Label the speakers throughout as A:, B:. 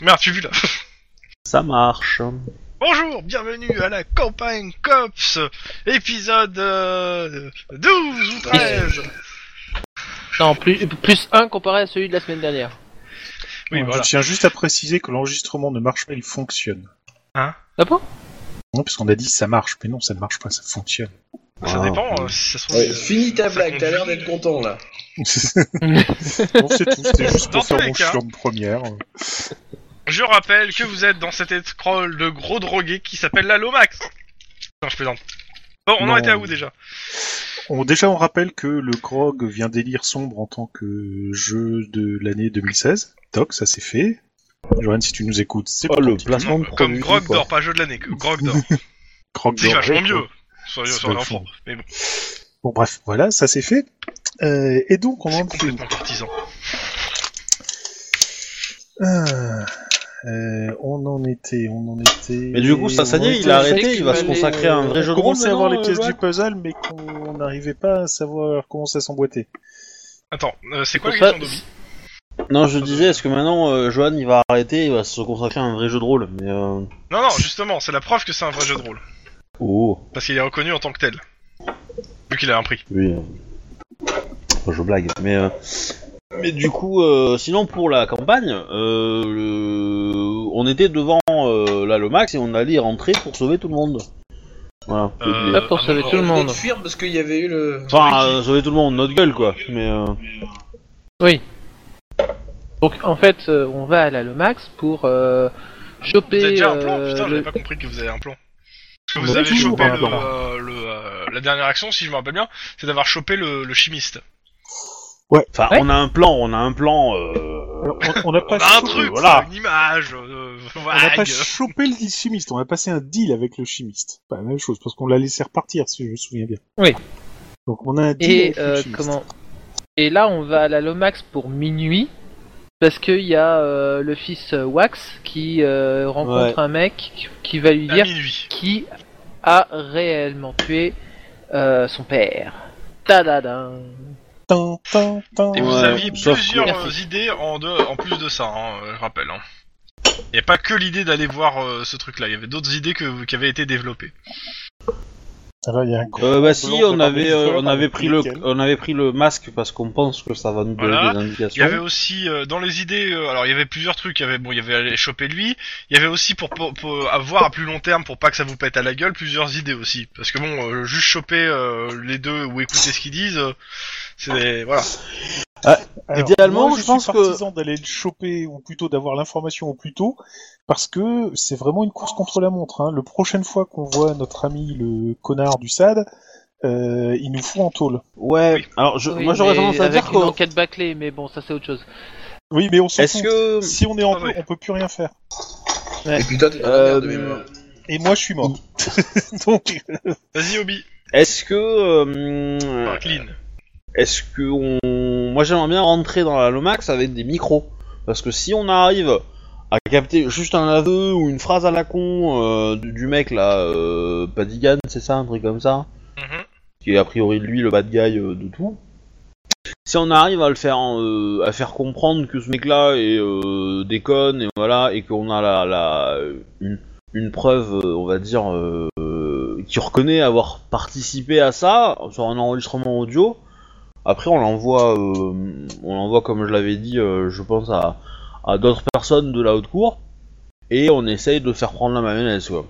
A: Merde, j'ai vu là.
B: Ça marche.
A: Bonjour, bienvenue à la campagne Cops, épisode euh, 12 ou 13.
C: Non, plus, plus un comparé à celui de la semaine dernière.
A: Oui,
B: Ouais,
A: voilà.
D: Euh, Je tiens juste à préciser que l'enregistrement ne marche pas, il fonctionne.
A: Hein
C: Ah bon
D: Non, parce qu'on a dit ça marche, mais non, ça ne marche pas, ça fonctionne.
A: Ça
B: Ah.
A: dépend euh, si ça se trouve.
E: Ouais,
A: euh,
E: finis ta
A: ça
E: blague, t'as l'air
A: conduit,
E: d'être content là.
D: bon, c'est tout, c'était juste
A: Dans
D: pour faire
A: tous les
D: mon
A: cas.
D: chiant de première.
A: Je rappelle que vous êtes dans cette escrolle de gros drogué qui s'appelle la Lomax. Non, je plaisante. Bon, on en
D: Non.
A: était à où déjà
D: On, déjà, on rappelle que le Grog vient d'élire Sombre en tant que jeu de l'année 2016. Toc, ça c'est fait. Joanne, si tu nous écoutes, c'est
B: Oh,
D: pas
B: le
D: le
B: placement
A: Non,
B: de
A: Comme
B: produit.
A: Grog
B: quoi.
A: d'or, pas jeu de l'année. que Grog d'or.
D: Grog
A: C'est
D: d'or.
A: vachement mieux. Soyons
D: C'est
A: sur
D: pas
A: l'enfant.
D: fou.
A: Mais bon,
D: Bon, bref, voilà, ça c'est fait. Euh, et donc, on
A: c'est
D: en était où
A: complètement partisan.
D: Ah, euh, On en était, on en était.
B: Mais du coup, ça, ça y
D: on en
B: est,
D: était- euh,
B: il a arrêté,
C: Jake,
B: il va
C: il
B: se
C: va
B: consacrer à un vrai
D: On
B: jeu de rôle.
D: commençait à avoir les
B: maintenant, euh,
D: pièces
B: Johan
D: du puzzle, mais qu'on n'arrivait pas à savoir comment ça s'emboîtait.
A: Attends, euh, c'est quoi la
B: Pour ça-
A: question d'Obi
B: Non, je disais, est-ce que maintenant, euh, Johan, il va arrêter, il va se consacrer à un vrai jeu de rôle Mais euh...
A: Non, non, justement, c'est la preuve que c'est un vrai jeu de rôle.
B: Oh,
A: Parce qu'il est reconnu en tant que tel. Vu qu'il a un prix.
B: oui. euh, enfin, je blague. Mais, euh, mais du coup, euh, sinon, pour la campagne, euh, le- on était devant euh, la Lomax et on allait rentrer pour sauver tout le monde. Voilà.
A: Euh,
C: Là, pour
A: ah,
C: sauver
A: non,
C: tout le
E: On venait
C: monde.
E: de fuir parce qu'il y avait eu le.
B: Enfin, euh, sauver tout le monde, notre gueule, quoi. Mais euh,
C: Donc en fait, euh, on va à la Lomax pour euh, choper.
A: Vous avez déjà un plan
C: euh,
A: Putain,
C: le-
A: j'avais pas compris que vous avez un plan. Parce que
B: On
A: vous
B: a
A: avez
B: toujours
A: chopé
B: un
A: le,
B: plan.
A: euh, le, euh, la dernière action, si je me rappelle bien, c'est d'avoir chopé le, le chimiste.
B: enfin,
C: Ouais.
B: on a un plan, on a un plan. Euh...
D: On n'a pas,
A: On a Bah, un
D: chopé-
A: truc,
B: voilà.
A: une image, euh,
D: on n'a
A: vague.
D: pas chopé le chimiste, on a passé un deal avec le chimiste. Pas la même chose, parce qu'on l'a laissé repartir, si je me souviens bien.
C: Oui.
D: Donc on a un deal
C: Et
D: avec le
C: euh,
D: chimiste.
C: comment Et là, on va à la Lomax pour minuit parce qu'il y a euh, le fils euh, Wax qui euh, rencontre un mec qui- qui va lui
A: à
C: dire
A: minuit.
C: qui a réellement tué euh, son père. Tadadin.
D: Tin, tin, tin.
A: Et vous
B: Ouais,
A: aviez
B: sauf
A: plusieurs
C: que-
A: euh, idées en, de- en plus de ça, hein, euh, je rappelle. Hein. Il n'y a pas que l'idée d'aller voir euh, ce truc-là, il y avait d'autres idées que, qui avaient été développées.
D: Alors il y a un gros...
B: Euh, bah si,
D: Blanc de
B: on avait, euh,
D: Barbie
B: on avait
D: Fleur,
B: pris le,
D: nickel.
B: on avait pris le masque parce qu'on pense que ça va nous donner
A: Voilà.
B: des
A: Il y
B: indications.
A: avait aussi euh, dans les idées, euh, alors il y avait plusieurs trucs. Il y avait bon, il y avait aller choper lui. Il y avait aussi pour, pour, pour avoir à plus long terme, pour pas que ça vous pète à la gueule, plusieurs idées aussi. Parce que bon, euh, juste choper euh, les deux ou écouter ce qu'ils disent, euh, c'est voilà.
D: Alors,
B: idéalement,
D: moi, je,
B: je pense
D: suis
B: que-
D: partisan d'aller le choper, ou plutôt d'avoir l'information au plus tôt, parce que c'est vraiment une course contre la montre. Hein. Le prochaine fois qu'on voit notre ami le connard du SAD, euh, il nous fout en tôle.
B: Ouais. Alors je,
C: Oui,
B: moi j'aurais
C: mais
B: tendance à
C: avec
B: dire
C: une
B: que.
C: enquête bâclée, mais bon, ça c'est autre chose.
D: Oui, mais on s'en
B: Est-ce
D: fout.
B: que
D: Si on est en
A: Ah
D: peu,
A: ouais.
D: on peut plus rien faire.
E: Et puis toi, t'es dans la
B: Euh,
E: merde de mémoire.
D: Et moi, je suis mort. Donc,
A: Vas-y Obi,
B: Est-ce que. euh,
A: Enfin, clean.
B: Est-ce que on... Moi j'aimerais bien rentrer dans la Lomax avec des micros. Parce que si on arrive à capter juste un aveu ou une phrase à la con euh, du, du mec là, euh, Padigan, c'est ça, un truc comme ça,
A: Mhm.
B: qui est a priori lui le bad guy euh, de tout. Si on arrive à le faire, euh, à faire comprendre que ce mec-là est euh, déconne et voilà et qu'on a la, la une, une preuve, euh, on va dire, euh, euh, qui reconnaît avoir participé à ça sur un enregistrement audio, après, on l'envoie, euh, on l'envoie comme je l'avais dit, euh, je pense à, à d'autres personnes de la haute cour, et on essaye de faire prendre la mayonnaise, quoi.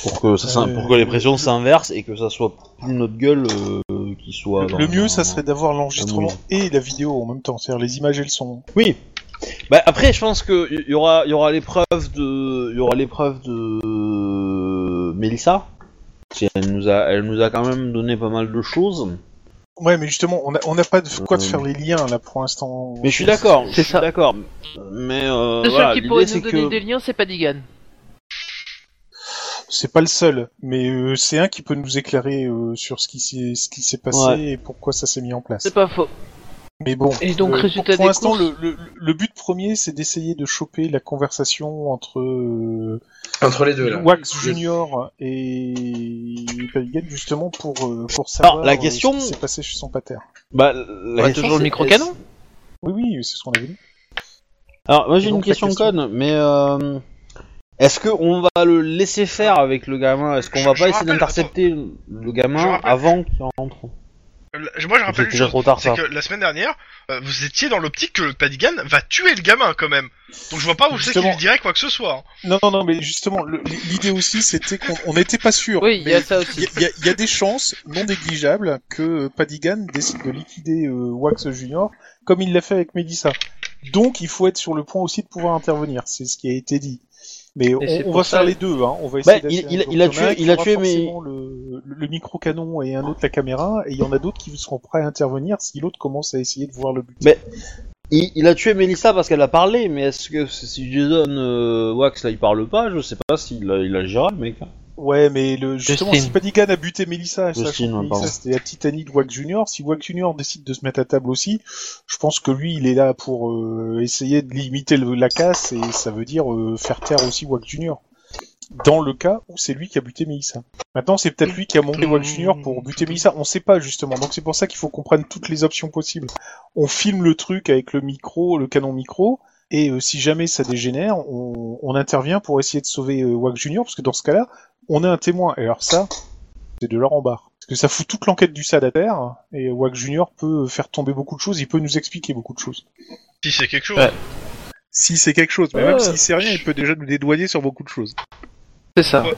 B: Pour que, ça, s'in-
D: Euh,
B: pour que les pressions s'inversent et que ça soit plus notre gueule euh, qui soit. dans-
D: le mieux, ça
B: dans-
D: serait d'avoir
B: Ah
D: l'enregistrement et la vidéo en même temps, c'est-à-dire les images et le son.
B: Oui. Bah, après, je pense que y- y aura, y aura l'épreuve de, y aura l'épreuve de Mélissa. Parce qu'elle nous a, elle nous a quand même donné pas mal de choses.
D: Ouais, mais justement, on a- on n'a pas de quoi de
B: Euh.
D: faire les liens là pour l'instant.
B: Mais je suis d'accord.
C: C'est
B: je suis
C: ça.
B: D'accord. Mais euh,
C: le seul
B: voilà,
C: qui
B: l'idée,
C: pourrait nous
B: c'est
C: donner
B: que...
C: des liens, c'est Padigan.
D: C'est pas le seul, mais euh, c'est un qui peut nous éclairer euh, sur ce qui s'est ce qui s'est passé
B: Ouais.
D: et pourquoi ça s'est mis en place.
C: C'est pas faux.
D: Mais bon.
C: Et donc,
D: euh,
C: résultat
D: pour, pour
C: des
D: l'instant,
C: courses-
D: le, le- le but premier, c'est d'essayer de choper la conversation entre euh,
E: Entre les deux là.
D: Wax Junior et Peligan justement pour euh, pour savoir
B: Alors, Ah, la
D: euh,
B: question-
D: ce qui s'est passé chez son pater.
B: Bah, la
C: On a
B: question,
C: toujours le
B: c'est-
C: micro-canon
D: Oui, oui, c'est ce qu'on avait dit.
B: Alors, moi j'ai
D: Et
B: une
D: donc, la
B: question,
D: question-
B: conne, mais euh, est-ce qu'on va le laisser faire avec le gamin Est-ce qu'on
A: Je-
B: va
A: je
B: pas essayer
A: rappelle,
B: d'intercepter le
A: je
B: gamin
A: rappelle-
B: avant qu'il rentre
A: Euh, Moi, je rappelle
B: C'est
A: une
B: déjà
A: chose,
B: trop tard
A: c'est
B: ça.
A: que la semaine dernière, euh, vous étiez dans l'optique que le Padigan va tuer le gamin quand même. Donc je vois pas où c'est qu'il
D: Justement.
A: lui dirait quoi que ce soit. hein.
D: Non, non, non, mais justement, le- l'idée aussi, c'était qu'on on n'était pas sûr.
C: Oui, il y
D: mais
C: a ça
D: Il
C: aussi.
D: y, a- il y a- il y a des chances non négligeables que Padigan décide de liquider euh, Wax Junior comme il l'a fait avec Medissa. Donc il faut être sur le point aussi de pouvoir intervenir, c'est ce qui a été dit. Mais on,
C: c'est
D: on
C: pour
D: va
C: ça-
D: faire les deux, hein. on va
B: Bah,
D: essayer d'assurer
B: il- il-
D: un tour.
B: il a
D: y en un
B: tué-
D: qui
B: il a
D: aura
B: tué, mais-
D: forcément Le, le micro-canon et un autre la caméra, et il y en a d'autres qui seront prêts à intervenir si l'autre commence à essayer de voir le but.
B: Mais- il, il a tué Melissa parce qu'elle a parlé, mais est-ce que si Jason euh, Wax là il parle pas, je sais pas s'il a- il agira le mec. hein.
D: Ouais, mais le, justement,
C: Justine.
D: si Padigan a buté Melissa, ça,
B: Justine, ouais,
D: je pense que
B: pardon.
D: Melissa, c'était la petite Annie de Wack Junior. Si Wack Junior décide de se mettre à table aussi, je pense que lui, il est là pour euh, essayer de limiter le- la casse et ça veut dire euh, faire taire aussi Wack Junior. Dans le cas où c'est lui qui a buté Melissa. Maintenant, c'est peut-être lui qui a monté Wack Junior pour buter Melissa. On sait pas justement. Donc c'est pour ça qu'il faut qu'on prenne toutes les options possibles. On filme le truc avec le micro, le canon micro. Et euh, si jamais ça dégénère, on, on intervient pour essayer de sauver euh, Wack Junior, parce que dans ce cas-là, on a un témoin. Et alors ça, c'est de l'or en barre. Parce que ça fout toute l'enquête du SAD à terre, et Wack Junior peut faire tomber beaucoup de choses, il peut nous expliquer beaucoup de choses.
A: Si c'est quelque chose.
C: Ouais.
D: Si c'est quelque chose, mais même
C: Ouais.
D: s'il sait rien, il peut déjà nous dédouaner sur beaucoup de choses.
C: C'est ça.
A: Donc,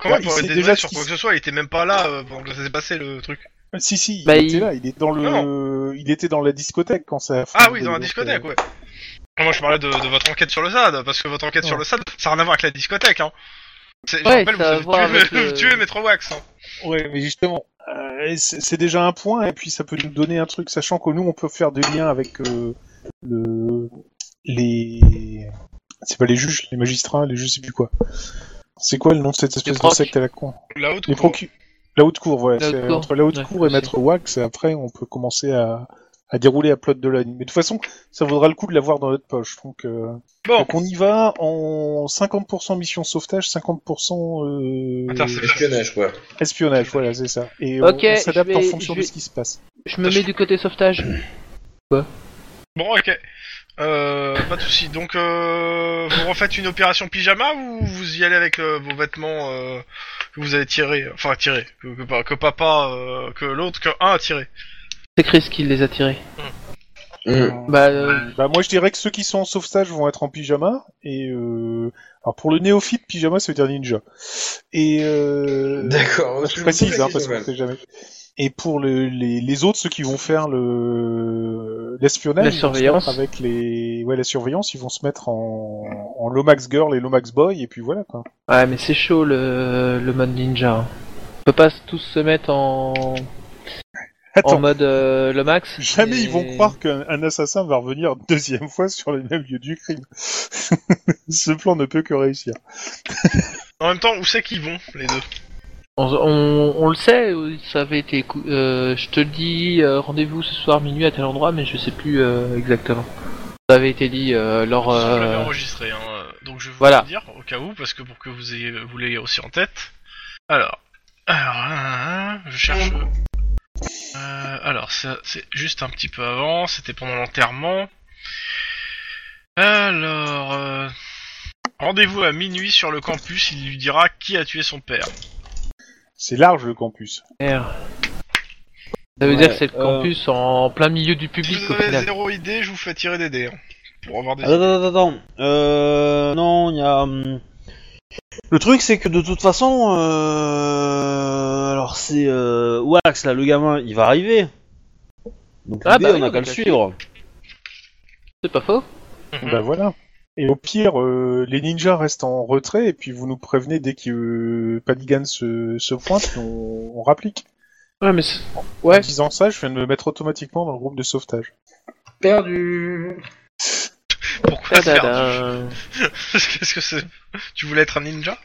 A: Comment
D: Ouais,
A: Ah il
D: il
A: pourrait
D: sait
A: être
D: déjà
A: déjà
D: ce
A: sur
D: qu'il
A: quoi
D: s-
A: que ce soit Il était même pas là euh, pendant que ça s'est passé le truc.
D: Euh, Si, si, il
C: Bah,
D: était
C: il-
D: là, il est dans le... Il était dans la discothèque quand ça a
A: Ah
D: flambé,
A: oui, dans la
D: donc,
A: discothèque,
D: euh,
A: ouais. Ah, Moi je parlais de, de votre enquête sur le SAD, parce que votre enquête
D: Ouais.
A: sur le SAD, ça n'a rien à voir avec la discothèque. Hein. C'est- je
C: Ouais,
A: rappelle, vous
C: ça a à
A: avez
C: voir avec
A: tué,
C: le-
A: tué Metro Wax. hein.
D: Ouais, mais justement, euh, c'est c'est déjà un point, et puis ça peut nous donner un truc, sachant que nous, on peut faire des liens avec euh, le... les... C'est pas les juges, les magistrats, les je sais plus quoi. C'est quoi le nom de cette espèce de
C: procs.
D: secte à la con
A: La haute
D: Les
A: cour.
D: procu... La haute cour, voilà.
C: La haute
D: c'est
C: cour.
D: Entre la haute
C: Ouais,
D: cour et
C: aussi.
D: Maître Wax, et après, on peut commencer à, à dérouler à plot de l'année. Mais de toute façon, ça vaudra le coup de l'avoir dans notre poche. Donc, euh,
A: Bon.
D: donc on y va en 50% mission sauvetage, 50% euh,
A: Interception.
E: Espionnage, quoi.
D: Espionnage, voilà, c'est ça. Et
C: Ok,
D: on- on, s'adapte
C: je vais-
D: en fonction
C: je
D: de
C: vais-
D: ce qui se passe.
C: Je me mets du côté sauvetage.
A: Bon, ok. Euh, pas de soucis. Donc, euh, vous refaites une opération pyjama ou vous y allez avec euh, vos vêtements euh, que vous avez tirés Enfin, tirés. Que, que pa- que papa, euh, que l'autre, que un a tiré.
C: C'est Chris qui les a tirés.
E: Hum.
C: Bah, euh,
D: Bah moi je dirais que ceux qui sont en sauvetage vont être en pyjama et euh... alors pour le néophyte pyjama ça veut dire ninja et euh...
E: D'accord.
D: je
E: me
D: précise
E: pose la
D: hein, parce
E: question,
D: qu'on sait jamais et pour le- les, les autres ceux qui vont faire le l'espionnage
C: La
D: ils vont se
C: surveillance.
D: mettre avec les ouais la surveillance ils vont se mettre en, en Lomax girl et Lomax boy et puis voilà quoi
C: ouais, mais c'est chaud le, le mode ninja. hein. On peut pas tous se mettre en, en
D: attends
C: mode euh, le max.
D: Jamais
C: et-
D: ils vont croire qu'un un assassin va revenir une deuxième fois sur les mêmes lieux du crime. Ce plan ne peut que réussir.
A: En même temps, où c'est qu'ils vont, les deux
C: On, on- on le sait, ça avait été. cou- euh, je te le dis, euh, rendez-vous ce soir minuit à tel endroit, mais je sais plus euh, exactement. Ça avait été dit euh, lors.
A: Je
C: euh,
A: l'avais enregistré, hein, euh, donc je vais
C: voilà.
A: vous le dire au cas où, parce que pour que vous ayez, vous l'ayez aussi en tête. Alors, alors, euh, je cherche. Euh, alors, ça, c'est juste un petit peu avant. C'était pendant l'enterrement. Alors, euh, rendez-vous à minuit sur le campus. Il lui dira qui a tué son père.
D: C'est large le campus.
C: merde. Ça veut
B: Ouais,
C: dire que c'est le
B: euh,
C: campus en plein milieu du
A: Si
C: public
A: vous
C: au
A: avez
C: final. Ah,
A: zéro idée, je vous fais tirer des dés hein, pour avoir des.
B: Attends, attends, attends. Euh, non, il y a. hum, Le truc, c'est que de toute façon, euh... alors c'est euh, Wax là, le gamin, il va arriver. Donc
C: Ah,
B: l'idée,
C: bah
B: on
C: oui,
B: a
C: donc
B: qu'à le
C: là-dessus.
B: suivre.
C: C'est pas faux.
A: Mhm.
D: Bah voilà. Et au pire, euh, les ninjas restent en retrait et puis vous nous prévenez dès que euh, Padigan se, se pointe, on, on rapplique.
C: Ouais, mais c'est-
D: En
C: ouais.
D: disant ça, je viens de me mettre automatiquement dans le groupe de sauvetage.
E: Perdu.
A: Pourquoi
C: Tadadam.
A: perdu
C: bah,
A: Qu'est-ce que c'est Tu voulais être un ninja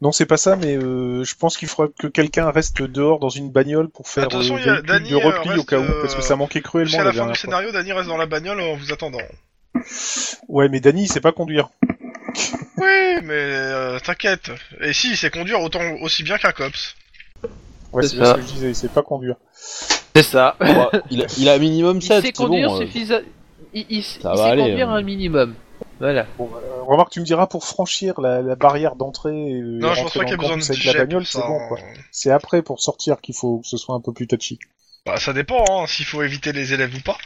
D: Non, c'est pas ça, mais euh, je pense qu'il faudra que quelqu'un reste dehors dans une bagnole pour faire
A: De toute façon,
D: euh,
A: il y a-
D: véhicule
A: Danny,
D: de repli
A: euh,
D: au cas où,
A: reste,
D: parce que ça manquait cruellement
A: Jusqu'à la
D: la
A: fin
D: dernière
A: du
D: fois.
A: scénario, Danny reste dans la bagnole en vous attendant.
D: Ouais, mais Danny, il sait pas conduire.
A: Oui, mais euh, t'inquiète. Et si, il sait conduire autant aussi bien qu'un cops.
D: Ouais,
C: C'est
D: c'est bien ce
C: ça.
D: que je disais, il sait pas conduire.
C: C'est ça.
B: Bon, bah, il, a, il a minimum
C: Il
B: 7,
C: sait
B: c'est bon.
C: conduire
B: euh,
C: suffisa- il, il s-
B: Ça va
C: il sait
B: aller,
C: conduire
B: hein.
C: un minimum. Voilà.
D: Euh, remarque, tu me diras pour franchir la, la barrière d'entrée. et
A: Non, je pense
D: rentrer
A: pas qu'il y a
D: dans
A: besoin
D: le
A: de
D: campus avec la
A: jet
D: bagnole,
A: pour
D: c'est
A: ça.
D: bon
A: hein.
D: quoi. C'est après pour sortir qu'il faut que ce soit un peu plus touchy.
A: Bah, ça dépend, hein, s'il faut éviter les élèves ou pas.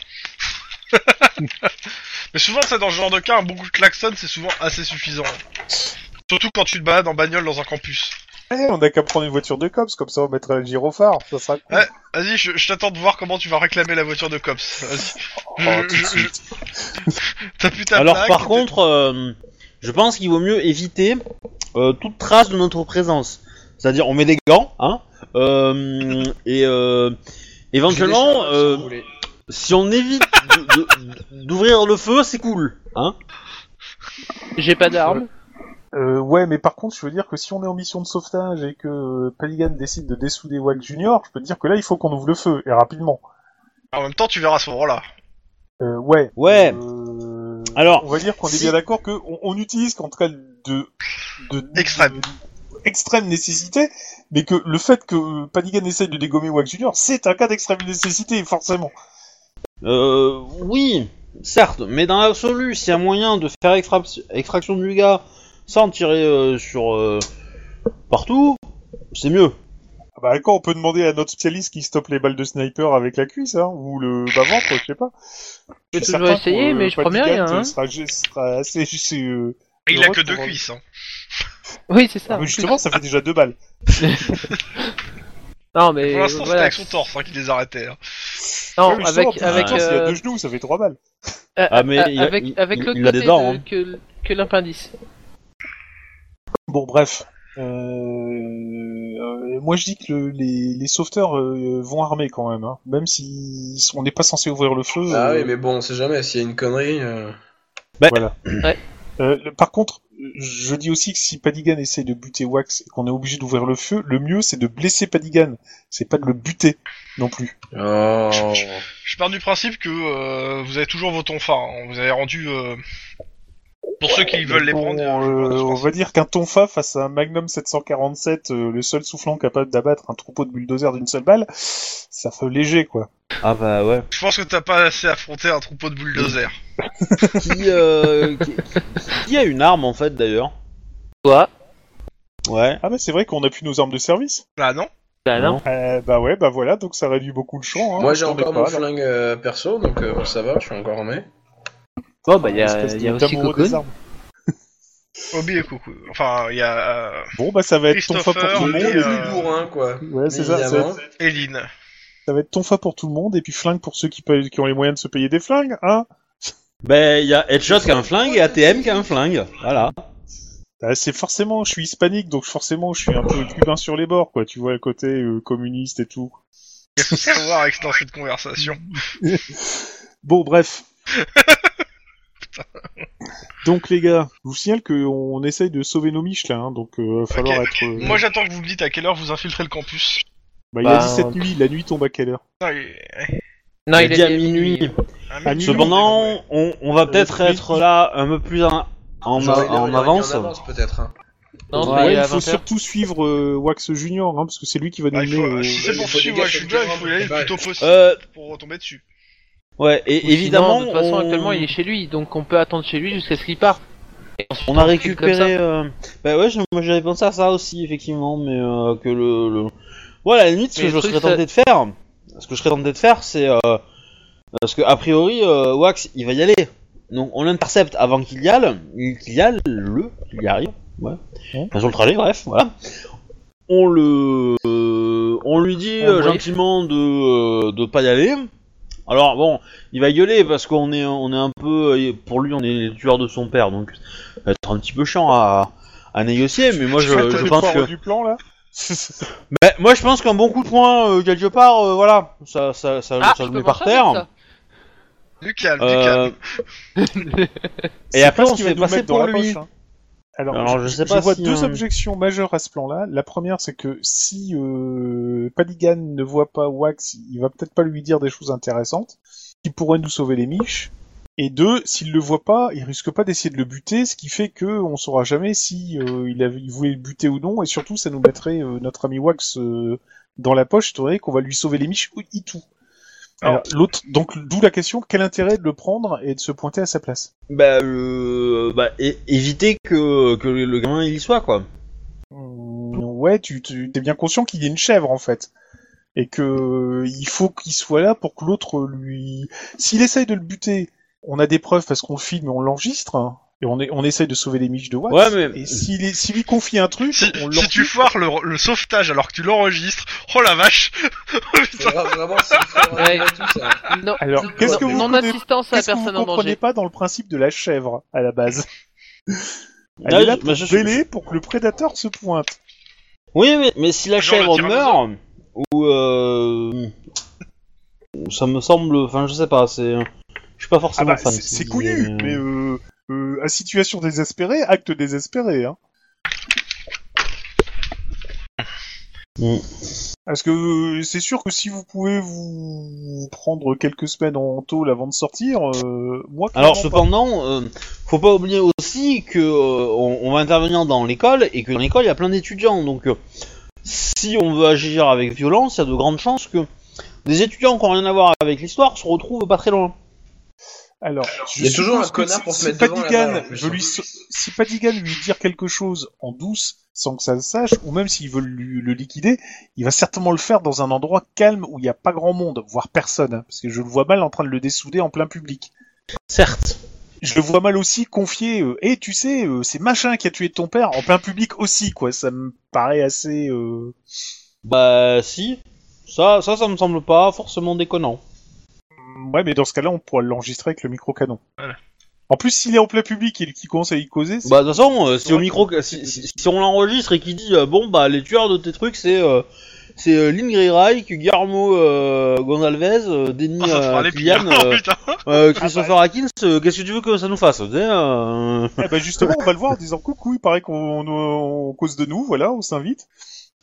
A: Mais souvent, c'est dans ce genre de cas, un bon coup de klaxon, c'est souvent assez suffisant. Surtout quand tu te balades en bagnole dans un campus.
D: Eh, on a qu'à prendre une voiture de cops, comme ça on mettra un gyrophare, ça sera cool.
A: Ouais, Vas-y, je, je t'attends de voir comment tu vas réclamer la voiture de cops. Vas-y,
D: Oh,
A: je-
D: tout de
A: je-
D: suite.
A: t'as plus ta
B: Alors
A: plaque,
B: par
A: t'es-
B: contre, euh, je pense qu'il vaut mieux éviter euh, toute trace de notre présence. C'est-à-dire, on met des gants, hein, euh, et euh, éventuellement, euh, si on évite de- de- d'ouvrir le feu, c'est cool, hein.
C: J'ai pas d'armes.
D: Euh, ouais, mais par contre, je veux dire que si on est en mission de sauvetage et que euh, Peligan décide de dessouder Wack Junior, je peux te dire que là, il faut qu'on ouvre le feu, et rapidement.
A: En même temps, tu verras à ce moment-là.
D: Euh, ouais.
B: Ouais.
D: Euh,
B: Alors,
D: on va dire qu'on est
B: si-
D: bien d'accord que on, on utilise qu'en cas de, de
A: Extrême.
D: de- extrême nécessité, mais que le fait que Panigan essaye de dégommer Wack Junior, c'est un cas d'extrême nécessité, forcément.
B: euh, oui, certes, mais dans l'absolu, s'il y a moyen de faire extra- extraction du gars sans tirer euh, sur euh, partout, c'est mieux.
D: Ah Bah quand on peut demander à notre spécialiste qui stoppe les balles de sniper avec la cuisse, hein, ou le bas ventre, je sais pas.
C: J'ai
D: Je suis
C: toujours
D: certain
C: essayé,
D: que,
C: mais
D: euh,
C: je promets
D: Panigan,
C: rien, hein.
D: euh, sera, ju- sera assez, c'est, euh,
A: Il
D: Heureux
A: a que deux
D: pour-
A: cuisses. Hein.
C: Oui, c'est
D: ah,
C: ça.
D: mais justement, ça fait déjà deux balles.
C: Non, mais
A: Pour l'instant, c'était
C: voilà.
A: avec son torse hein, qui les arrêtait. hein.
C: Non,
D: Ouais, mais Ah justement,
C: avec
D: pour
C: avec
D: l'instant, s'il y a
C: euh,
D: deux genoux, ça fait trois balles.
C: euh,
B: Ah, mais
C: euh,
B: il a-
C: avec
B: il-
C: avec
B: il-
C: l'autre
B: il a des
C: côté
B: dents,
C: de-
B: hein.
C: que que l'appendice.
D: Bon, bref. Euh, euh, moi, je dis que le- les, les sauveteurs euh, vont armés quand même, hein. même si on n'est pas censé ouvrir le feu.
E: Ah
D: euh,
E: oui, mais bon, on sait jamais, s'il y a une connerie... euh,
D: Voilà.
C: Ouais.
D: Euh, le- par contre, je dis aussi que si Padigan essaye de buter Wax et qu'on est obligé d'ouvrir le feu, le mieux c'est de blesser Padigan, c'est pas de le buter non plus.
E: Oh...
A: Je pars du principe que euh, vous avez toujours vos tons fins. hein. Vous avez rendu. euh, Pour ceux qui veulent les
D: Bon,
A: prendre.
D: euh,
A: je
D: on
A: pense.
D: va dire qu'un tonfa face à un Magnum 747, euh, le seul soufflant capable d'abattre un troupeau de bulldozers d'une seule balle, ça fait léger quoi.
B: Ah bah ouais.
A: Je pense que t'as pas assez affronté un troupeau de bulldozers.
E: Mm.
B: qui, euh, qui, qui a une arme en fait d'ailleurs
C: Toi
B: Ouais.
D: Ah bah c'est vrai qu'on a plus nos armes de service.
A: Ah non
C: Bah non.
D: Euh, bah ouais, bah voilà, donc ça réduit beaucoup le champ. hein.
E: Moi j'ai
D: Autant
E: encore
D: mettre
E: mon
D: pas, alors.
E: flingue euh, perso, donc euh, bon, ça va, je suis encore armé.
C: Bon bah il y a,
D: Espèce
C: il y a
D: de
C: aussi
D: d'amoureux des
C: Cocoon.
D: armes.
A: Obi et Coucou. Enfin, il y a euh,
D: Bon bah ça va être tonfa pour
A: Christopher
D: tout le
A: et,
D: monde.
A: euh,
E: plus bourrin, quoi.
D: Ouais, c'est ça, ça va être-
E: Évidemment.
A: Eline.
D: Ça va être tonfa pour tout le monde et puis flingue pour ceux qui, peuvent- qui ont les moyens de se payer des flingues, hein
B: Ben il y a Headshot qui a un flingue et ATM qui a un flingue. Voilà.
D: Bah, C'est forcément, je suis hispanique donc forcément je suis un peu cubain sur les bords, quoi. Tu vois le côté euh, communiste et tout.
A: Qu'est-ce qu'il faut voir avec dans cette conversation
D: Bon, bref. donc les gars, je vous signale qu'on essaye de sauver nos miches là, hein, donc euh, va falloir être.
E: Mm.
D: euh,
A: Moi, j'attends que vous me dites à quelle heure vous infiltrez le campus.
D: bah, il y a
C: Bah,
D: 17
C: on-
D: nuits, la nuit tombe à quelle heure
A: Non, il-
C: Non,
B: Il a dit à minuit.
A: Ah,
D: À
A: mais-
D: minuit.
B: Cependant, on, on va peut-être
D: oui.
B: être là un peu plus en, en,
E: Genre, il est-
B: en
E: il est
B: avance.
E: En avance peut-être. hein.
C: Non,
B: Ouais,
C: mais
D: il
C: à
D: faut
C: 20 heures.
D: surtout suivre euh, Wax Junior, hein, parce que c'est lui qui va nous
A: Ah, il
D: mener.
A: faut-
D: euh,
A: Si c'est
E: il
A: pour
E: faut
A: suivre
E: des gars
A: je
E: sur
A: suis
E: le
A: là,
E: terrain
A: il faut y aller le
E: pour
A: plus tôt possible
B: Euh,
A: pour retomber dessus.
B: ouais, et
C: Ou
B: évidemment,
C: sinon, de toute façon,
B: on,
C: actuellement, il est chez lui, donc on peut attendre chez lui jusqu'à ce qu'il parte. Et ensuite,
B: on a
C: fait comme ça.
B: récupéré. euh, Ben ouais, je- moi j'avais pensé à ça aussi effectivement, mais euh, que le, le- Ouais, à la limite, ce
C: Mais
B: que
C: le
B: je
C: truc,
B: serais
C: ça-
B: tenté de faire, ce que je serais tenté de faire, c'est euh, parce que a priori, euh, Wax, il va y aller. Donc on l'intercepte avant qu'il y aille, qu'il y aille, le, qu'il y arrive, ouais.
D: Ouais.
B: Enfin, sur le trajet, bref, voilà. On le, euh, on lui dit
C: On
B: euh,
C: brief.
B: gentiment de, euh, de pas y aller. Alors bon, il va gueuler parce qu'on est, on est un peu, euh, pour lui, on est les tueurs de son père, donc ça va être un petit peu chiant à, à négocier. Mais moi, je,
D: Faites
B: je
D: les
B: pense
D: foires
B: que
D: du plan là.
B: bah, moi je pense qu'un bon coup de poing euh, quelque part, euh, voilà, ça, ça, ça,
C: Ah,
B: ça
C: je
B: le
C: peux
B: met par
C: m'en servir,
B: terre.
A: Du calme,
B: Euh,
A: du calme.
B: Et
D: C'est
B: après,
D: pas ce
B: on
D: qui
B: se
D: va
B: fait
D: nous
B: passer
D: mettre dans
B: pour
D: la
B: lui.
D: poche, hein. Alors,
B: Alors, je
D: je,
B: sais
D: je
B: pas
D: vois
B: si,
D: deux
B: euh,
D: objections majeures à ce plan-là. La première, c'est que si euh, Padigan ne voit pas Wax, il va peut-être pas lui dire des choses intéressantes qui pourraient nous sauver les miches. Et deux, s'il le voit pas, il risque pas d'essayer de le buter, ce qui fait que on saura jamais si euh, il, avait- il voulait le buter ou non. Et surtout, ça nous mettrait euh, notre ami Wax euh, dans la poche, étant donné qu'on va lui sauver les miches ou- et tout.
A: Alors-
D: Alors, l'autre, donc d'où la question, quel intérêt de le prendre et de se pointer à sa place
B: Bah, euh, bah é- éviter que, que le gamin il y soit, quoi.
D: Hum, Ouais, tu, tu es bien conscient qu'il est une chèvre en fait. Et que euh, il faut qu'il soit là pour que l'autre lui. S'il essaye de le buter, on a des preuves parce qu'on filme et on l'enregistre. hein, et on, est, on essaye de sauver les miches de Watts.
B: Ouais, mais-
D: Et s'il est- s'il lui confie un truc,
A: Si,
D: on
A: si tu
D: l'enregistre.
A: foires le, le sauvetage alors que tu l'enregistres, oh la vache
E: C'est grave, vraiment, c'est
C: Ouais.
E: vraiment tout ça.
C: Non,
D: Alors, qu'est-ce que vous
C: non
D: connaissez-
C: assistance à la
D: Qu'est-ce que vous
C: personne en
D: comprenez
C: danger.
D: pas dans le principe de la chèvre à la base Elle
B: Ah,
D: est là
B: je-
D: pour
B: bah, je-
D: bêler pour que le prédateur se pointe.
B: Oui, mais, mais si la
A: Genre le
B: chèvre
A: tyrannosaure.
B: meurt, ou euh, ça me semble, enfin je sais pas, c'est, je suis pas
D: Ah
B: forcément
D: bah,
B: fan.
D: c'est
B: si
D: c'est
B: vous
D: connu,
B: voulez,
D: mais euh, euh, à situation désespérée, acte désespéré. Hein.
B: Mm.
D: Parce que euh, c'est sûr que si vous pouvez vous prendre quelques semaines en tôle avant de sortir, euh, moi.
B: Alors
D: clairement
B: cependant, euh, faut pas oublier aussi que euh, on, on va intervenir dans l'école et que dans l'école il y a plein d'étudiants, donc euh, si on veut agir avec violence, il y a de grandes chances que des étudiants qui ont rien à voir avec l'histoire se retrouvent pas très loin.
D: pas. Alors,
E: Il y a
D: je
E: toujours un
D: suppose que
E: connard
D: si-
E: pour se
D: si
E: mettre devant la
D: Padigan
E: balle, en plus,
D: veut
E: hein.
D: lui so- si Padigan veut lui dire quelque chose en douce, sans que ça le sache, ou même s'il veut lui- le liquider, il va certainement le faire dans un endroit calme où il n'y a pas grand monde, voire personne, hein, parce que je le vois mal en train de le dessouder en plein public.
B: Certes.
D: Je le vois mal aussi confier, euh, Eh, tu sais, euh, c'est machin qui a tué ton père en plein public aussi, quoi. Ça me paraît assez. euh,
B: Bah si, ça, ça, ça me semble pas forcément déconnant.
D: Ouais, mais dans ce cas-là, on pourra l'enregistrer avec le micro-canon.
A: Voilà.
D: En plus, s'il est en plein public et qu'il commence à y causer, c'est-
B: Bah de toute façon, euh, si au
D: Ouais.
B: micro, si, si- si on l'enregistre et qu'il dit euh, bon bah les tueurs de tes trucs c'est euh, c'est euh, Lynn Grey-Reich, Guillermo euh, Gonzalez, euh, Denis
A: Ah, Ça se
B: euh,
A: parlait plus.
B: Killian,
A: Oh
B: euh,
A: putain
B: euh,
C: Ah, bah.
B: Christopher Atkins, euh, qu'est-ce que tu veux que ça nous fasse tu sais, euh,
D: Eh ben justement, on va le voir en disant coucou, il paraît qu'on on- on cause de nous, voilà, on s'invite.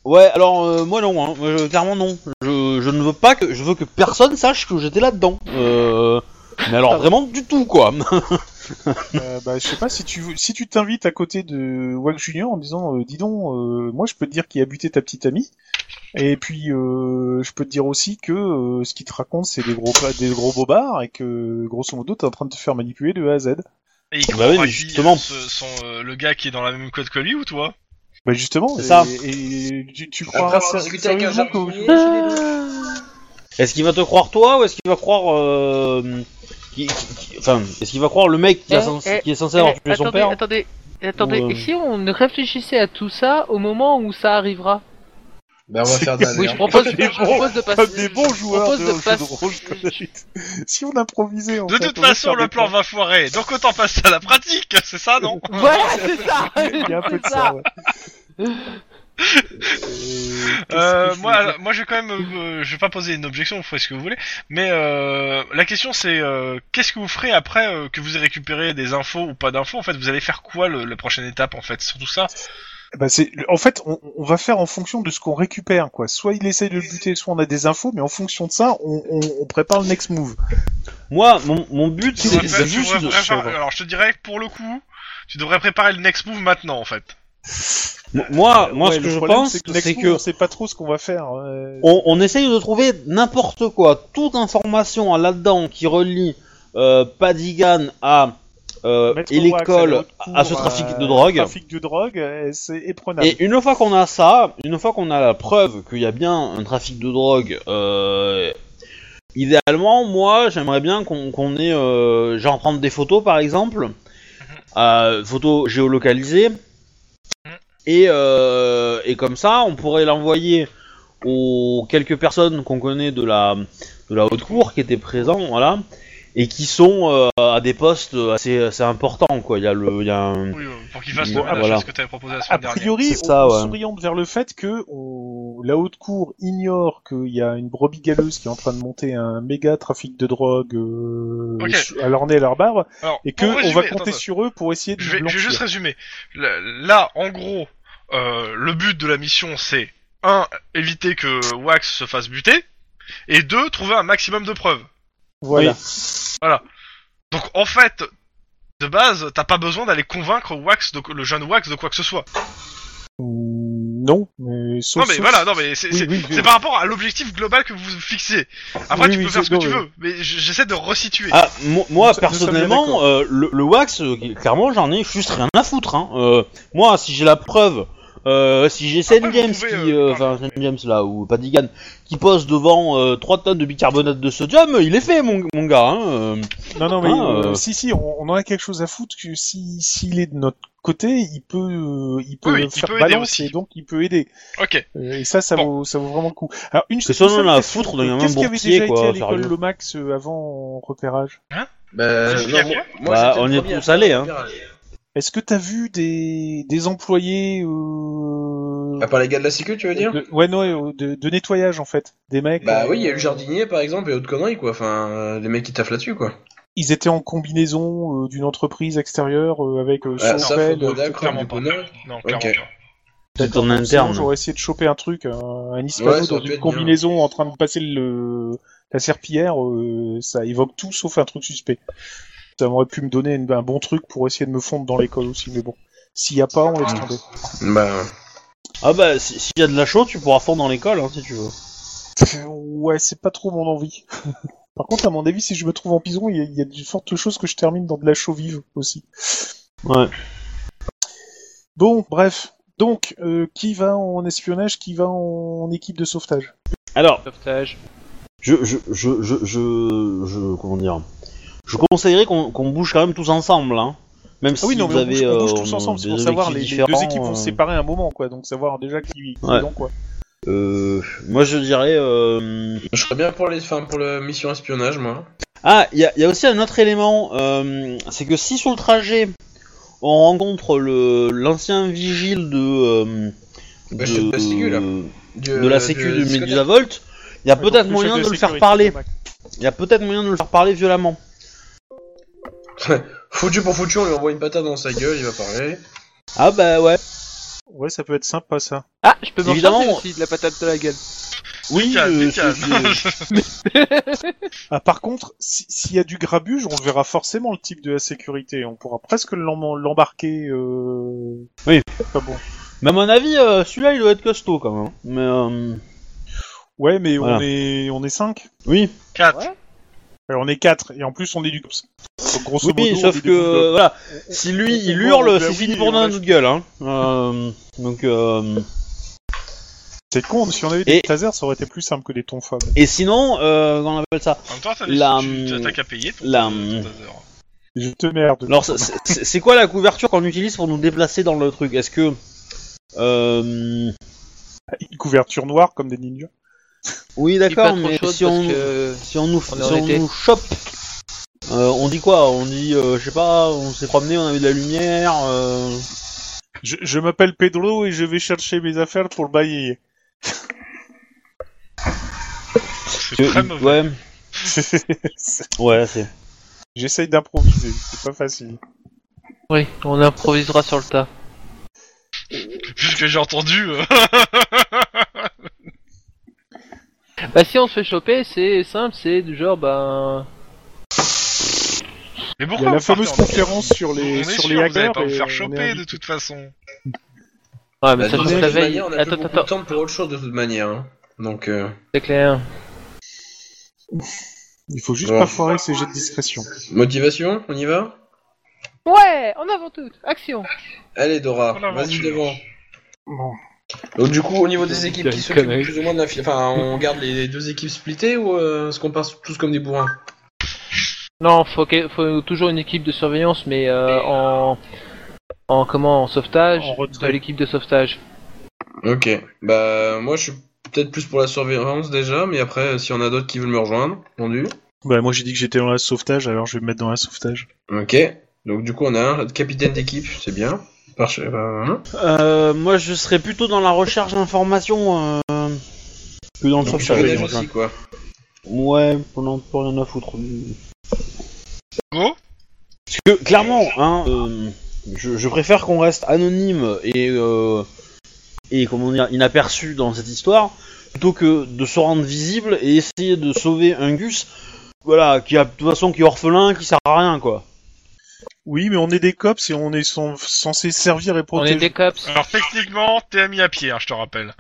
B: Ouais, alors euh, moi non, hein, moi, je- clairement non. Je, je ne veux pas que je veux que personne sache que j'étais là-dedans. Euh, mais
C: Ah.
B: alors vraiment du tout quoi.
D: Euh, bah, je sais pas si tu si tu t'invites à côté de Wack Junior en disant euh, dis donc, euh, moi je peux te dire qui a buté ta petite amie. Et puis euh, je peux te dire aussi que euh, ce qu'il te raconte c'est des gros des gros bobards et que grosso modo t'es en train de te faire manipuler de A à Z.
A: Et il
B: Bah
A: comprend
B: oui, mais
A: qui,
B: justement.
A: euh, ce- sont, euh, le gars qui est dans la même code que lui ou toi
D: Bah justement,
B: C'est ça.
D: Et, et tu, tu
E: Après
D: crois
E: avoir discuté avec un
D: sérieusement que
E: jardinier, j'ai des doutes.
C: Ah.
B: Est-ce qu'il va te croire toi ou est-ce qu'il va croire euh, qui- qui- qui- enfin est-ce qu'il va croire le mec qui, a
C: Eh,
B: sens-
C: eh,
B: qui est censé avoir
C: Eh,
B: tué son
C: attendez,
B: père
C: attendez, attendez.
B: Ou, euh,
C: Et si on réfléchissait à tout ça au moment où ça arrivera
E: Bah, on va faire d'un
C: Oui, je
E: air.
C: propose,
D: Ah, Des
C: je propose de passer.
D: comme des bons
C: je
D: joueurs
C: propose
D: de,
C: de
D: jeux
C: passer-
D: de rôle, je connais. si on improvisait en
A: De
D: fait,
A: toute
D: on va
A: façon,
D: faire
A: le
D: des
A: plan va foirer, donc autant passer à la pratique, c'est ça, non
C: Voilà, c'est ça.
D: Il y a un peu de ça, ouais.
A: Euh, moi, alors, moi, je vais quand même, euh, je vais pas poser une objection, vous ferez ce que vous voulez. Mais euh, la question, c'est euh, qu'est-ce que vous ferez après euh, que vous ayez récupéré des infos ou pas d'infos En fait, vous allez faire quoi le, la prochaine étape En fait, sur tout ça.
D: Bah, c'est- en fait, on, on va faire en fonction de ce qu'on récupère, quoi. Soit il essaye de le buter, soit on a des infos, mais en fonction de ça, on, on, on prépare le next move.
B: Moi, mon, mon but,
A: Tu
B: c'est
A: devrais faire-
B: c'est
A: tu
B: juste...
A: devrais faire- alors, je te dirais que pour le coup, tu devrais préparer le next move maintenant, en fait.
B: de- Moi, Ah, moi
D: Ouais,
B: ce que
D: le
B: je
D: problème,
B: pense,
D: c'est que, le
B: c'est
D: next
B: que...
D: move, on sait pas trop ce qu'on va faire. euh.
B: on, on essaye de trouver n'importe quoi, toute information là-dedans qui relie euh, Padigan à euh,
D: Mettre
B: et
D: Wax à
B: l'école
D: l'autre
B: à, à ce
D: cours,
B: trafic
D: euh,
B: de drogue.
D: Trafic de drogue, euh, c'est éprenable.
B: Et une fois qu'on a ça, une fois qu'on a la preuve qu'il y a bien un trafic de drogue, euh, idéalement, moi, j'aimerais bien qu'on qu'on ait, euh, genre prendre des photos par exemple, euh, photos géolocalisées, et, euh, et comme ça, on pourrait l'envoyer aux quelques personnes qu'on connaît de la, de la haute cour qui étaient présents, voilà, et qui sont euh, à des postes assez, assez importants, quoi. Il y a le, il y a un-
D: Mm.
A: Oui, euh, pour qu'il fasse
B: Bon,
A: le
D: ah,
A: ménage
B: voilà.
A: à ce que t'avais proposé la
D: A
A: semaine dernière.
D: priori,
B: C'est ça,
D: on, on
B: ouais.
D: s'oriente vers le fait que on- la haute cour ignore qu'il y a une brebis galeuse qui est en train de monter un méga trafic de drogue euh,
A: Ok.
D: su- à leur nez et à leur barbe,
A: Alors,
D: et que
A: pour
D: on
A: résumer,
D: va
A: attends,
D: compter
A: attends.
D: sur eux pour essayer de
A: Je vais, je vais
D: blanchir.
A: juste résumer. Là- Là, en gros, euh, le but de la mission, c'est un, éviter que Wax se fasse buter, et deux, trouver un maximum de preuves.
D: Voilà.
A: Donc, en fait, de base, t'as pas besoin d'aller convaincre Wax, de- le jeune Wax, de quoi que ce soit.
D: Ouh, Non, mais sauf.
A: non mais
D: sauf-
A: voilà, non mais c'est
D: Oui,
A: c'est-
D: oui, oui.
A: c'est par rapport à l'objectif global que vous fixez. Après
D: Oui,
A: tu
D: oui,
A: peux faire
D: c'est-
A: ce que
D: non,
A: tu
D: mais-
A: veux, mais j- j'essaie de resituer.
B: Ah, mo- moi,
D: Nous sommes- nous sommes bien
B: personnellement,
D: d'accord.
B: euh, le, le wax, euh, clairement, j'en ai juste rien à foutre. Hein. Euh, moi, si j'ai la preuve, euh, si j'ai Sen
A: Après, vous
B: James,
A: pouvez,
B: qui,
A: euh,
B: euh, enfin Sen James là, ou Padigan, qui pose devant euh, 3 tonnes de bicarbonate de sodium, il est fait, mon, mon gars. Hein. euh.
D: Non, non, mais
B: Ah,
D: euh,
B: euh.
D: si, si, on, on en a quelque chose à foutre que si s'il est de notre côté, il peut, euh, il peut
A: Oui, oui, il
D: faire
A: peut aider
D: balance
A: aussi.
D: et donc il peut aider.
A: Ok.
D: Euh, et ça, ça
A: Bon.
D: vaut, ça vaut vraiment le coup. Alors une
B: Parce que ça, on en a à
D: une seule
B: foutre d'un
D: question.
B: gamin
D: Qu'est-ce qu'il y avait
B: boursier,
D: déjà été
B: quoi,
D: à l'école
B: sérieux.
D: le max euh, avant en repérage
E: Bah,
A: C'est bien
E: non,
A: fait.
E: moi,
B: Bah,
E: j'étais
B: on
E: le
B: est
E: premier
B: tous
E: à-
B: allés, hein.
D: Est-ce que t'as vu des des employés euh...
E: À part les gars de la sécu, tu veux dire
D: de, ouais, non, euh, de, de nettoyage en fait, des mecs.
E: Bah
D: euh,
E: oui, il y a eu le jardinier par exemple et autres conneries quoi. Enfin, euh, les mecs qui taffent là-dessus quoi.
D: Ils étaient en combinaison euh, d'une entreprise extérieure euh, avec euh,
E: Ah, ça,
D: Champel,
E: faut
D: euh,
E: pas d'accord,
A: clairement
E: du
A: pas.
E: coup, non.
A: Non, clairement
E: Ok.
A: pas.
B: C'est en
D: Sinon,
B: interne.
D: j'aurais essayé de choper un truc, un, un hispano
E: Ouais, ça aurait
D: dans
E: pu
D: une
E: être
D: combinaison en train de passer le, la serpillière, euh, ça évoque tout sauf un truc suspect. Ça aurait pu me donner une- un bon truc pour essayer de me fondre dans l'école aussi, mais bon. S'il n'y a pas, on laisse tomber.
E: Bah,
B: Ah bah, si- s'il y a de la chaux, tu pourras fondre dans l'école, hein, si tu veux.
E: Ah.
D: Pff, Ouais, c'est pas trop mon envie. Par contre, à mon avis, si je me trouve en prison, il y a- il y, a de fortes choses que je termine dans de la chaux vive aussi.
B: Ouais.
D: Bon, bref. Donc, euh, qui va en espionnage, qui va en équipe de sauvetage
B: Alors,
C: Sauvetage.
B: je, je, je, je, je, je- comment dire, je conseillerais qu'on qu'on bouge quand même tous ensemble, hein. Même
D: Ah oui,
B: si
D: non, mais
B: vous
D: on,
B: avez,
D: bouge, on bouge
B: euh,
D: tous ensemble, c'est
B: des
D: pour savoir les,
B: objectifs
D: les deux
B: différents,
D: équipes vont se
B: euh,
D: séparer à un moment, quoi. Donc savoir déjà qui, qui
B: Ouais.
D: est dans quoi.
B: euh, moi, je dirais. euh,
E: je serais bien pour les, enfin, pour la mission espionnage moi.
B: Ah, il y, a- il y a aussi un autre élément, euh, c'est que si sur le trajet on rencontre le l'ancien vigile de euh,
E: Bah, je suis de la sécu, là. Du-
B: de la sécu de
E: discothèque.
B: Medusavolt, il y a
D: Donc,
B: peut-être
D: le
B: moyen
D: chef
B: de le faire
D: sécurité,
B: parler.
D: Mac.
B: Il y a peut-être moyen de le faire parler violemment.
E: Foutu pour foutu, on lui envoie une patate dans sa gueule, il va parler.
B: Ah bah ouais.
D: Ouais, ça peut être sympa ça.
C: Ah, je peux m'en
B: Évidemment.
C: charger aussi de la patate de la gueule.
B: Oui.
A: Décale,
B: euh,
A: décale.
B: c'est-
D: Ah, par contre, si- s'il y a du grabuge, on le verra forcément le type de la sécurité. On pourra presque l'em- l'embarquer. Euh...
B: Oui.
D: c'est Pas bon.
B: Mais à mon avis, euh, celui-là, il doit être costaud quand même. Mais euh,
D: Ouais, mais on
B: Voilà.
D: est on est cinq.
B: oui.
A: Quatre.
C: Ouais.
D: Alors, on est quatre et en plus on est du cops. Donc, grosso
B: Oui,
D: modo, on
B: sauf
D: est
B: que
D: des bouffes
B: euh,
D: de-
B: voilà,
D: on-
B: si
D: on-
B: lui il
D: on-
B: hurle,
D: on-
B: c'est
D: bah
B: fini
D: oui,
B: pour
D: on a-
B: dans notre gueule. Hein. Euh, donc euh,
D: C'est con. Si on avait des
B: Et-
D: tasers, ça aurait été plus simple que des tonfas.
B: et sinon, euh, comment on appelle ça
A: En même temps, t'as
B: La,
A: des tu-
B: hum,
A: t'as qu'à payer pour
B: la,
A: ton
B: hum.
A: taser.
D: Je te merde.
B: Alors c'est- c'est c'est quoi la couverture qu'on utilise pour nous déplacer dans le truc Est-ce que euh,
D: Une couverture noire comme des ninjas.
B: oui
C: Il est pas
B: d'accord,
C: trop
B: mais
C: chaude
B: si on
C: parce que...
B: si on nous
C: on
B: si
C: est en
B: on
C: été.
B: nous chope, euh, on dit quoi On dit euh, je sais pas, on s'est promené, on avait de la lumière. euh,
D: Je, je m'appelle Pedro et je vais chercher mes affaires pour le bailler.
A: C'est très mauvais.
B: ouais, ouais, c'est.
D: J'essaye d'improviser, c'est pas facile.
C: Oui, on improvisera sur le tas.
A: Vu ce que j'ai entendu. euh,
C: Bah si on se fait choper, c'est simple, c'est du genre, ben...
A: Mais
D: Il y a
A: pourquoi
D: la
A: vous partez
D: fameuse
A: en-
D: conférence sur
A: On
D: les
A: est
D: sur
A: sûr,
D: les
A: vous allez
D: hackers.
A: pas vous
D: et
A: faire
D: on est
A: choper
D: invité.
A: de toute façon.
C: Ouais, mais
E: Bah,
C: ça,
E: de
C: je
E: toute
C: la veille.
E: manière, on a plus
C: Attends,
E: beaucoup de
C: attends,
E: temps pour autre chose de toute manière. hein. Donc, euh,
C: c'est clair.
D: Il faut juste
A: Ah.
E: Bon.
D: pas foirer ses jets de discrétion.
E: motivation, on y va
C: Ouais, en avant tout, action
E: Allez Dora,
A: Pour l'aventure.
E: vas-y devant.
D: Bon.
E: Donc du coup, au niveau des équipes
C: Il
E: qui
C: y a une
E: s'occupent
C: connerie.
E: plus ou moins de la file, enfin, on garde les deux équipes splittées ou euh, est-ce qu'on part tous comme des bourrins
C: Non, faut, que- faut toujours une équipe de surveillance, mais euh, en... En comment En sauvetage
D: En retrait.
C: De l'équipe de sauvetage.
E: Ok. Bah moi, je suis peut-être plus pour la surveillance déjà, mais après, euh, s'il y en a d'autres qui veulent me rejoindre, entendu.
D: Bah moi j'ai dit que j'étais dans la sauvetage, alors je vais me mettre dans la sauvetage.
E: Ok. Donc du coup, on a un capitaine d'équipe, c'est bien. Par chez- euh, hein.
B: Euh, moi, je serais plutôt dans la recherche d'informations euh, que dans le
E: Donc,
B: sauvetage.
E: surveillance
B: donc,
C: hein.
E: aussi, quoi.
B: Ouais, on en peut rien à foutre.
A: Go
B: Parce que clairement, hein, euh, je, je préfère qu'on reste anonyme et euh, et comment dire inaperçu dans cette histoire plutôt que de se rendre visible et essayer de sauver un gus, voilà, qui a de toute façon qui est orphelin, qui sert à rien quoi.
D: Oui, mais on est des cops et on est cen- censé servir et
C: On
D: protéger.
C: est des cops.
A: Alors techniquement, t'es mis à pied, hein, je te rappelle.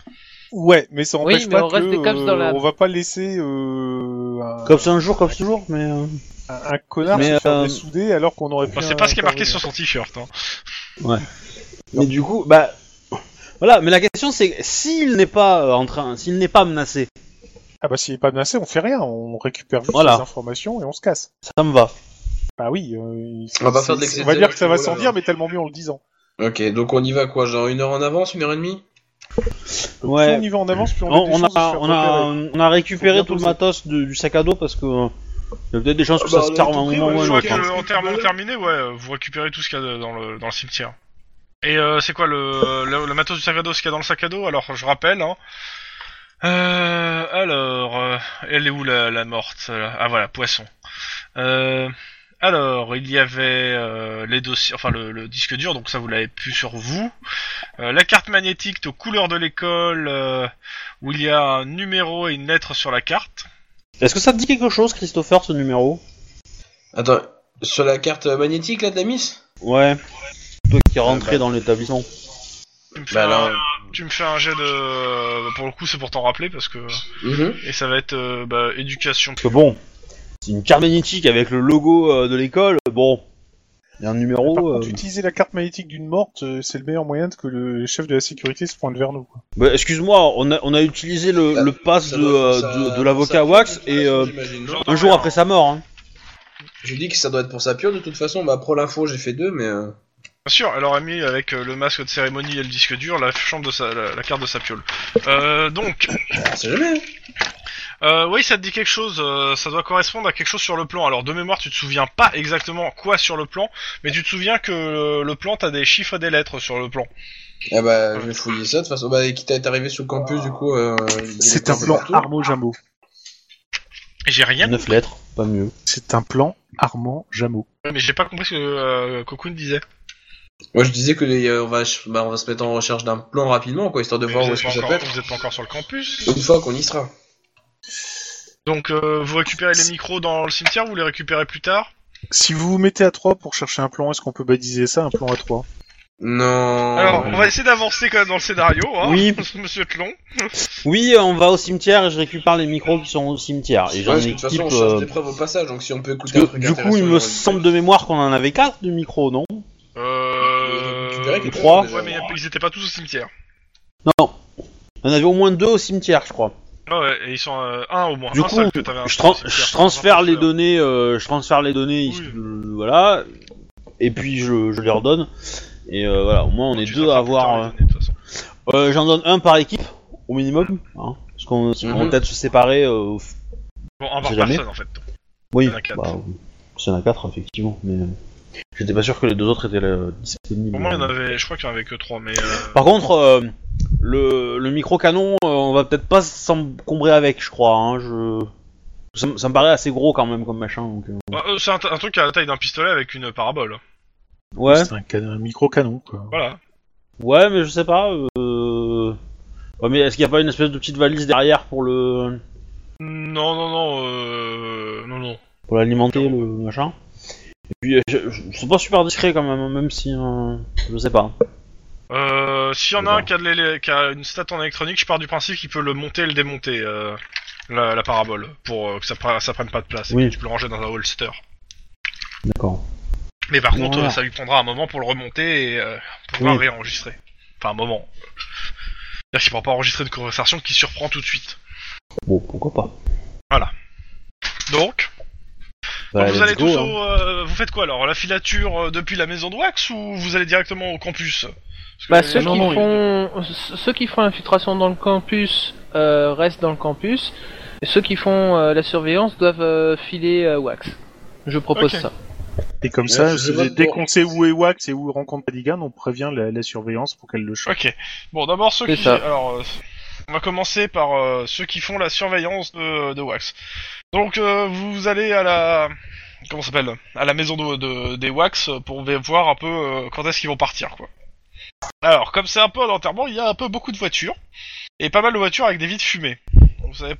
D: Ouais, mais ça
C: Oui,
D: n'empêche
C: mais
D: pas
C: on reste
D: que
C: des cops dans la-
D: on va pas laisser euh, un,
B: Comme ça un jour, comme toujours, mais. euh,
D: un- un connard
B: Mais,
D: se faire
B: euh,
D: dessouder alors qu'on aurait pu.
A: Enfin, c'est pas ce qui est marqué
D: intervenir.
A: sur son t-shirt. Hein.
B: Mais du coup, bah. Voilà, mais la question c'est s'il n'est pas euh, en train, s'il n'est pas menacé,
D: Ah bah s'il est pas menacé, on fait rien, on récupère juste
B: Voilà.
D: les informations et on se casse.
B: ça me va.
D: Bah oui, euh, il-
E: On va pas faire de
D: c'est-
E: l'excès
D: on va
E: de
D: dire que ça va
E: zèle,
D: sans
E: voilà.
D: dire, mais tellement mieux en le disant.
E: Ok, donc on y va quoi Genre une heure en avance, une heure et demie
D: Euh, Plus
B: Ouais.
D: on y va en avance, plus on,
B: On,
D: a, des
B: on
D: chances de se
B: a,
D: faire
B: on, a,
D: repérer.
B: on a récupéré
D: bien
B: tout le
D: poser.
B: matos de- du sac à dos parce que euh, il y a peut-être des chances que
E: Ah bah,
B: ça se
E: on a
B: termine
E: tout
B: à un
E: pris,
B: moment
E: ouais,
B: ou un
E: je
A: Je
E: vois
A: crois
B: autre.
A: que,
E: qu'il
B: hein.
E: y a un
A: euh, en
E: petit
A: termes
E: peu.
A: terminés, ouais, euh, vous récupérez tout ce qu'il y a dans le, dans le cimetière. Et euh, c'est quoi le, le, le matos du sac à dos, ce qu'il y a dans le sac à dos Alors, je rappelle, hein. Euh, alors, euh, elle est où la, la morte là Ah voilà, poisson. Euh, alors, il y avait euh, les dossiers, enfin le, le disque dur, donc ça vous l'avez pu sur vous. Euh, la carte magnétique aux couleurs de l'école, euh, où il y a un numéro et une lettre sur la carte.
B: Est-ce que ça te dit quelque chose, Christopher, ce numéro
E: Attends, sur la carte magnétique là de la miss
B: Ouais. Toi qui es rentré
E: bah.
B: dans l'établissement.
A: Tu me fais
E: Bah
A: un-
E: là.
A: Tu me fais un jet de... bah, Pour le coup, c'est pour t'en rappeler, parce que...
E: Mhm.
A: Et ça va être euh, bah, éducation.
B: Parce que bon, c'est une carte magnétique avec le logo euh, de l'école. Bon, il y a un numéro.
D: Par contre,
B: euh,
D: utiliser la carte magnétique d'une morte, euh, c'est le meilleur moyen de que le chef de la sécurité se pointe vers nous. quoi.
B: bah, Excuse-moi, on a, on a utilisé le,
E: Ça-
B: le pass
E: Ça
B: de,
E: doit-
B: euh,
E: ça-
B: de, de
E: ça-
B: l'avocat Wax et euh,
E: j'imagine, non
B: un jour après sa mort. hein.
E: Je dis que ça doit être pour sa pure, de toute façon, bah pro l'info j'ai fait deux, mais... euh,
A: Bien sûr, elle aurait mis avec euh, le masque de cérémonie et le disque dur la chambre de sa... la, la carte de sa piole. Euh, donc,
E: on sait jamais hein.
A: euh, oui, ça te dit quelque chose. euh, ça doit correspondre à quelque chose sur le plan. Alors de mémoire, tu te souviens pas exactement quoi sur le plan, mais tu te souviens que euh, le plan t'as des chiffres et des lettres sur le plan.
E: Ah bah je vais fouiller ça, de toute façon, bah quitte à être arrivé sur le campus du coup... euh, il est
D: C'est un
E: peu
D: plan
E: partout.
D: Armand Jameau.
A: Et j'ai rien.
B: Neuf lettres, pas mieux.
D: C'est un plan Armand Jameau.
A: Mais j'ai pas compris ce que euh, Cocoon disait.
E: Moi je disais que les, euh, on, va, bah, on va se mettre en recherche d'un plan rapidement quoi, histoire de
A: Mais
E: voir
A: vous,
E: où
A: êtes
E: est-ce que
A: pas
E: ça
A: encore,
E: peut être.
A: vous êtes pas encore sur le campus.
E: Une fois qu'on y sera.
A: Donc euh, vous récupérez les micros dans le cimetière, vous les récupérez plus tard.
D: Si vous vous mettez à 3 pour chercher un plan, est-ce qu'on peut baptiser ça un plan à 3
E: Non...
A: Alors, on va essayer d'avancer quand même dans le scénario, hein,
B: Euh, Oui.
A: monsieur Tlon.
B: Oui, on va au cimetière et je récupère les micros qui sont au cimetière. Et j'en
E: Ouais, parce que de toute
B: équipe.
E: façon on cherche
B: euh,
E: des preuves au passage, donc si on peut
B: parce
E: écouter un
B: que,
E: truc
B: du coup, il me semble de mémoire qu'on en avait quatre de micros, non
A: Euh...
E: Tu verrais que
B: les trois,
A: Ouais, mais y a- ils étaient pas tous au cimetière.
B: Non. On en avait au moins deux au cimetière, je crois.
A: Ah ouais, et ils sont euh, un au moins.
B: Du
A: un
B: coup,
A: seul que t'avais un
B: Je,
A: seul au
B: tran-
A: cimetière.
B: je transfère les
A: Ouais.
B: données, euh, je transfère les données,
A: Oui.
B: euh, voilà, et puis je, je les redonne. Et euh, voilà, au moins on est
A: Tu
B: deux
A: transfères
B: à
A: plus tard
B: avoir.
A: les
B: euh,
A: données, de toute façon.
B: euh, J'en donne un par équipe, au minimum, hein, parce qu'on on va
E: Mhm.
B: peut-être se séparer. euh, au f-
A: Bon, un par
B: sait jamais.
A: personne en fait.
B: Oui,
A: Il y en a quatre.
B: bah, il y en a quatre effectivement, mais euh, j'étais pas sûr que les deux autres étaient euh, disponibles.
A: Pour moi, il y en avait, je crois qu'il y en avait que trois, mais. euh,
B: Par contre, euh, le, le micro-canon, euh, on va peut-être pas s'encombrer avec, je crois. hein, je... Ça, me- ça me paraît assez gros quand même comme machin. Donc, euh,
A: bah, euh, c'est un, t- un truc à la taille d'un pistolet avec une parabole.
B: Ouais,
D: C'est un, can- un micro-canon, quoi.
A: Voilà.
B: ouais, mais je sais pas. euh, ouais, mais est-ce qu'il n'y a pas une espèce de petite valise derrière pour le
A: Non, non, non, euh... non, non.
B: pour l'alimenter, le machin Et puis, euh, je- je- c'est pas super discret quand même, hein, même si. euh, je sais pas.
A: Euh, S'il y en a un
B: D'accord.
A: qui a, de l'élé- qui a une stat en électronique, je pars du principe qu'il peut le monter et le démonter, euh, la, la parabole, pour euh, que ça, pre- ça prenne pas de place. et
B: Oui.
A: que tu peux le ranger dans un holster.
B: D'accord.
A: Mais par contre,
B: Voilà.
A: euh, ça lui prendra un moment pour le remonter et euh, pour pouvoir réenregistrer. Enfin, un moment. C'est-à-dire qu'il pourra pas enregistrer une conversation qui surprend tout de suite.
B: Bon, pourquoi pas.
A: Donc,
B: Bah,
A: donc vous
B: let's
A: allez
B: go,
A: tous
B: hein.
A: au, euh, vous faites quoi alors La filature euh, depuis la maison de Wax ou vous allez directement au campus Parce que-
C: Bah, ceux,
D: non,
C: qui
D: non, il-
C: font... ceux qui font l'infiltration dans le campus euh, restent dans le campus. Et ceux qui font euh, la surveillance doivent euh, filer euh, Wax. Je propose
A: Ok.
C: ça.
D: Et comme
E: Ouais,
D: ça,
E: je
D: c'est-
E: vote
D: dès
E: pour.
D: qu'on sait où est Wax et où rencontre Padigan, on prévient la, la surveillance pour qu'elle le change.
A: Ok. Bon, d'abord ceux
C: C'est
A: qui.
C: ça.
A: Alors, euh, on va commencer par euh, ceux qui font la surveillance de, de Wax. Donc, euh, vous allez à la. Comment ça s'appelle À la maison de, de- des Wax pour v- voir un peu euh, quand est-ce qu'ils vont partir, quoi. Alors, comme c'est un peu un enterrement, il y a un peu beaucoup de voitures. Et pas mal de voitures avec des vides fumées. Vous savez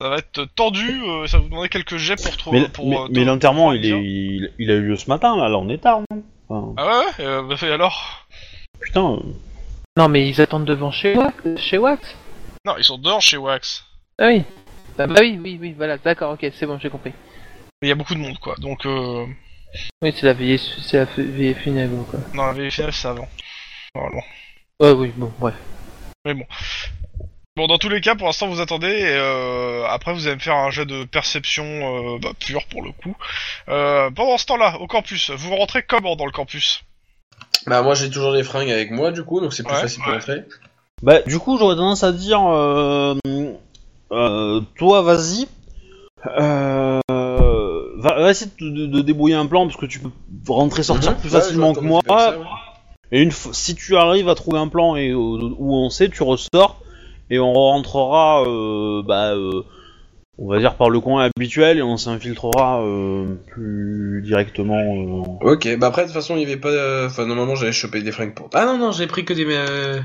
A: Ça va être tendu, euh, ça va vous demander quelques jets pour trouver.
B: mais
A: pour,
B: mais-
A: euh,
B: mais
A: te-
B: l'enterrement,
A: pour
B: il, est, il, il a eu lieu ce matin, là, là on est tard, non Enfin,
A: Ah ouais, ouais, euh, bah, et alors
B: Putain, euh,
C: Non, mais ils attendent devant chez Wax. Chez Wax
A: Non, ils sont dehors chez Wax.
C: Ah oui. Ah bah oui, oui, oui, voilà, d'accord, ok, c'est bon, j'ai compris.
A: Il y a beaucoup de monde quoi, donc euh...
C: Oui, c'est la veillée, c'est la veillée funèbre, quoi.
A: non, la VFNF c'est avant. Normalement.
C: Ouais, oui, bon, bref.
A: Bon, dans tous les cas, pour l'instant, vous attendez. Et, euh, après, vous allez me faire un jet de perception euh, bah, pure pour le coup. Euh, pendant ce temps-là, au campus, vous rentrez comment dans le campus
E: Bah, moi j'ai toujours les fringues avec moi, du coup, donc c'est plus
A: Ouais,
E: facile
A: ouais.
E: pour entrer.
B: Bah, du coup, j'aurais tendance à dire, euh, euh, toi, vas-y, euh, va, va essayer de, de- de débrouiller un plan parce que tu peux rentrer sortir
E: Mhm.
B: plus
E: Ouais,
B: facilement
E: je
B: que
E: vois
B: moi.
E: comment tu fais ça, ouais.
B: Et une fois, si tu arrives à trouver un plan et euh, où on sait, tu ressors et on rentrera, euh, bah, euh, on va dire par le coin habituel et on s'infiltrera euh, plus directement. euh.
E: Ok, bah après, de toute façon, il y avait pas. euh, Enfin, normalement, j'avais chopé des fringues pour. Ah non, non, j'ai pris que des. euh,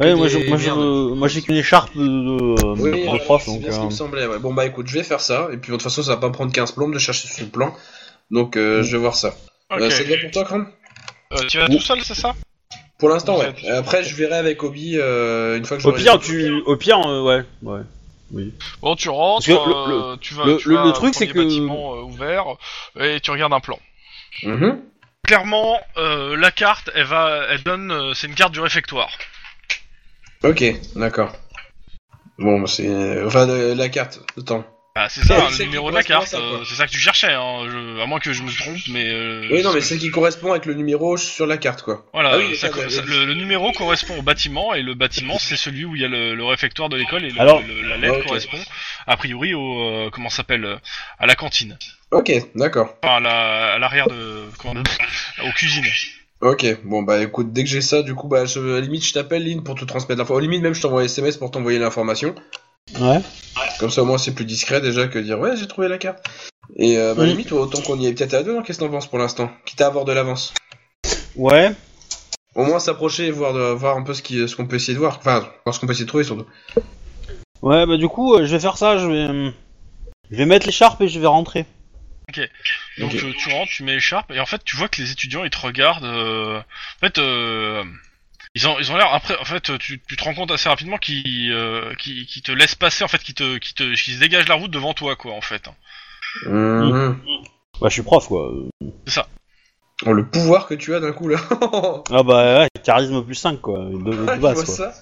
B: Ouais, moi,
E: des
B: je- moi, je-
E: merdes.
B: moi, j'ai qu'une écharpe de, de-
E: Oui,
B: de
E: voilà,
B: prof,
E: c'est
B: donc.
E: bien ce
B: euh,
E: qui me semblait. ouais. Bon, bah écoute, je vais faire ça, et puis de toute façon, ça va pas me prendre 15 plombes de chercher sur le plan, donc
B: Mhm.
E: euh, je vais voir ça.
A: Ok.
E: Euh, c'est bien pour toi, Chrome
A: Euh, tu vas tout seul, c'est ça
E: Pour l'instant, ouais.
A: Ouais.
E: Et Après, je verrai avec Obi euh, une fois que
B: Au
E: j'aurai.
B: pire, tu, au pire, euh, ouais, ouais.
A: Bon, tu rentres,
B: Parce que le-
A: euh, tu vas.
B: le-
A: tu
B: le-
A: vas
B: le
A: au
B: truc, c'est
A: premier
B: que-
A: bâtiment euh, ouvert et tu regardes un plan.
E: Mhm.
A: Clairement, euh, la carte, elle va, elle donne, euh, c'est une carte du réfectoire.
E: Ok, d'accord. Bon, bah, c'est. Enfin, le- la carte, attends.
A: Bah, c'est ça,
E: Ouais,
A: hein, le
E: c'est qui
A: numéro de la
E: correspond à
A: carte.
E: ça, quoi.
A: euh, c'est ça que tu cherchais, hein, je- à moins que je me trompe, mais. euh,
E: Oui, non,
A: c'est ce
E: mais
A: que-
E: c'est qui correspond avec le numéro sur la carte, quoi.
A: Voilà,
E: Ah oui,
A: euh, ça
E: ça,
A: co-
E: bah,
A: ça-
E: oui.
A: le, le numéro correspond au bâtiment et le bâtiment c'est celui où il y a le, le réfectoire de l'école et le-
B: Alors-
A: le- la lettre
E: Ah, ok.
A: correspond a priori au euh, comment ça s'appelle euh, à la cantine,
E: Ok, d'accord.
A: enfin à la- à l'arrière de comment on- aux cuisines.
E: Ok, bon, bah écoute, dès que j'ai ça, du coup, bah, je, à la limite, je t'appelle, Lynn, pour te transmettre l'info. Au limite, même, je t'envoie un SMS pour t'envoyer l'information.
B: Ouais.
E: Comme ça, au moins, c'est plus discret déjà que dire, ouais, j'ai trouvé la carte. Et euh, bah, à
B: Oui.
E: la limite, autant qu'on y est peut-être à deux, hein, qu'est-ce que t'en penses pour l'instant Quitte à avoir de l'avance.
B: Ouais.
E: Au moins s'approcher et voir, de, voir un peu ce qui- ce qu'on peut essayer de voir. Enfin, voir ce qu'on peut essayer de trouver surtout.
B: Ouais, bah du coup, euh, je vais faire ça, je vais... euh, Je vais mettre l'écharpe et je vais rentrer.
A: Donc
E: Ok.
A: euh, tu rentres, tu mets écharpe et en fait tu vois que les étudiants ils te regardent. euh, En fait euh, ils ont ils ont l'air après en fait tu, tu te rends compte assez rapidement qu'ils euh, qu'ils- qu'ils te laissent passer en fait qui te qui te qu'ils se dégagent la route devant toi quoi en fait.
E: Mhm.
B: Bah je suis prof, quoi. Euh,
E: Oh, le pouvoir que tu as d'un coup là.
B: Ah bah ouais, charisme plus 5, quoi. De, de
E: Ah, tu
B: base,
E: vois
B: quoi.
E: ça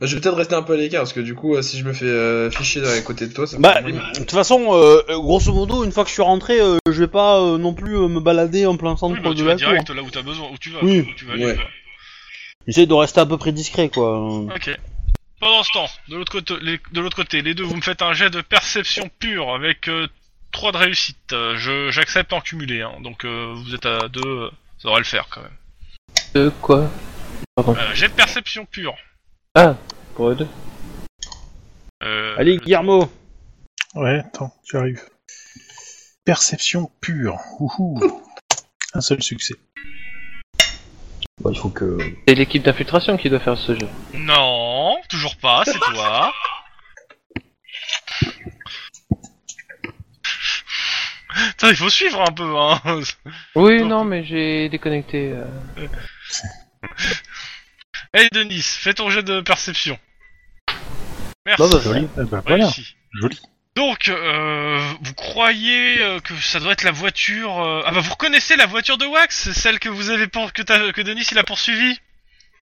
E: Bah, je vais peut-être rester un peu à l'écart parce que du coup, euh, si je me fais euh, ficher à côté de toi, ça
B: Bah,
E: me-
B: de toute façon, euh, euh, grosso modo, une fois que je suis rentré, euh, je vais pas euh, non plus euh, me balader en plein
A: Oui,
B: centre
A: bah,
B: de
A: tu vas
B: la cour.
A: direct là où t'as besoin où tu vas.
B: Oui.
A: où tu vas aller,
E: Ouais.
A: quoi.
B: J'essaie de rester à peu près discret, quoi.
A: Ok. Pendant ce temps, de l'autre côté, les, de l'autre côté, les deux, vous me faites un jet de perception pure avec 3 de réussite. Euh, je, j'accepte en cumulé, hein. donc euh, vous êtes à 2, ça devrait le faire quand même.
C: De quoi
A: Euh, jet de perception pure.
C: Pour eux deux
A: Euh,
B: Allez, Guillermo
D: Ouais, attends, j'arrive. Perception pure. Ouhou. Un seul succès.
B: Bah, il faut que...
C: C'est l'équipe d'infiltration qui doit faire ce jeu.
A: Non, toujours pas, c'est toi. Putain, il faut suivre un peu, hein.
C: Oui,
A: Non.
C: non, mais j'ai déconnecté. euh.
A: Hey Denis, fais ton jet de perception. Merci.
B: Bah, bah, joli.
D: Eh ben voilà,
A: Réussi.
D: joli.
A: Donc, euh, vous croyez euh, que ça doit être la voiture euh, Ah bah vous reconnaissez la voiture de Wax, c'est celle que vous avez pour... que, t'as- que Denis il a poursuivi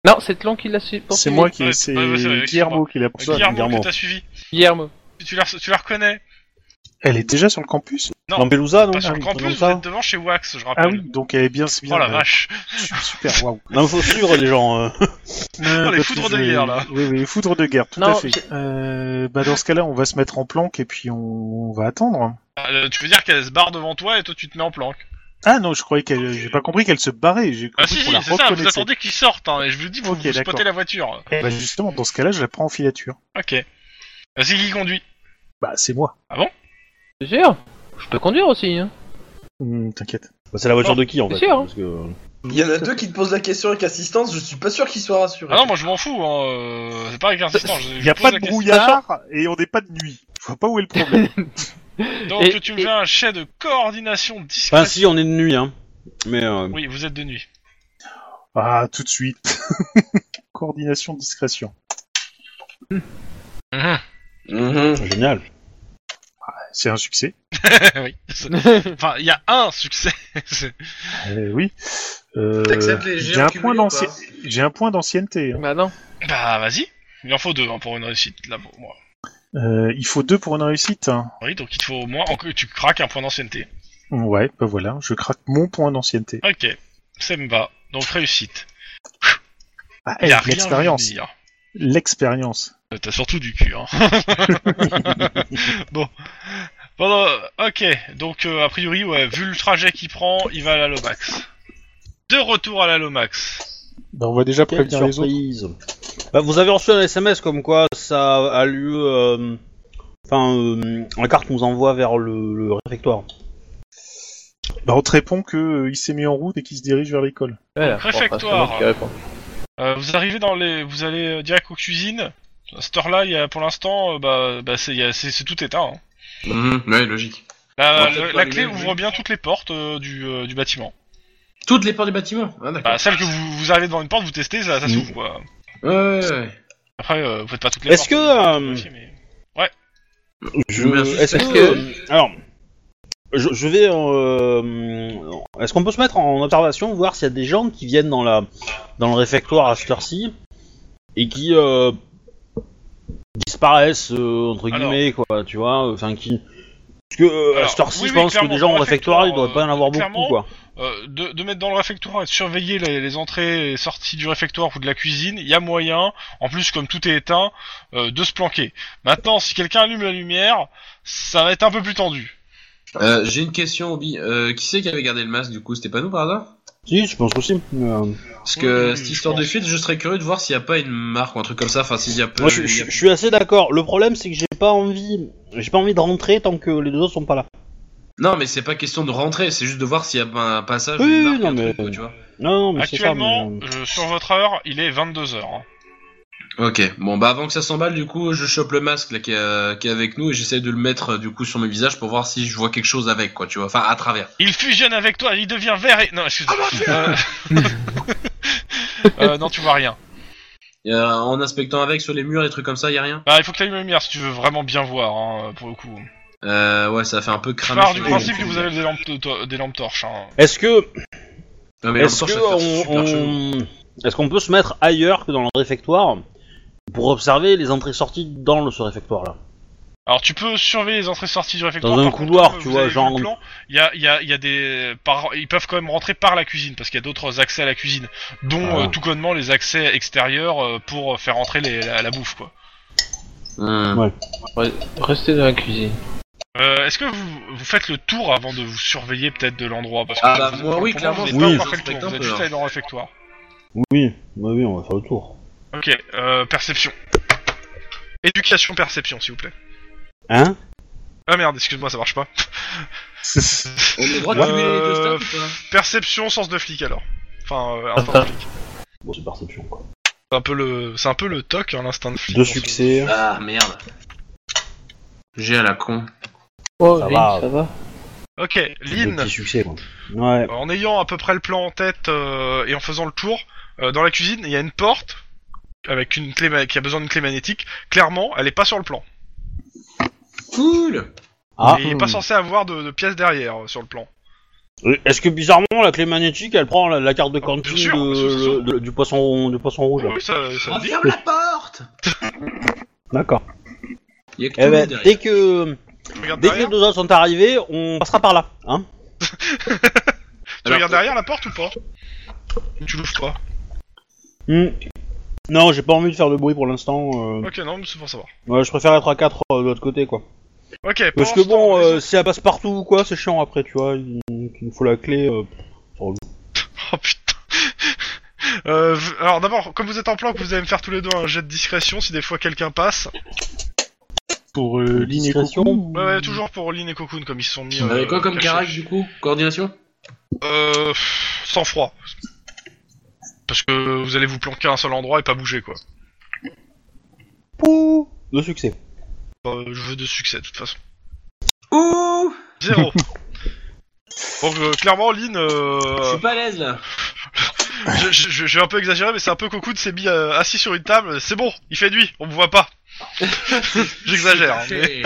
C: Non, c'est Tlon qui l'a su.
D: C'est
C: poursuivi.
D: moi qui,
A: Ouais,
D: c'est
A: ouais, ouais, c'est vrai,
D: Guillermo qui l'a
A: Euh,
D: poussé.
A: Guillermo,
B: Guillermo.
A: que t'as suivi.
C: Guillermo.
A: Tu la, tu la reconnais
D: Elle est déjà sur le campus
A: Non,
B: Lampelusa, non
A: Pas sur
B: Un
A: le
B: truc comme
A: campus, vous
B: ça
A: êtes devant chez Wax, je rappelle.
D: Ah oui, donc elle est bien, c'est bien.
A: Oh la
D: ouais.
A: vache
D: Su- Super, waouh.
B: Non, faut suivre les gens. euh.
D: Euh,
A: les
D: bah,
A: foudres
D: faut-
A: de guerre, là.
D: Oui, oui, les foudres de guerre, tout
C: Non,
D: à fait.
C: c'est-
D: Euh, bah, dans ce cas-là, on va se mettre en planque et puis on, on va attendre.
A: Euh, Tu veux dire qu'elle se barre devant toi et toi tu te mets en planque
D: Ah non, je croyais qu'elle, j'ai pas compris qu'elle se barrait. J'ai
A: Ah
D: compris
A: si, si,
D: qu'on la
A: c'est ça, vous
D: reconnaissait.
A: attendez qu'ils sortent, hein, et je vous dis, vous,
D: Ok,
A: vous spottez
D: d'accord.
A: la voiture.
D: Bah justement, dans ce cas-là, je la prends en filature.
A: Ok. Euh, C'est qui conduit
D: Bah c'est moi.
C: C'est sûr Je peux conduire aussi, hein.
D: Hum, T'inquiète.
B: Bah, c'est la voiture de qui, en
C: C'est
B: fait
C: sûr, hein.
B: parce que...
E: Il y en a deux qui te posent la question avec assistance, je suis pas sûr qu'ils soient rassurés.
A: Ah non, moi je m'en fous, hein, euh, c'est pas avec insistance. je-
D: Il
A: je
D: n'y a
A: pose
D: pas
A: la
D: de
A: question.
D: brouillard et on n'est pas de nuit. Je vois pas où est le problème.
A: Donc
C: Et-
A: tu me
C: et-
A: fais un jet de coordination discrète.
B: Enfin, si, on est de nuit, hein. Mais euh,
A: Oui, vous êtes de nuit.
D: ah, tout de suite. Coordination, discrétion.
E: Mhm.
B: génial.
D: C'est un succès.
A: oui. Enfin, il y a un succès. C'est-
D: Euh, oui. Euh,
E: T'acceptes les
D: j'ai
E: géants
D: un
E: cumulés
D: point
E: ou
D: d'ancien-
E: pas
D: J'ai un point d'ancienneté. hein.
C: Bah non.
A: bah vas-y. Il en faut deux hein, pour une réussite là pour moi.
D: Euh, il faut deux pour une réussite. hein.
A: Oui, donc il te faut au moins que tu craques un point d'ancienneté.
D: Ouais, bah voilà, je craque mon point d'ancienneté.
A: Ok. C'est bas. Donc réussite.
D: Ah,
A: Il
D: eh,
A: y a rien
D: l'expérience.
A: vu venir.
D: L'expérience.
A: Euh, T'as surtout du cul, hein. bon. Bon, euh, ok. Donc, euh, a priori, ouais, vu le trajet qu'il prend, il va à la Lomax. De retour à la Lomax.
D: Bah, on va déjà
B: Quelle
D: prévenir les autres.
B: surprise. Bah, vous avez reçu un SMS comme quoi ça a lieu. euh, Enfin, euh, la carte nous envoie vers le, le réfectoire.
D: Bah, on te répond que euh, il s'est mis en route et qu'il se dirige vers l'école.
C: Ouais, là,
A: Réfectoire.
C: bah, c'est moi qui réponds.
A: Euh, vous arrivez dans les... Vous allez euh, direct aux cuisines. À cette heure-là, il y a, pour l'instant, euh, bah, bah c'est, il y a- c'est, c'est tout éteint. hein.
E: Mhm, Ouais, logique.
A: La,
E: Bon, peut-être
A: la-
E: pas
A: la
E: les
A: clé
E: mêmes,
A: ouvre
E: oui.
A: bien toutes les portes euh, du, euh, du bâtiment.
E: Toutes les portes du bâtiment Ah, d'accord.
A: Bah, celle que vous, vous arrivez devant une porte, vous testez, ça, ça
B: Mm.
A: s'ouvre, quoi.
E: Ouais, ouais, ouais.
A: Après, euh, vous faites pas toutes les
B: Est-ce
A: portes. hein,
B: que. euh,
A: aussi, mais-
E: Je me suis
B: Est-ce
E: fait-
A: euh,
B: que. Alors. Je, je vais. euh, Est-ce qu'on peut se mettre en observation, voir s'il y a des gens qui viennent dans, la, dans le réfectoire à cette heure-ci et qui euh, disparaissent, euh, entre
A: Alors.
B: guillemets, quoi, tu vois Enfin, qui. Parce que euh, à
A: Alors,
B: cette heure-ci,
A: oui,
B: je
A: oui,
B: pense que
A: clairement,
B: des gens
A: au
B: au réfectoire, il
A: réfectoire,
B: doit pas y en avoir
A: euh, clairement,
B: beaucoup, quoi.
A: Euh, de, de mettre dans le réfectoire et de surveiller les, les entrées et sorties du réfectoire ou de la cuisine, il y a moyen, en plus comme tout est éteint, euh, de se planquer. Maintenant, si quelqu'un allume la lumière, ça va être un peu plus tendu.
E: Euh, J'ai une question, Obi. Euh, qui c'est qui avait gardé le masque du coup C'était pas nous par hasard
B: Si, je pense aussi. mais, euh,
E: Parce que
A: Oui, oui,
E: cette
A: je
E: histoire de
A: pense.
E: fuite, je serais curieux de voir s'il n'y a pas une marque ou un truc comme ça. Enfin, s'il y a pas.
B: Moi, je, je- je suis assez d'accord. Le problème, c'est que j'ai pas envie, j'ai pas envie de rentrer tant que les deux autres sont pas là.
E: Non, mais c'est pas question de rentrer, c'est juste de voir s'il y a un passage.
B: Oui,
E: une
B: oui,
E: marque,
B: non,
E: un
B: mais-
E: truc, tu vois.
B: Non, non, mais c'est ça.
A: Actuellement,
B: mais, euh,
A: euh, sur votre heure, il est hein. 22h.
E: Ok, bon bah avant que ça s'emballe, du coup, je chope le masque là, qui, est, euh, qui est avec nous et j'essaie de le mettre euh, du coup sur mon visage pour voir si je vois quelque chose avec, quoi, tu vois. Enfin, à travers.
A: Il fusionne avec toi, il devient vert et... Non, excuse-moi. Euh, euh, non, tu vois rien.
E: Et, euh, en inspectant avec sur les murs, les trucs comme ça, y a rien.
A: Bah, il faut que tu allumes la lumière si tu veux vraiment bien voir, hein, pour le coup.
E: Euh, ouais, ça fait un peu
B: Ah,
A: Je
E: cramer.
A: pars du
E: sur les-
A: principe que vous avez des lampes, to- des lampes torches. Hein.
B: Est-ce que,
E: Non, mais
B: est-ce
E: en même
B: que
E: temps, ça fait
B: on,
E: super chelou.
B: on- est-ce qu'on peut se mettre ailleurs que dans le réfectoire pour observer les entrées-sorties dans le, ce réfectoire-là
A: Alors tu peux surveiller les entrées-sorties du réfectoire.
B: Dans un
A: par contre,
B: couloir,
A: comme
B: tu
A: vous
B: vois,
A: avez vu
B: genre-
A: le plan, Il y a, il y a- il y a des, par- ils peuvent quand même rentrer par la cuisine parce qu'il y a d'autres accès à la cuisine, dont
B: Ah.
A: euh, tout connement les accès extérieurs euh, pour faire rentrer les- la, la bouffe quoi.
E: Hmm.
C: Ouais, Restez dans la cuisine.
A: Euh, Est-ce que vous, vous faites le tour avant de vous surveiller peut-être de l'endroit parce que
E: Ah bah,
A: vous-
E: moi, oui,
A: pour
E: clairement,
A: vous n'avez
B: oui,
A: pas
B: je
A: encore fait le tour,
E: respecte un
A: vous êtes
E: peu,
A: juste
E: hein.
A: allé dans le réfectoire.
B: Oui, oui, oui, on va faire le tour.
A: Ok, euh, perception. Éducation perception s'il vous plaît.
B: Hein
A: Ah merde, excuse-moi, ça marche pas.
E: On a le droit de cumuler les deux
A: Euh,
E: stats ou pas
A: Perception sens de flic alors. Enfin, euh,
B: Ah,
A: instinct de
C: Attends.
A: flic.
B: Bon, c'est perception quoi.
A: C'est un peu le, c'est un peu le toc, hein, l'instinct de flic.
B: Deux succès.
E: Ah merde. J'ai à la con.
C: Oh,
B: Ça
C: Lynn,
B: va.
C: ça va
A: Ok,
B: Deux
A: Lynn,
B: petits succès quoi. Ouais.
A: en ayant à peu près le plan en tête euh, et en faisant le tour, euh, dans la cuisine, il y a une porte avec une clé ma- qui a besoin d'une clé magnétique. Clairement, elle est pas sur le plan.
E: Cool
B: Ah.
A: et il est pas censé avoir de, de pièces derrière euh, sur le plan.
B: Euh, Est-ce que bizarrement la clé magnétique, elle prend la, la carte de
A: Ah,
B: cantine
A: bien sûr,
B: de-
A: bien sûr, bien sûr.
B: le- du poisson du poisson rouge là.
A: Oui, ça, euh, ça
E: On
A: dit.
E: ferme la porte
B: D'accord.
E: Il y a que tout
B: Eh
E: le
B: ben,
E: monde derrière.
B: dès que
A: Regarde
B: dès que les
A: derrière.
B: deux autres sont arrivés, on passera par là, hein
A: Tu regardes derrière la porte ou pas Ou Tu l'ouvres pas
B: Hmm. Non, j'ai pas envie de faire de bruit pour l'instant. euh.
A: Ok, non, mais c'est pour savoir.
B: Ouais, je préfère être à 4 de l'autre côté, quoi.
A: Ok,
B: Parce
A: pendant
B: que
A: ce temps,
B: bon,
A: les
B: euh, si elle passe partout ou quoi, c'est chiant après, tu vois. Il, il nous faut la clé. euh,
A: Oh putain Euh, v- Alors d'abord, comme vous êtes en plan, que vous allez me faire tous les deux un jet de discrétion si des fois quelqu'un passe.
D: Pour euh, Lynn et
B: Discrétion.
D: Coco.
A: Ouais, ouais, toujours pour Lynn et Cocoon comme ils se sont mis.
E: On avait
A: euh,
E: quoi comme
A: cachés.
E: carac du coup Coordination
A: Euh. pff, Sans froid. Parce que vous allez vous planquer à un seul endroit et pas bouger quoi.
B: Pouh De succès.
A: Euh, je veux de succès, de toute façon.
E: Ouh
A: Zéro. Donc euh, clairement, Lynn, euh,
E: Je suis pas à l'aise là.
A: je, je- je- je vais un peu exagérer, mais c'est un peu cocoon s'est mis euh, assis sur une table. C'est bon, il fait nuit, on me voit pas. J'exagère. hein, mais-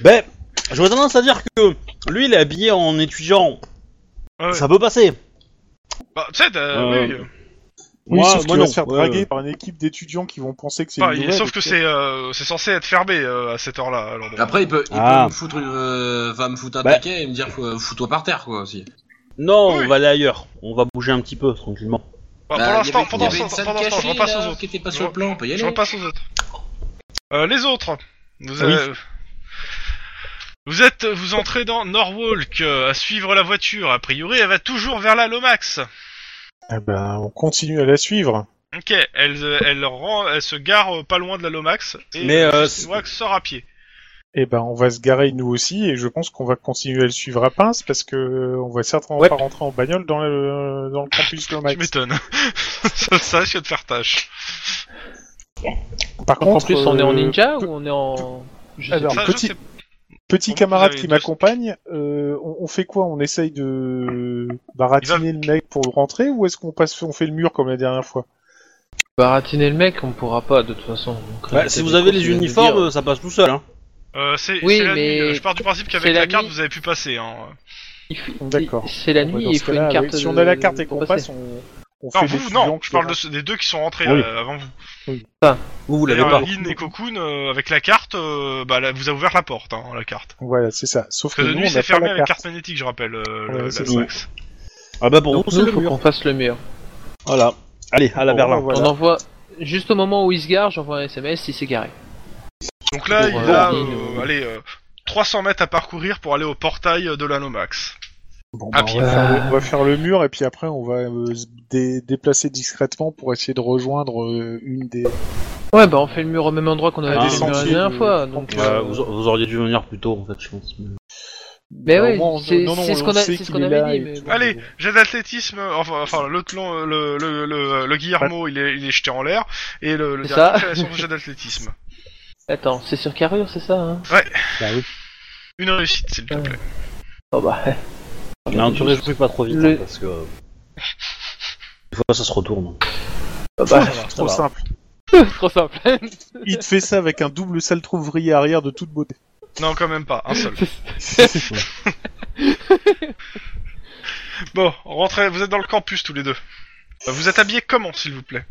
B: Ben, j'aurais tendance à dire que lui, il est habillé en étudiant.
A: Ouais, ouais.
B: Ça peut passer.
A: Bah, tu sais, t'as-
B: Euh,
A: oui, euh,
D: Oui,
B: Moi-
D: sauf qu'il
B: moi,
D: va
B: non. Euh,
D: se faire
B: Ouais,
D: draguer
B: ouais.
D: par une équipe d'étudiants qui vont penser que c'est
A: enfin,
D: une
A: Bah, il-
D: nouvelle,
A: sauf que
D: et puis-
A: c'est euh, c'est censé être fermé euh, à cette heure-là. à l'endroit.
E: Après, il peut, il
B: Ah.
E: peut me foutre une, euh, va me foutre un
B: Bah.
E: paquet et me dire faut- fous-toi par terre quoi aussi.
B: Non,
A: Oui.
B: on va aller ailleurs. On va bouger un petit peu, tranquillement.
A: Bah,
E: Bah,
A: pour
E: il y
A: l'instant,
E: avait-
A: pendant
E: il y avait une
A: ce
E: salle
A: pendant ce temps, je
E: cachée,
A: repasse
E: là,
A: aux autres.
E: qui était pas
A: Je
E: sur le plan, on peut y
A: Je
E: aller.
A: repasse aux autres. Euh, les autres. Vous,
B: Oui.
A: avez- vous êtes, vous entrez dans Norwalk euh, à suivre la voiture. A priori, elle va toujours vers la Lomax.
D: Eh ben, on continue à la suivre.
A: Ok, elle, euh, elle, rend, elle se gare euh, pas loin de la Lomax. Et
B: Mais, euh,
A: Fils Wax sort à pied.
D: Eh ben, on va se garer nous aussi, et je pense qu'on va continuer à le suivre à pince, parce que euh, on va certainement
B: Ouais.
D: pas rentrer en bagnole dans le, dans le campus
A: Tu
D: Lomax.
A: m'étonnes. ça, ça risque de faire tâche.
D: Par
C: En
D: contre,
C: plus, on est en
D: euh,
C: ninja ou on est en. Je sais
D: Alors,
C: pas.
A: Ça, je
D: petit-
A: sais-
D: Petit
A: Vous
D: camarade
A: avez
D: qui
A: deux-
D: m'accompagne, euh, on, on fait quoi On essaye de baratiner le mec pour le rentrer ou est-ce qu'on passe, on fait le mur comme la dernière fois
C: Baratiner le mec, on pourra pas de toute façon. Donc,
B: Bah,
C: euh,
B: si
C: t'as
B: vous
C: des
B: avez
C: coups,
B: les
C: tu viens de
B: uniformes,
C: dire.
B: ça passe tout seul. Hein.
A: Euh, c'est
C: Oui,
A: c'est la
C: mais-
A: nuit. Je pars du principe
C: c'est
A: qu'avec
C: la
A: la carte,
C: nuit.
A: vous avez pu passer. Hein.
C: Il faut-
D: D'accord.
C: C'est la
D: Bon, bah,
C: nuit,
D: dans
C: il
D: ce
C: faut une
D: cas-là,
C: carte.
D: oui, Si on a la carte et
C: de-
D: qu'on
C: pour
D: passe,
C: passer.
D: on, on
A: Non,
D: fait
A: vous,
D: des
A: non,
D: clients
A: je
D: qui
A: parle
D: vont-
A: de ceux- des deux qui sont
D: Ah
A: rentrés
B: Oui.
A: euh, avant vous.
B: Vous, vous l'avez
A: D'ailleurs,
B: pas.
A: Lynn et Cocoon, euh, avec la carte, euh, bah, là, vous a ouvert la porte, hein, la carte.
D: Voilà, c'est ça. Sauf que,
A: Parce que de nuit,
D: nous, on n'a
A: c'est
D: pas
A: fermé
D: la
A: avec
D: carte.
A: carte magnétique, je rappelle, euh,
D: Ouais,
A: le-
D: c'est
A: la
D: ça.
A: Max.
B: Ah bah pour
C: Donc,
B: vous, c'est
C: nous,
B: le
C: faut
B: mur.
C: qu'on fasse le mur.
B: Voilà. Allez, à la
D: Bon,
B: Berlin.
D: voilà.
C: On envoie. Juste au moment où il se gare, j'envoie un SMS s'il s'est garé.
A: Donc là,
C: Pour,
A: il
C: euh,
A: a,
C: Lynn,
A: euh,
C: euh,
A: allez, euh, 300 mètres à parcourir pour aller au portail euh, de la Lomax.
D: Bon,
A: Ah,
D: bah, on,
A: puis-
D: va faire le, on va faire le mur et puis après, on va euh, se dé- déplacer discrètement pour essayer de rejoindre euh, une des.
C: Ouais, bah on fait le mur au même endroit qu'on avait
B: Ah,
C: fait
B: des
C: le mur la
D: sentiers,
C: dernière
D: euh,
C: fois. Donc,
D: tranquilles.
B: Ouais,
C: euh,
B: vous, vous auriez dû venir plus tôt, en fait, je pense. mais-
C: Mais
D: Bah, au
C: oui,
D: moins, on-
C: c'est-
D: non, non,
C: c'est ce
D: on
C: qu'on a-
D: sait
C: c'est ce
D: qu'il
C: qu'on
D: est
C: avait
D: là
C: dit,
D: et
C: mais
D: qu'il-
C: bon.
A: Allez, j'ai d'athlétisme, enfin, enfin l'autre lan- le, le, le, le Guillermo, il est, il est jeté en l'air, et le, le
C: C'est
A: dernier
C: ça.
A: fait son jet d'athlétisme.
C: Attends, c'est sur carrure, c'est ça hein
B: Bah oui.
A: Une réussite, s'il te plaît.
C: Oh bah. Ah,
B: Non, tu ne truc pas trop vite,
C: Le-
B: hein, parce que... Des fois, ça se retourne.
C: oh bah,
B: Ça
D: Trop
B: va. Euh,
D: simple.
C: trop simple.
D: Il te fait ça avec un double sale ouvrier arrière de toute beauté.
A: Non, quand même pas, un seul. Bon, rentrez, vous êtes dans le campus tous les deux. Euh, Vous êtes habillés comment, s'il vous plaît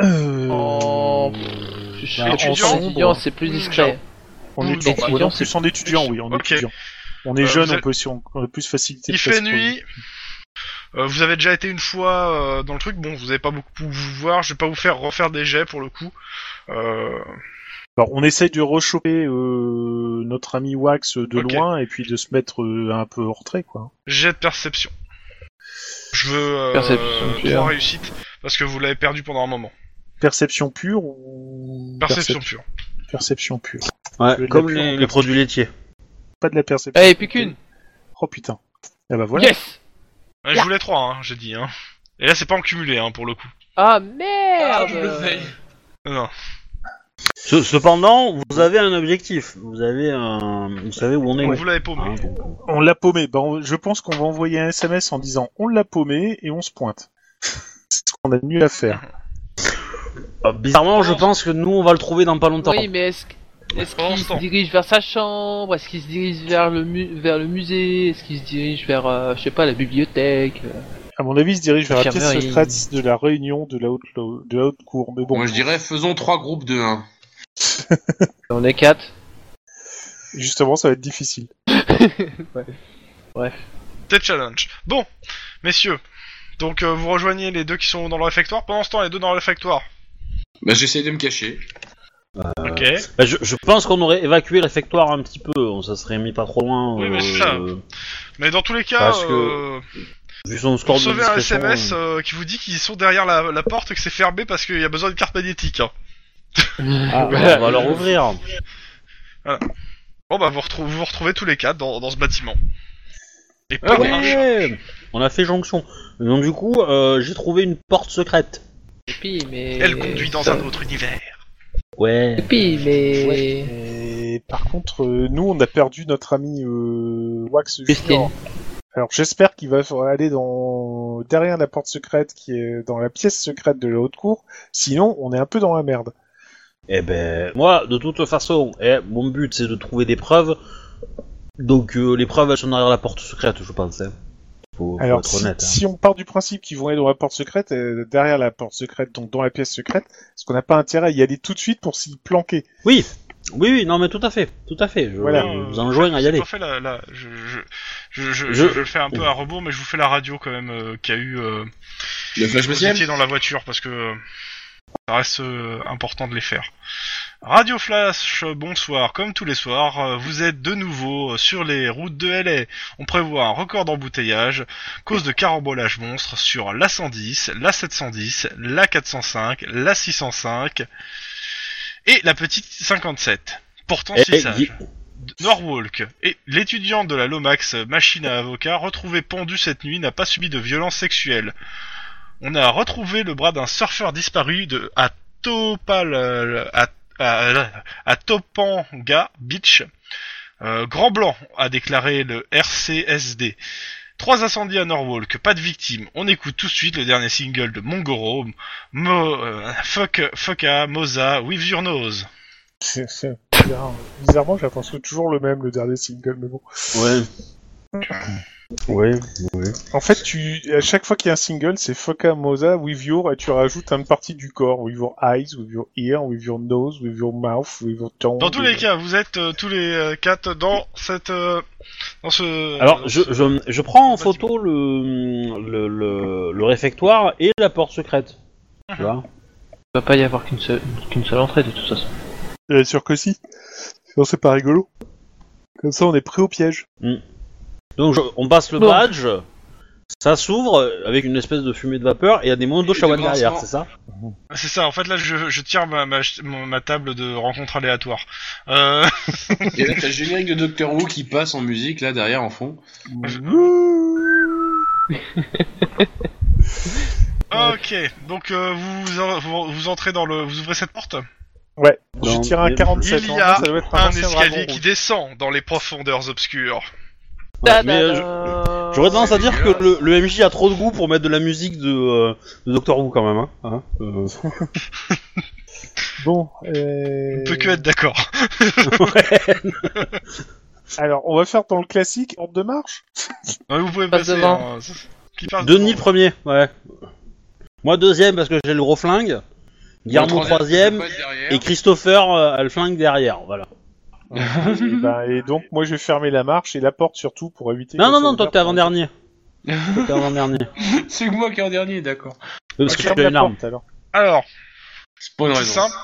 D: Euh...
C: En- Oh, Je suis
D: en
C: étudiant,
D: sombre.
C: étudiant, c'est plus
A: Mmh,
C: discret.
D: On
A: Ou
D: est
A: étudiant,
D: étudiant, ouais, non,
C: c'est-
D: plus en étudiant, oui, en
A: Ok.
D: étudiant. On est
A: Euh,
D: jeune,
A: vous
D: on, peut, si on, on a plus facilité. de
A: Il fait
D: passer pour-
A: nuit. Euh, vous avez déjà été une fois euh, dans le truc. Bon, vous avez pas beaucoup pu vous voir. Je vais pas vous faire refaire des jets pour le coup. Euh,
D: Alors, on essaye de rechoper euh, notre ami Wax de
A: Ok.
D: loin et puis de se mettre euh, un peu en retrait, quoi.
A: jet de perception. Je veux euh,
C: Perception pure.
A: trois réussites parce que vous l'avez perdu pendant un moment.
D: Perception pure ou
A: Perception
D: Percep-
A: pure.
D: Perception pure.
B: Ouais, comme
D: Je l'ai plus
B: les,
D: en
B: les produits laitiers.
D: Pas de la perception.
C: Eh, et puis qu'une
D: Oh putain. Ah bah voilà.
C: Yes
A: Ouais, je voulais trois, hein, j'ai dit. Hein. Et là, c'est pas en cumulé hein, pour le coup.
C: Ah
E: Ah,
C: merde
E: je le fais.
A: Non, non.
B: Ce- Cependant, vous avez un objectif. Vous avez un... Vous savez où on est.
A: Donc, vous l'avez paumé.
B: Hein, donc,
D: On l'a paumé. Bah, on- je pense qu'on va envoyer un SMS en disant on l'a paumé et on se pointe. C'est ce qu'on a de mieux à faire.
B: euh, bizarrement, je pense que nous, on va le trouver dans pas longtemps.
C: Oui, mais est-ce que- est-ce
A: Pendant
C: qu'il
A: ce
C: se
A: temps.
C: dirige vers sa chambre Est-ce qu'il se dirige vers le, mu- vers le musée Est-ce qu'il se dirige vers, euh, je sais pas, la bibliothèque Euh,
D: À mon avis, il se dirige vers la pièce
C: Infirmerie.
D: secrète de la réunion de la haute, lo- de la haute cour. Mais bon.
E: Moi je dirais faisons trois groupes de 1.
C: On est quatre.
D: Justement, ça va être difficile.
A: Tête challenge. Bon, messieurs. Donc euh, vous rejoignez les deux qui sont dans le réfectoire. Pendant ce temps, les deux dans le réfectoire.
E: Bah j'essaie de me cacher.
A: Ok.
B: Bah, je, je pense qu'on aurait évacué le réfectoire un petit peu. On se serait mis pas trop loin.
A: Oui, mais
B: euh,
A: c'est ça. Mais dans tous les cas,
B: Parce que-
A: euh,
B: Vu son
A: Pour
B: score de
A: sauver un
B: discrétion,
A: SMS
B: euh,
A: euh, qui vous dit qu'ils sont derrière la, la porte, que c'est fermé parce qu'il y a besoin d'une carte magnétique. hein.
B: ah, bah, on va leur ouvrir.
A: Bon bah vous, retrou- vous vous retrouvez tous les quatre dans, dans ce bâtiment. Et pas
B: Ah
A: dans un chat.
B: ouais On a fait jonction. Donc du coup, euh, j'ai trouvé une porte secrète.
C: Et puis, mais...
A: Elle conduit dans
C: ça-
A: un autre univers.
B: Ouais.
C: Puis, mais.
D: Et par contre, euh, nous, on a perdu notre ami euh, Wax
C: Christine.
D: Junior. Alors j'espère qu'il va aller dans derrière la porte secrète qui est dans la pièce secrète de la haute cour. Sinon, on est un peu dans la merde.
B: Eh ben, moi, de toute façon, eh, mon but c'est de trouver des preuves. Donc, euh, les preuves elles sont derrière la porte secrète, je pense. Hein. Faut, faut
D: Alors
B: être
D: si,
B: honnête. hein.
D: si on part du principe qu'ils vont aller dans la porte secrète, euh, derrière la porte secrète, donc dans la pièce secrète, est-ce qu'on n'a pas intérêt à y aller tout de suite pour s'y planquer
B: Oui, oui, oui, non, mais tout à fait, tout à fait. Je,
D: Voilà.
B: je vous enjoins à y aller.
A: Tout à fait, là, là, je, je, je, je,
B: Je-
A: je- je fais un peu à rebours, mais je vous fais la radio quand même euh, qu'il y a eu. Euh,
E: Le flash
A: vous
E: spécial
A: étiez dans la voiture parce que euh, ça reste euh, important de les faire. Radio Flash, bonsoir. Comme tous les soirs, euh, vous êtes de nouveau sur les routes de LA. On prévoit un record d'embouteillage, cause de carambolage monstre sur la 110, la 710, la 405, la 605 et la petite 57.
E: Ah,
A: Pourtant,
B: Eh,
A: c'est
B: eh,
A: sage.
B: Guy-
A: Norwalk. Et l'étudiante de la Lomax, machine à avocat, retrouvée pendue cette nuit, n'a pas subi de violence sexuelle. On a retrouvé le bras d'un surfeur disparu de à Topal à, à- à Topanga Beach. Euh, Grand Blanc a déclaré le RCSD. Trois incendies à Norwalk, pas de victimes. On écoute tout de suite le dernier single de Mongoro, Mo, euh, Fuck, Fucka, Moza, With Your Nose.
D: C'est- c'est bizarre. hein. Bizarrement, j'ai l'impression que toujours le même, le dernier single, mais bon.
B: Ouais. Ouais.
D: En fait, tu, à chaque fois qu'il y a un single, c'est Foca Moza with your, et tu rajoutes une partie du corps, with your eyes, with your ear, with your nose, with your mouth, with your tongue.
A: Dans tous les cas, vous êtes euh, tous les euh, quatre dans cette euh, dans ce.
B: Alors,
A: dans
B: je,
A: ce-
B: je, je prends en
A: Vas-y.
B: photo le, le, le, le réfectoire et la porte secrète. Tu vois
C: Il va pas y avoir qu'une seule, qu'une seule entrée de toute façon.
D: Bien Euh, sûr que si. Sinon, c'est pas rigolo. Comme ça, on est pris au piège.
B: Donc, je- on passe le
C: Bon.
B: badge, ça s'ouvre avec une espèce de fumée de vapeur et il y a des mondes d'eau
E: Et des
B: chawan derrière,
E: brancements.
B: c'est ça
A: Ah, C'est ça. En fait, là, je, je tire ma, ma, ch- mon- ma table de rencontre aléatoire. Euh,
E: Et là, t'as le générique de Doctor Who qui passe en musique, là, derrière, en fond.
A: ok. Donc euh, vous, vous vous entrez dans le vous ouvrez cette porte.
D: Ouais,
B: Dans-
D: j'ai tiré un 47.
A: Il y
D: en
A: a
D: fait, ça doit être un,
A: Un
D: ancien dragon
A: escalier qui
D: rouge.
A: descend dans les profondeurs obscures.
B: Ouais, mais, euh, je- J'aurais tendance à dire que le, le MJ a trop de goût pour mettre de la musique de, euh, de Doctor Who quand même. Hein. Hein, euh.
D: Bon, euh...
A: On peut que être d'accord.
D: Alors, on va faire dans le classique, ordre de marche.
A: Ouais, vous pouvez
C: Passe
A: passer.
C: devant.
A: hein. Qui passe
B: Denis le
A: devant
B: premier, ouais. Moi deuxième parce que j'ai le gros flingue. Guillermo
E: Le
B: troisième
E: peut pas être derrière.
B: et Christopher euh, a le flingue derrière, voilà.
D: et, ben, et donc, moi, je vais fermer la marche et Ah, la porte surtout pour éviter.
B: Non,
D: qu'elle
B: non,
D: soit
B: non, toi
D: ouverte.
B: t'es avant-dernier. Toi, t'es avant-dernier.
E: C'est que moi qui est en dernier, d'accord.
B: Parce
D: Ok,
B: que
D: ferme
B: tu as
D: la
B: une arme.
D: porte, alors.
A: Alors.
E: C'est pas une
A: C'est
E: raison.
A: simple.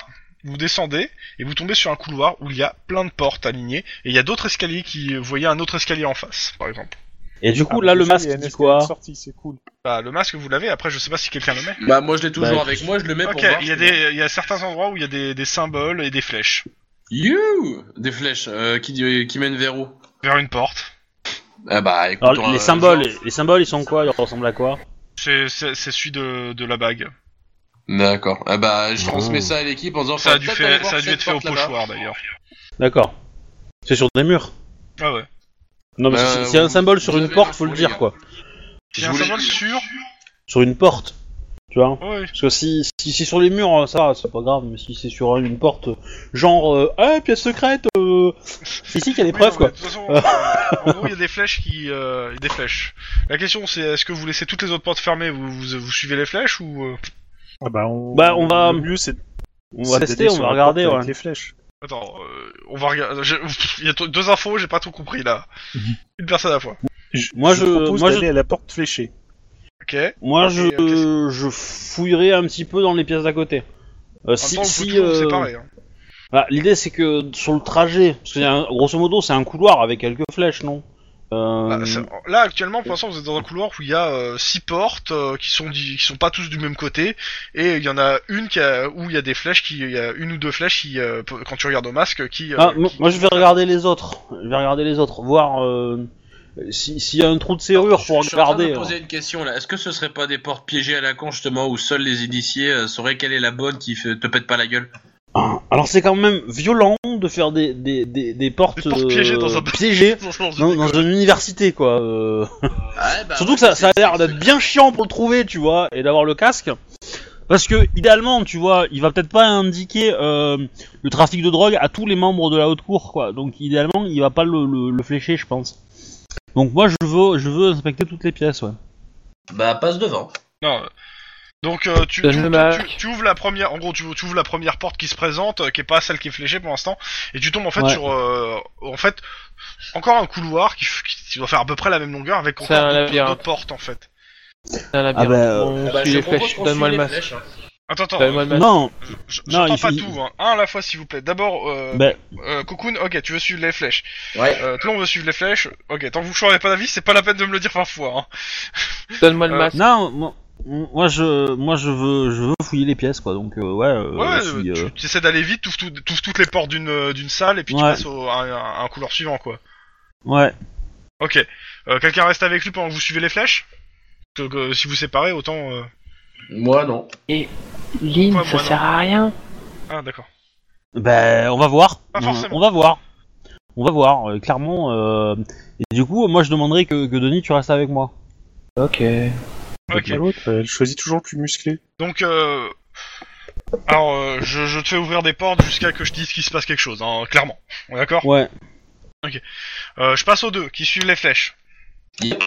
A: Vous descendez et vous tombez sur un couloir où il y a plein de portes alignées et il y a d'autres escaliers qui vous voyez un autre escalier en face, par exemple.
B: Et du coup,
D: Ah,
B: là, le
D: déjà,
B: masque
D: il y a un
B: dit
D: escalier de
B: quoi
D: sortie, c'est cool.
A: Bah, le masque vous l'avez. Après, je sais pas si quelqu'un le met.
E: Bah, moi, je l'ai toujours
B: Bah,
E: avec moi, je le mets pour
A: Ok.
E: voir.
A: Il y a des, il y a certains endroits où il y a des, des symboles et des flèches
E: You Des flèches euh, qui, qui mènent vers où
A: vers une porte.
E: Ah bah, écoute...
B: Alors,
E: on-
B: les symboles, les symboles, ils sont quoi Ils ressemblent à quoi
A: C'est, c'est, c'est celui de, de la bague.
E: D'accord. Ah bah, je
B: Oh.
E: transmets ça à l'équipe en disant...
A: Ça a
E: faudrait
A: dû,
E: peut-être
A: fait-
E: aller voir
A: ça a dû
E: cette
A: être fait au
E: porte là-bas.
A: pochoir d'ailleurs.
B: D'accord. C'est sur des murs.
A: Ah ouais.
B: Non, mais
E: Euh,
B: si- s'il y a un
E: vous-
B: symbole sur
E: vous
B: une
E: avez
B: porte,
E: l'info,
B: faut le
E: les gars.
B: dire quoi.
A: Il y a
E: Je
A: un
E: voulais-
A: symbole sur.
B: Sur une porte, tu vois.
A: Ouais.
B: Parce que si, si c'est sur les murs, euh, ça, va, c'est pas grave, mais si c'est sur une porte, euh, genre, euh, ah, pièce secrète, euh... c'est ici qu'il y a des
A: Oui,
B: preuves,
A: non,
B: quoi.
A: mais De toute façon, euh, en gros, il y a des flèches qui, euh, des flèches. La question, c'est est-ce que vous laissez toutes les autres portes fermées vous, vous, vous suivez les flèches ou euh,
D: Ah bah, on...
B: Bah, on va-
D: Le mieux, c'est
B: On va
D: c'est
B: tester,
D: d'aller
B: on
D: sur
B: va
D: la
B: regarder,
D: porte
B: ouais.
D: avec les flèches.
A: Attends, euh, on va regarder. j'ai- Il y a t- deux infos, j'ai pas tout compris là.
B: Mhm.
A: Une personne à la fois.
B: Moi, je-
D: propose
B: moi, je-
D: d'aller à la porte fléchée.
A: Ok. En
B: euh, Moi,
A: Ok,
B: je,
A: ok, c'est-
B: je fouillerai un petit peu dans les pièces d'à côté. Euh,
A: même
B: si,
A: temps, vous pouvez
B: si,
A: toujours vous
B: euh,
A: séparer. hein.
B: voilà, l'idée c'est que sur le trajet, parce que y a un- grosso modo c'est un couloir avec quelques flèches, non euh,
A: Ah, ça- là, actuellement, pour l'instant, vous êtes dans un couloir où il y a euh, six portes euh, qui sont di- qui sont pas tous du même côté, et il y en a une qui a- où il y a des flèches qui, il y a une ou deux flèches qui, euh, p- quand tu regardes au masque, qui. euh,
B: Ah, m-
A: qui-
B: moi je vais regarder les autres, je vais regarder les autres, voir euh, si- s'il y a un trou de serrure pour
E: Je suis en train de
B: regarder. hein.
E: me poser une question là. Est-ce que ce serait pas des portes piégées à la con justement où seuls les initiés euh, sauraient quelle est la bonne qui fait- te pète pas la gueule
B: Ah, Alors c'est quand même violent de faire des, des, des, des portes, euh,
A: Des portes piégées dans un-
B: piégées dans- dans une université, quoi. euh.
E: Ah, bah,
B: Surtout
E: ouais,
B: que ça,
E: c'est-
B: ça a l'air
E: c'est-
B: d'être bien chiant pour le trouver, tu vois, et d'avoir le casque. Parce que, idéalement, tu vois, il va peut-être pas indiquer euh, le trafic de drogue à tous les membres de la haute cour, quoi. Donc, idéalement, il va pas le, le- le flécher, je pense. Donc, moi, je veux, je veux inspecter toutes les pièces, ouais.
E: Bah, passe devant.
A: Non. euh, Donc euh, tu, tu,
C: Donne le
A: tu-
C: Mac.
A: tu- tu ouvres la première, en gros tu, tu ouvres la première porte qui se présente, euh, qui est pas celle qui est fléchée pour l'instant, et tu tombes en fait
B: Ouais.
A: sur, euh, en fait, encore un couloir qui, f- qui- qui doit faire à peu près la même longueur avec
C: C'est un
A: encore d'autres-
C: labyrinthe.
A: d'autres portes en fait.
C: Un labyrinthe.
B: Ah bah, euh,
C: On
E: Bah,
C: suit
E: je
C: les
E: propose
C: flèches.
E: qu'on
C: Donne-moi le
E: suive les
C: masque.
E: flèches, hein.
A: Attends, attends,
C: Donne-moi le masque.
B: Non,
A: euh, je-
B: Bah, non,
A: j'entends
B: il
A: pas
B: faut-
A: tout, hein. un à la fois s'il vous plaît. D'abord, euh,
B: ben,
A: euh, Cocoon, ok, tu veux suivre les flèches.
E: Ouais.
A: Euh, Tlon veut suivre les flèches, ok, tant que vous changez pas d'avis, c'est pas la peine de me le dire 20 fois. Hein.
C: Donne-moi le
A: Euh,
C: masque.
B: non, moi, moi, je, moi, je veux, je veux fouiller les pièces, quoi. Donc, euh, ouais, euh,
A: ouais,
B: je suis,
A: euh,
B: euh,
A: tu- tu essaies d'aller vite, t'ouvres tout- t'ouvres toutes les portes d'une euh, d'une salle, et puis tu
B: Ouais.
A: passes au, à, un- à un couloir suivant quoi.
B: ouais.
A: Ok. Euh, Quelqu'un reste avec lui pendant que vous suivez les flèches Parce que, que si vous séparez, autant... euh,
E: Moi, non.
C: Lynn,
A: Ouais,
C: ça
A: moi, non.
C: sert à rien.
A: Ah, d'accord.
B: Ben, on va voir.
A: Pas
B: On-
A: forcément.
B: On va voir. On va voir, euh, clairement. euh, Et du coup, moi, je demanderais que, que Denis, tu restes avec moi.
C: Ok.
A: Ok.
D: Bah, l'autre, elle choisit toujours le plus musclé.
A: Donc, euh... Alors, euh, je, je te fais ouvrir des portes jusqu'à que je dise qu'il se passe quelque chose, hein, clairement. On est D'accord
B: Ouais.
A: Euh, Je passe aux deux, qui suivent les flèches.
E: Yep.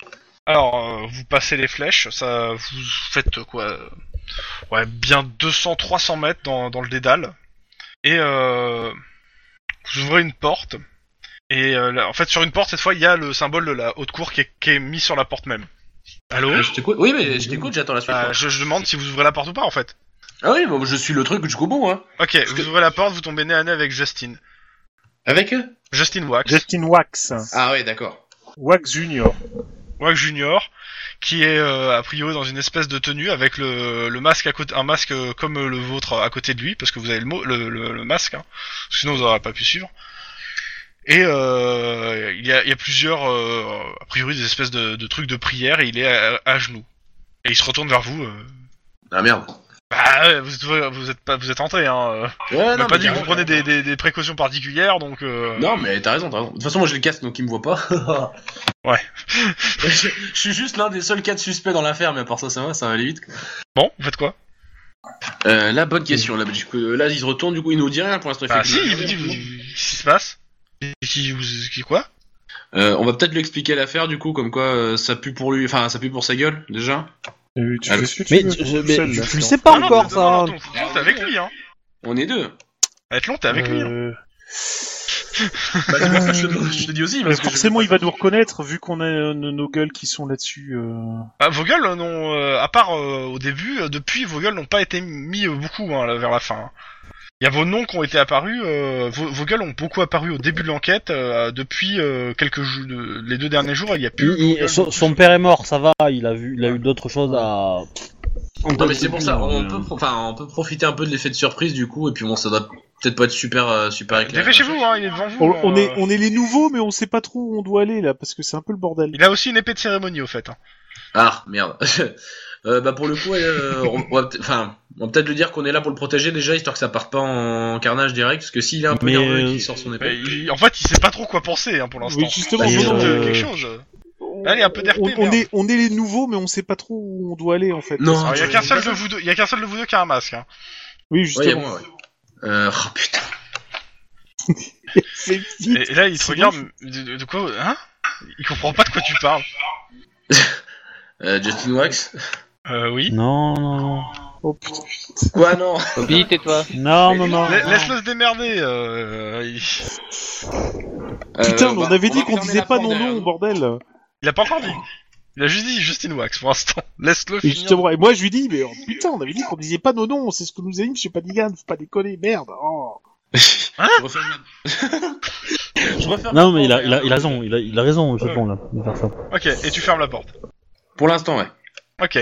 A: Alors, euh, vous passez les flèches, ça... Vous faites euh, quoi euh, Ouais, bien 200-300 mètres dans, dans le dédale. Et euh... Vous ouvrez une porte. Et euh, là, en fait, sur une porte, cette fois, il y a le symbole de la haute cour qui est, qui est mis sur la porte même. Allô
E: Euh, je t'écoute. Oui, mais je t'écoute, j'attends la suite.
A: Bah, je, je demande si vous ouvrez la porte ou pas en fait.
E: Ah oui, bon, je suis le truc jusqu'au bout, hein.
A: Ok, vous
E: que-
A: ouvrez la porte, vous tombez nez à nez avec Justin.
E: Avec eux
A: Justin Wax,
D: Justin Wax.
E: Ah ouais, d'accord.
D: Wax Junior.
A: Wax Junior, qui est euh, a priori dans une espèce de tenue avec le, le masque à côté, un masque euh, comme le vôtre à côté de lui, parce que vous avez le, mot, le, le, le masque, hein, parce que sinon vous n'aurez pas pu suivre. Et euh, il, y a, il y a plusieurs, euh, a priori des espèces de, de trucs de prière, et il est à, à genoux. Et il se retourne vers vous. euh,
E: Ah merde.
A: bah, ouais, vous êtes, vous êtes pas, vous êtes entré, hein. euh.
E: Ouais,
A: On m'a pas dit que
E: carrément,
A: vous prenez des,
E: carrément.
A: des, des précautions particulières, donc. Euh...
E: Non, mais t'as raison, t'as raison. De toute façon, moi j'ai le casque donc il me voit pas.
A: Ouais.
E: je, je suis juste l'un des seuls cas de suspect dans l'affaire, mais à part ça, ça va, ça va aller vite. quoi.
A: Bon, vous faites quoi
E: Euh, la bonne question. Là, du coup, euh, là, il se retourne, du coup, il nous dit rien pour l'instant. il
A: Bah
E: fait
A: si,
E: que-
A: il vous dit, vous- qu'est-ce qui se passe Et qui, vous- qui quoi
E: Euh, on va peut-être lui expliquer l'affaire, du coup, comme quoi euh, ça pue pour lui, enfin, ça pue pour sa gueule, déjà.
D: Euh,
A: Ah,
D: tu
E: Allô.
D: fais ce que tu
B: Mais
D: veux,
B: tu,
D: t'es
B: je-
D: tout
B: mais
D: seul,
B: tu-
D: là.
B: tu le sais pas
A: non,
B: encore,
A: mais-
B: ça.
A: non, non, non, t'es avec lui, hein.
E: On est deux.
A: Avec long, t'es avec lui. Hein.
D: Euh,
E: Bah, c'est pour ça que je, te- je te dis aussi.
D: mais
E: Parce que je-
D: forcément, il va nous reconnaître vu qu'on a euh, nos nos gueules qui sont là-dessus. euh.
A: Ah, vos gueules n'ont, euh, à part euh, au début, euh, depuis, vos gueules n'ont pas été mis euh, beaucoup hein, là, vers la fin. Il y a vos noms qui ont été apparus, euh, vos, vos gueules ont beaucoup apparu au début de l'enquête, euh, depuis euh, quelques jours, de- les deux derniers jours, il y a plus...
B: Il- il-
A: vos gueules.
B: son, son père est mort, ça va. Il a vu, il a eu d'autres choses à.
E: Non, mais c'est pour ça. On peut, pro- enfin, on peut profiter un peu de l'effet de surprise, du coup, et puis bon, ça doit peut-être pas être super, euh, super éclairé.
A: Dépêchez-vous, hein, il est devant vous.
D: On, on
A: hein.
D: est, on est les nouveaux, mais on sait pas trop où on doit aller là parce que c'est un peu le bordel.
A: Il a aussi une épée de cérémonie, au fait. hein.
E: Ah, merde. Euh, bah pour le coup, euh, on, on va peut- enfin, on va peut-être lui dire qu'on est là pour le protéger déjà, histoire que ça parte pas en carnage direct, parce que s'il est un peu
B: Mais,
E: nerveux et
B: euh,
E: qu'il sort son
A: Mais
E: épée.
A: il- en fait, il sait pas trop quoi penser hein, pour l'instant.
D: Oui, justement,
E: Bah,
A: il
E: Et,
A: sent
D: non,
E: euh,
A: quelque
D: mais-
A: chose.
D: on,
A: Allez, un peu d'RP,
D: on- on
A: merde.
D: est, on est les nouveaux, mais on sait pas trop où on doit aller en fait.
E: Non,
D: Parce
A: Alors, il y a
D: que-
A: qu'un seul de vous deux, il y a qu'un seul de vous deux qui a un masque. Hein.
D: Oui,
E: Ouais, il y a
D: justement.
E: moi, ouais. Euh, oh putain.
D: C'est vite.
A: Et, et là, il te
D: C'est
A: regarde. De, de quoi Hein Il comprend pas de quoi tu parles.
E: Euh, Justin Wax.
A: Euh, oui.
B: Non, non, non.
D: Oh putain.
E: Quoi, non
C: Bobby, tais-toi.
B: Non, non, non.
A: La- Laisse-le se démerder. euh, il...
D: Putain,
E: Euh,
D: mais on
E: bah,
D: avait dit
E: va
D: qu'on
E: fermer
D: disait
E: la
D: pas
E: porte
D: non,
E: derrière
D: non,
E: nous.
D: bordel.
A: il a pas encore dit. Il a juste dit Justin Wax pour l'instant. Laisse-le
D: Et
A: finir.
D: justement, et moi je lui dis, mais oh, putain, on avait dit qu'on disait pas non, non, c'est ce que nous a dit, je sais pas, Nigan, faut pas déconner, merde. Oh.
E: Je referme la- Je referme la
B: Non, mais il a,
E: porte
B: il a, il a
E: derrière nous.
B: raison. Il a, il a raison, je
A: Ouais.
B: pense, là, de faire ça.
A: Ok. Et tu fermes la porte.
E: Pour l'instant, ouais.
A: Ok.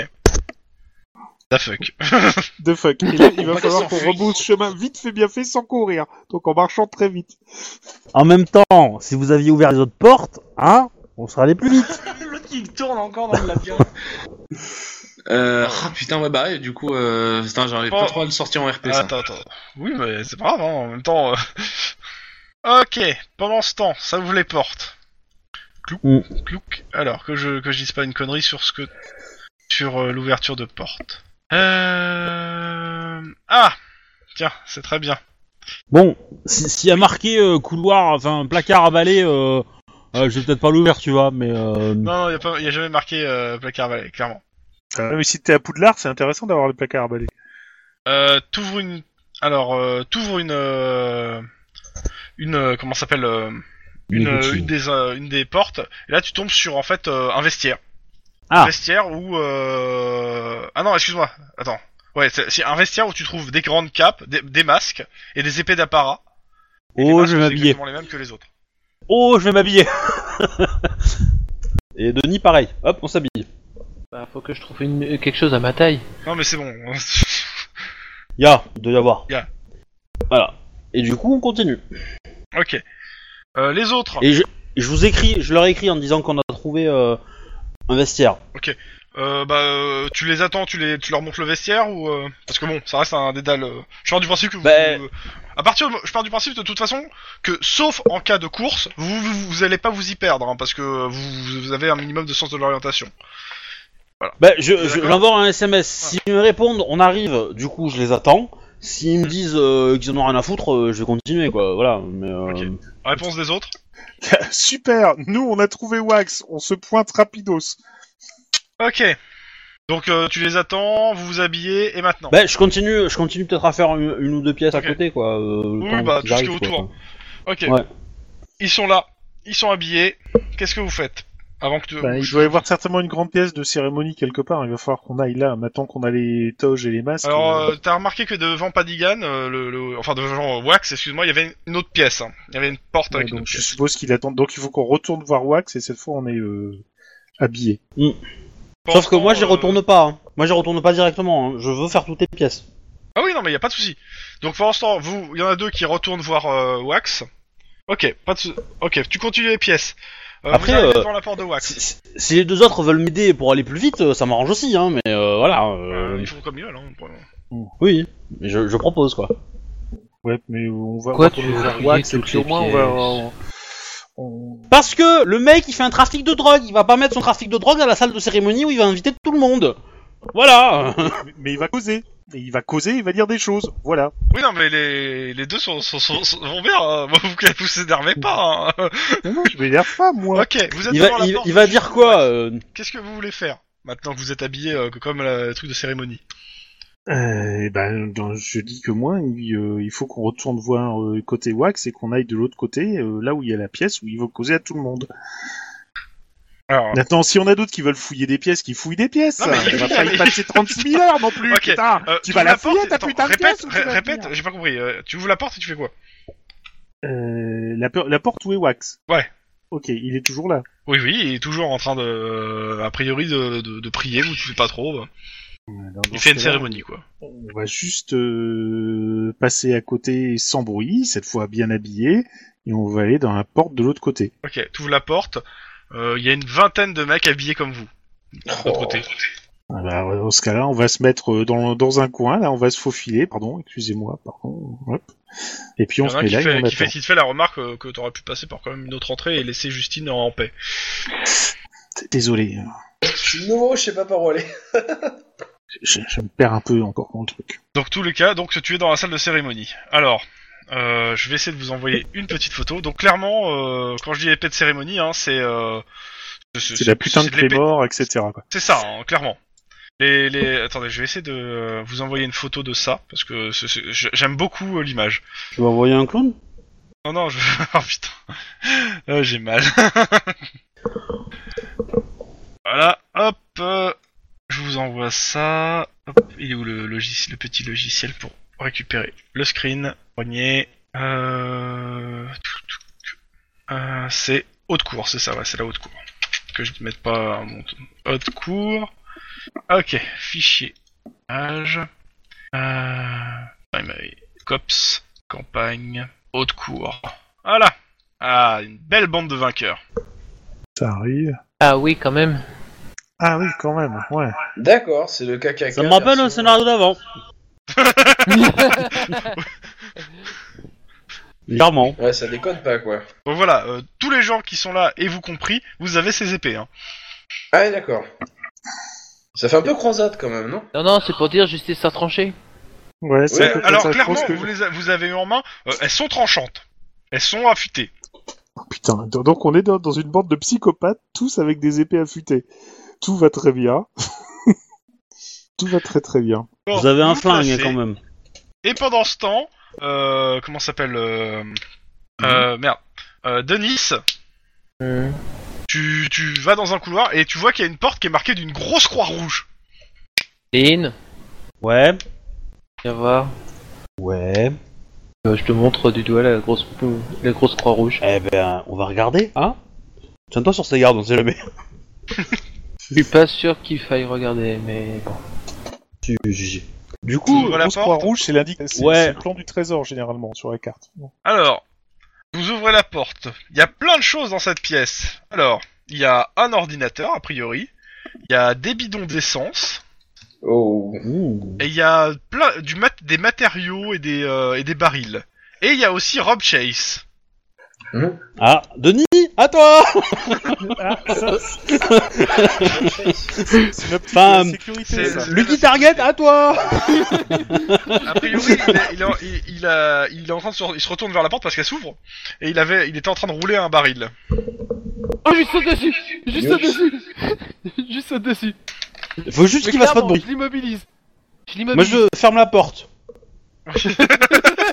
A: Da fuck.
D: The fuck. Et là, il
E: On
D: va
E: va
D: falloir qu'on
E: s'enfuir.
D: rebrousse chemin vite fait bien fait sans courir. Donc en marchant très vite.
B: En même temps, si vous aviez ouvert les autres portes, hein, on serait allé plus vite.
E: L'autre qui tourne encore dans le labyrinthe. Euh, ah, putain, ouais, bah, et du coup, euh, putain, j'arrive
A: Oh.
E: pas trop à le sortir en RP,
A: Ah,
E: ça.
A: attends, attends. Oui, mais c'est pas grave, hein, en même temps. euh. ok, pendant ce temps, ça ouvre les portes. Clouc,
B: Mm.
A: clouc. Alors, que je, que je dise pas une connerie sur ce que. sur euh, l'ouverture de porte. Euh. Ah Tiens, c'est très bien.
B: Bon, si- s'il y a marqué euh, couloir, enfin placard à balai, euh, euh, je vais peut-être pas l'ouvrir, tu vois, mais euh,
A: Non, non, y a, pas- y a jamais marqué euh, placard valet, clairement.
D: Ah, mais si t'es à Poudlard, c'est intéressant d'avoir le placard à balai.
A: Euh, t'ouvres une. Alors, euh, t'ouvres une. euh, Une. euh, comment ça s'appelle euh, une, euh, une des, euh, une des portes. Et là, tu tombes sur en fait euh, un vestiaire.
B: Ah.
A: Un vestiaire où. euh, Ah non, excuse-moi. Attends. Ouais, c'est c'est un vestiaire où tu trouves des grandes capes, des, des masques et des épées d'apparat. Et les
B: Oh,
A: masques,
B: je vais
A: c'est
B: m'habiller.
A: exactement les mêmes que les autres.
B: Oh, je vais m'habiller. Et Denis, pareil. Hop, on s'habille.
C: Bah, faut que je trouve une- euh, quelque chose à ma taille.
A: Non, mais c'est bon.
B: Y'a, il doit y avoir.
A: Y'a.
B: Voilà. Et du coup, on continue.
A: ok. Euh, les autres.
B: Et je, je vous écris, je leur écris en disant qu'on a trouvé euh, un vestiaire.
A: Euh, bah, euh, tu les attends, tu les, tu leur montres le vestiaire ou euh, parce que bon, ça reste un dédale. euh, Je pars du principe que vous,
B: Bah-
A: vous- à partir, de- je pars du principe de toute façon que sauf en cas de course, vous vous, vous allez pas vous y perdre hein, parce que vous, vous avez un minimum de sens de l'orientation.
B: Bah, je, je
A: D'accord.
B: l'envoie un SMS. S'ils me répondent, on arrive. Du coup, je les attends. S'ils
A: Hmm.
B: me disent euh, qu'ils en ont rien à foutre, euh, je vais continuer, quoi. Voilà. Mais, euh,
A: Ok. Réponse des autres.
D: Super, nous on a trouvé Wax, on se pointe rapidos.
A: Ok. Donc euh, tu les attends, vous vous habillez et maintenant.
B: Bah, je continue, je continue peut-être à faire une, une ou deux pièces
A: Ok.
B: à côté, quoi. euh, le
A: Oui,
B: temps
A: bah,
B: qu'ils
A: tout ce qui est
B: arrivent,
A: autour.
B: quoi.
A: ok.
B: ouais.
A: Ils sont là, ils sont habillés. Qu'est-ce que vous faites avant que tu...
D: Bah, il doit y avoir certainement une grande pièce de cérémonie quelque part, il va falloir qu'on aille là, maintenant qu'on a les toges et les masques.
A: Alors,
D: euh,
A: euh, t'as remarqué que devant Padigan, euh, le, le- enfin devant Wax, excuse-moi, il y avait une autre pièce. hein. Il y avait une porte
D: ouais,
A: avec une
D: donc
A: autre
D: je
A: pièce.
D: suppose qu'il attend. Donc il faut qu'on retourne voir Wax et cette fois on est euh, habillé.
B: Sauf que moi, j'y
A: Pendant, euh,
B: retourne pas. hein. Moi, j'y retourne pas directement. hein. Je veux faire toutes les pièces.
A: Ah oui, non, mais il y a pas de souci. Donc pour l'instant, vous, il y en a deux qui retournent voir euh, Wax. Ok, pas de sou- Ok, tu continues les pièces. Euh,
B: Après,
A: vous arrivez
B: euh,
A: devant la porte de Wax.
B: Si, si- si les deux autres veulent m'aider pour aller plus vite, euh, ça m'arrange aussi, hein. Mais euh, voilà. euh,
A: Euh, ils font comme ils veulent. Hein, pour le moment.
B: Oui, mais je, je propose quoi.
D: Ouais, mais on va
C: Quoi,
D: Bah,
C: tu
D: on va retourner
C: veux
D: voir
C: fouiller
D: Wax et
C: toutes
D: puis au
C: les
D: moins on va.
C: pièces.
D: on- on-
B: Parce que le mec il fait un trafic de drogue, il va pas mettre son trafic de drogue à la salle de cérémonie où il va inviter tout le monde. Voilà
D: Mais- Mais il va causer. Et il va causer, il va dire des choses. Voilà.
A: Oui, non, mais les, les deux sont, sont, sont- sont- vont bien. hein. Vous, vous vous énervez pas. hein.
D: Non, non, je vais dire pas moi.
A: ok, vous êtes
B: Il
A: devant
B: va,
A: la
B: il,
A: porte.
B: il va dire quoi euh,
A: Qu'est-ce que vous voulez faire maintenant que vous êtes habillé euh, comme le truc de cérémonie
D: Euh, eh ben, dans- je dis que moi, il, euh, il faut qu'on retourne voir euh, côté Wax et qu'on aille de l'autre côté, euh, là où il y a la pièce où ils vont causer à tout le monde.
A: Alors,
D: Maintenant, si on a d'autres qui veulent fouiller des pièces, qui fouillent des pièces.
A: Ah. Non, mais
D: on va
A: il-
D: pas y passer 36 000 heures non plus.
A: Ok,
D: Putain,
A: euh,
D: tu
A: ouvres
D: vas la
A: porte
D: fouiller
A: et-
D: ta
A: attends,
D: putain de
A: Répète,
D: pièce. ou tu
A: ré-
D: vas
A: répète,
D: venir
A: j'ai pas compris. Euh, tu ouvres la porte et tu fais quoi
D: Euh, la, por- la porte où est Wax
A: Ouais.
D: Ok, il est toujours là.
A: Oui, oui, il est toujours en train de, euh, a priori, de, de, de prier, vous ne faites pas trop. bah.
D: Alors, Euh, dans
A: Il fait
D: ce
A: une
D: cas-là,
A: cérémonie, quoi.
D: On va juste euh, passer à côté sans bruit, cette fois bien habillé, et on va aller dans la porte de l'autre côté.
A: Ok, tu ouvres la porte, euh, il y a une vingtaine de mecs habillés comme vous. De l'autre côté.
D: Ah bah, ouais, dans ce cas-là, on va se mettre euh, dans, dans un coin, là, on va se faufiler, pardon, excusez-moi, pardon. hop. Et puis
A: Il
D: on
A: y en
D: se
A: a un
D: met
A: qui
D: là et
A: fait,
D: on
A: qui fait,
D: attend.
A: s'il te fait la remarque euh, que t'aurais pu passer par quand même une autre entrée et laisser Justine en paix.
D: Désolé,
E: Je suis nouveau, je sais pas par où aller.
D: je, je me perds un peu encore dans le truc.
A: Donc tous les cas, donc tu es dans la salle de cérémonie. Alors, euh, je vais essayer de vous envoyer une petite photo. Donc clairement, euh, quand je dis épée de cérémonie, hein, c'est euh,
D: C'est la putain de
A: c'est
D: clé
A: l'épée-
D: mort, etc. Quoi.
A: C'est ça, hein, clairement. Les, les... Attendez, je vais essayer de euh, vous envoyer une photo de ça, parce que ce- ce- je- j'aime beaucoup euh, l'image.
B: Tu vas envoyer un clown
A: Non, non, je... Oh putain. Euh, J'ai mal. voilà, hop. euh, je vous envoie ça. Hop, il est où le, logiciel, le petit logiciel pour récupérer le screen Prenez. Euh... euh, c'est haute cour, c'est ça, ouais, c'est la haute cour. Que je ne mette pas un montant. Haute cour. Ok, fichier. Âge. Euh... primary, Cops. Campagne. Haute cour. Voilà. Ah, une belle bande de vainqueurs.
D: Ça arrive.
C: Ah oui, quand même.
D: Ah oui, quand même, ouais.
E: D'accord, c'est le caca.
B: Ça me rappelle hein, le scénario d'avant. Clairement.
E: Ouais, ça déconne pas quoi.
A: Donc voilà, euh, tous les gens qui sont là, et vous compris, vous avez ces épées. Hein.
E: Ah ouais, d'accord. Ça fait un peu croisade quand même, non
C: Non, non, c'est pour dire justice à trancher.
D: Ouais, c'est
A: Ouais,
D: un peu comme
A: alors
D: ça, je
A: clairement,
D: pense que-
A: vous, les a- vous avez eu en main, euh, elles sont tranchantes. Elles sont affûtées.
D: Oh, putain, do- donc on est dans, dans une bande de psychopathes, tous avec des épées affûtées. Tout va très bien. Tout va très très bien.
A: Bon,
B: Vous avez un
A: vous
B: flingue
A: placez,
B: quand même.
A: Et pendant ce temps, euh, comment ça s'appelle euh, euh, Merde. Euh, Denis, tu, tu vas dans un couloir et tu vois qu'il y a une porte qui est marquée d'une grosse croix rouge.
C: Lynn,
B: Ouais.
C: viens voir.
B: Ouais.
C: Euh, je te montre du doigt la grosse, la grosse croix rouge.
B: Eh ben, on va regarder, hein Tiens-toi sur ses gardes, on sait jamais.
C: Je suis pas sûr qu'il faille regarder, mais bon.
B: Si, si, si. Du coup,
A: Ouvre la
D: Grosse
A: porte.
D: croix rouge, c'est l'indic- c'est-
B: Ouais.
D: c'est le plan du trésor généralement sur la carte.
A: Alors, vous ouvrez la porte. Il y a plein de choses dans cette pièce. Alors, il y a un ordinateur, a priori. Il y a des bidons d'essence.
E: Oh.
B: ouh.
A: Et il y a plein, du mat- des matériaux et des, euh, et des barils. Et il y a aussi Rob Chase.
B: ah, Denis, à toi
D: C'est la petite
B: Enfin,
D: de la sécurité.
A: c'est-
D: ça.
A: c'est-
B: Lucky Target, à toi
A: A priori, il est, il est en- il- il a- il est en train de se, il se retourne vers la porte parce qu'elle s'ouvre. Et il avait, il était en train de rouler un baril.
C: Oh, juste au-dessus Juste
E: Oups.
C: au-dessus Juste au-dessus
B: Faut juste
C: Mais
B: qu'il fasse pas de
C: clairement,
B: bruit.
C: Je l'immobilise Je
B: Moi,
C: l'immobilise
B: je ferme la porte.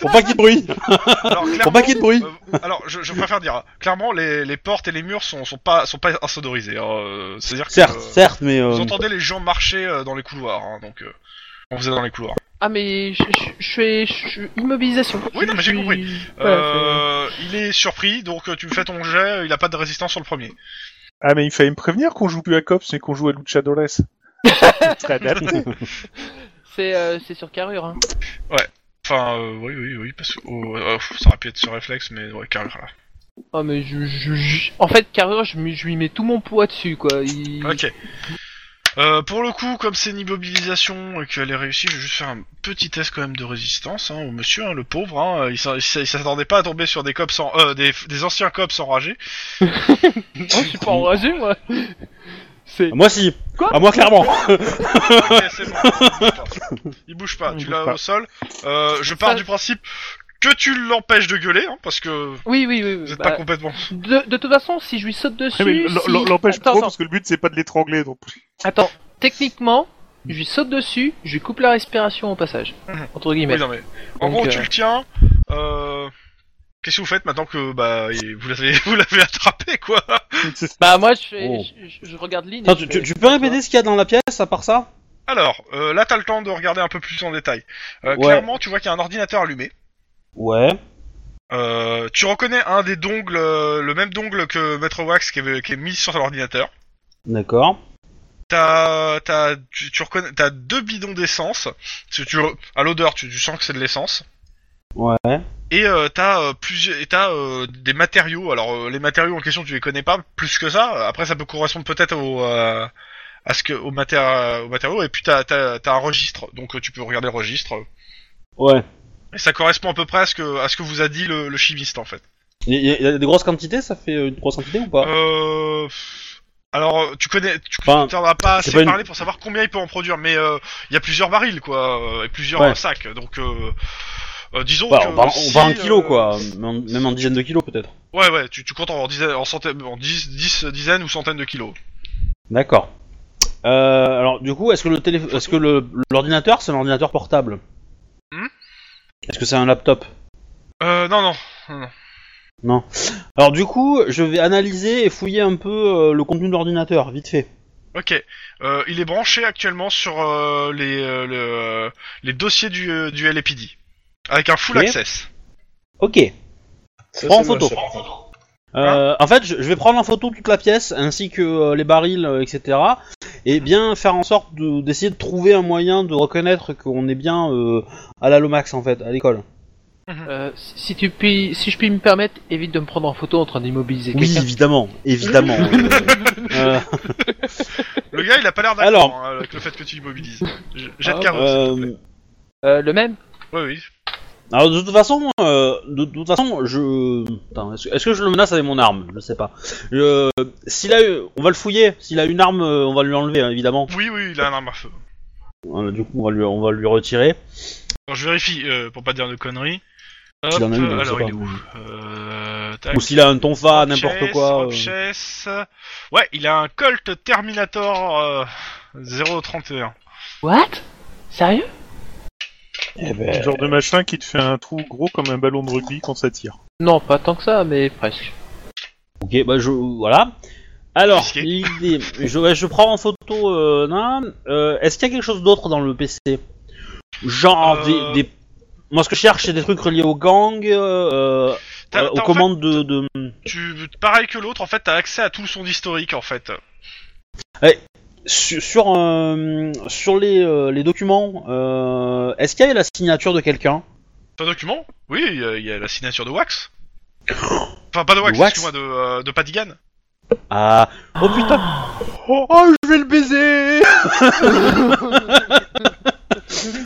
B: Pour pas qu'il y ait de bruit.
A: Alors,
B: Pour
A: clairement,
B: pas qu'il y ait de bruit.
A: euh, alors je, je préfère dire, hein, clairement, les, les portes et les murs sont, sont pas, sont pas insonorisés. hein, euh, C'est-à-dire que
B: Certes,
A: euh,
B: certes, mais... euh,
A: vous entendez les gens marcher euh, dans les couloirs. hein, donc, euh, on faisait dans les couloirs.
C: Ah, mais je, je, je fais je, suis immobilisation.
A: Oui, non, mais j'ai
C: Je suis-
A: compris.
C: Voilà,
A: Euh, il est surpris, donc euh, tu fais ton jet. Il a pas de résistance sur le premier.
D: Ah mais il fallait me prévenir qu'on joue plus à Cops mais qu'on joue à Luchadores. Très adapté.
C: c'est c'est, euh, c'est sur carrure. Hein.
A: Enfin, euh, oui, oui, oui, parce que oh, euh, pff, ça aurait pu être sur réflexe, mais ouais, carré, voilà.
C: Oh, mais je, je, je- En fait, carrure, je, lui- je lui mets tout mon poids dessus, quoi. Il...
A: Ok. Euh, pour le coup, comme c'est une immobilisation et qu'elle est réussie, je vais juste faire un petit test quand même de résistance hein, au monsieur, hein, le pauvre. Hein, il s'a- il s'a- il s'attendait pas à tomber sur des cops en, euh, des, des anciens cops enragés.
C: Oh, je suis pas enragé, moi C'est...
B: Moi, si.
C: Quoi
B: Ah, moi, clairement.
A: Ok, c'est bon, il bouge pas. il bouge pas.
D: Il
A: Tu
D: bouge
A: l'as
D: pas.
A: au sol. Euh, je pars
C: Ça-
A: du principe que tu l'empêches de gueuler, hein, parce que
C: Oui, oui, oui. oui,
A: vous êtes
C: bah,
A: pas complètement.
C: de, de toute façon, si je lui saute dessus...
D: Ah, Mais l-
C: si-
D: l- L'empêche
C: attends,
D: trop
C: attends,
D: parce que le but c'est pas de l'étrangler donc.
C: attends. techniquement, je lui saute dessus, je lui coupe la respiration au passage.
A: Mhm.
C: Entre guillemets.
A: Oui, non, mais... En
C: Donc,
A: gros, tu
C: euh,
A: le tiens. Euh... Qu'est-ce que vous faites maintenant que bah il- vous l'avez vous l'avez attrapé quoi
C: Bah moi je, fais-
B: Oh.
C: je, je- je regarde Lynn. et
B: Attends,
C: je
B: tu,
C: fais-
B: tu- tu peux répéter ce qu'il y a dans la pièce, à part ça
A: Alors euh, là t'as le temps de regarder un peu plus en détail. Euh,
B: Ouais.
A: Clairement tu vois qu'il y a un ordinateur allumé.
B: Ouais.
A: Euh, tu reconnais un des dongles euh, le même dongle que Maître Wax qui est, qui est mis sur l'ordinateur.
B: D'accord.
A: T'as t'as tu, tu reconnais t'as deux bidons d'essence. Parce que tu re- à l'odeur tu, tu sens que c'est de l'essence.
B: Ouais.
A: Et euh, t'as euh, plusieurs, et t'as euh, des matériaux. Alors euh, les matériaux en question, tu les connais pas plus que ça. Après, ça peut correspondre peut-être au euh, à ce que au maté- aux matériaux. Et puis t'as t'as t'as un registre, donc euh, tu peux regarder le registre.
B: Ouais.
A: Et ça correspond à peu près à ce que à ce que vous a dit le, le chimiste en fait.
B: Il y, a- il y a des grosses quantités, ça fait euh, une grosse quantité ou pas
A: Euh, alors euh, tu connais, tu
B: Enfin,
A: t'en as pas
B: c'est
A: assez
B: pas une-
A: parlé pour savoir combien il peut en produire, mais euh, il y a plusieurs barils quoi euh, et plusieurs
B: Ouais.
A: euh, sacs. Donc euh, euh, disons
B: Bah,
A: que
B: on parle, on
A: si,
B: parle en kilos,
A: euh,
B: quoi. Même en- Même en dizaines de kilos, peut-être.
A: Ouais ouais, tu, tu comptes en dizaines, en centaines, en dix, dix dizaines ou centaines de kilos.
B: D'accord. Euh, alors, du coup, est-ce que le téléphone, est-ce que le- l'ordinateur, c'est un ordinateur portable
A: Hmm
B: Est-ce que c'est un laptop
A: Euh, non, non.
B: Alors, du coup, je vais analyser et fouiller un peu euh, le contenu de l'ordinateur, vite fait.
A: Ok. Euh, il est branché actuellement sur euh, les, euh, le- les dossiers du, euh, du LAPD. Avec un full
B: Ok.
A: access.
B: Ok.
E: Ça,
B: Prends
E: c'est
B: photo.
E: moche, ça, par contre.
B: Euh, en fait, je, je vais prendre en photo toute la pièce, ainsi que euh, les barils, euh, etc. Et
E: Hmm.
B: bien faire en sorte de- d'essayer de trouver un moyen de reconnaître qu'on est bien euh, à la Lomax, en fait, à l'école.
C: Euh, si, si tu puis, si je puis me permettre, évite de me prendre en photo en train d'immobiliser
B: Oui,
C: quelqu'un.
B: évidemment, évidemment. Euh, euh,
A: Le gars, il a pas l'air d'accord
B: Alors.
A: hein, avec le fait que tu immobilises. J- Jette
C: Ah,
A: carotte. s'il te plaît.
B: Euh,
C: Euh, le même
A: Oui, oui.
B: alors de toute façon, euh, de, toute façon, je. Putain, Est-ce est-ce que je le menace avec mon arme Je sais pas. Euh, s'il a, eu- on va le fouiller. S'il a une arme, euh, on va lui l'enlever hein, évidemment.
A: Oui, oui, il a un arme à feu.
B: Voilà, du coup, on va lui, on va lui retirer.
A: Alors, je vérifie euh, pour pas dire de conneries. Hop,
B: S'il en a une, je sais
A: alors
B: pas.
A: il est où euh, tac.
B: Ou s'il a un tonfa, n'importe
A: Chess,
B: quoi. euh.
A: Chess. Ouais, il a un Colt Terminator euh, 031.
C: What Sérieux
D: Le genre de machin qui te fait un trou gros comme un ballon de rugby quand ça tire.
C: Non, pas tant que ça, mais presque.
B: Ok, bah je voilà. Alors,
A: Confisqué.
B: l'idée, je, ouais, je prends en photo. euh, nan, euh, Est-ce qu'il y a quelque chose d'autre dans le PC Genre
A: Euh.
B: des, des- Moi, ce que je cherche, c'est des trucs reliés au gang, euh, euh,
A: T'as-
B: aux
A: t'as, en
B: commandes de. de-
A: fait, tu, pareil que l'autre, en fait, t'as accès à tout son historique, en fait.
B: Sur sur, euh, sur les, euh, les documents. euh, Est-ce qu'il y a la signature de quelqu'un
A: Ton document Oui, il y a- il y, a la signature de Wax. Enfin, pas de Wax,
B: Wax
A: excuse-moi, de, euh, de Padigan.
B: Ah, oh putain Oh, oh, je vais le baiser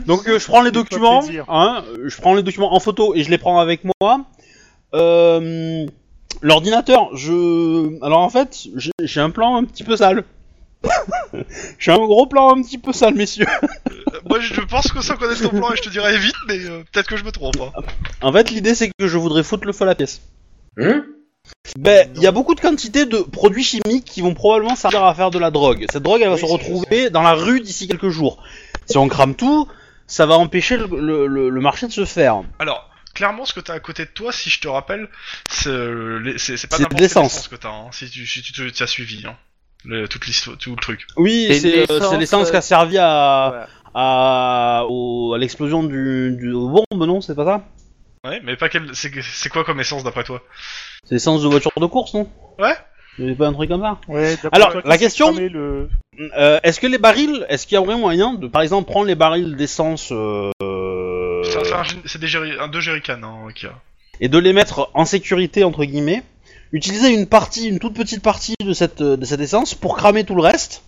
B: Donc euh, je prends les
D: Ça fait
B: documents,
D: plaisir.
B: hein, euh, je prends les documents en photo et je les prends avec moi. Euh, L'ordinateur, je... Alors en fait, j'ai- j'ai un plan un petit peu sale. j'ai un gros plan un petit peu sale, messieurs.
A: Euh, Moi, je pense que ça connaît ton plan et je te dirai vite, mais euh, peut-être que je me trompe. hein.
B: En fait, l'idée c'est que je voudrais foutre le feu à la pièce.
E: Hein
B: Ben, il y a beaucoup de quantités de produits chimiques qui vont probablement servir à faire de la drogue. Cette drogue, elle va se retrouver dans la rue d'ici quelques jours. Si on crame tout, ça va empêcher le, le- le- le marché de se faire.
A: Alors, clairement, ce que t'as à côté de toi, si je te rappelle, c'est, euh, les- c'est, c'est pas
B: C'est de
A: n'importe quelle
B: l'essence.
A: essence que t'as, hein, si tu, si tu te- t'as suivi, hein. Le- toute l'histoire, tout le truc.
B: Oui,
C: C'est
B: c'est euh,
C: l'essence,
B: c'est l'essence
C: euh,
B: qui a servi à,
C: ouais.
B: à, au- à l'explosion du, du aux bombes, non C'est pas ça
A: Ouais, mais pas quelle, c'est, c'est quoi comme essence d'après toi
B: C'est l'essence de voiture de course, non
A: Ouais.
B: C'est pas un truc comme ça
D: Ouais,
B: Alors, la question-
D: Le...
B: Euh, Est-ce que les barils, est-ce qu'il y aurait moyen de, par exemple, prendre les barils d'essence euh,
A: Ça- C'est, un gé- c'est des jerry- un- deux jerrycans, hein, qu'il y a.
B: et de les mettre en sécurité entre guillemets, utiliser une partie, une toute petite partie de cette, euh, de cette essence pour cramer tout le reste.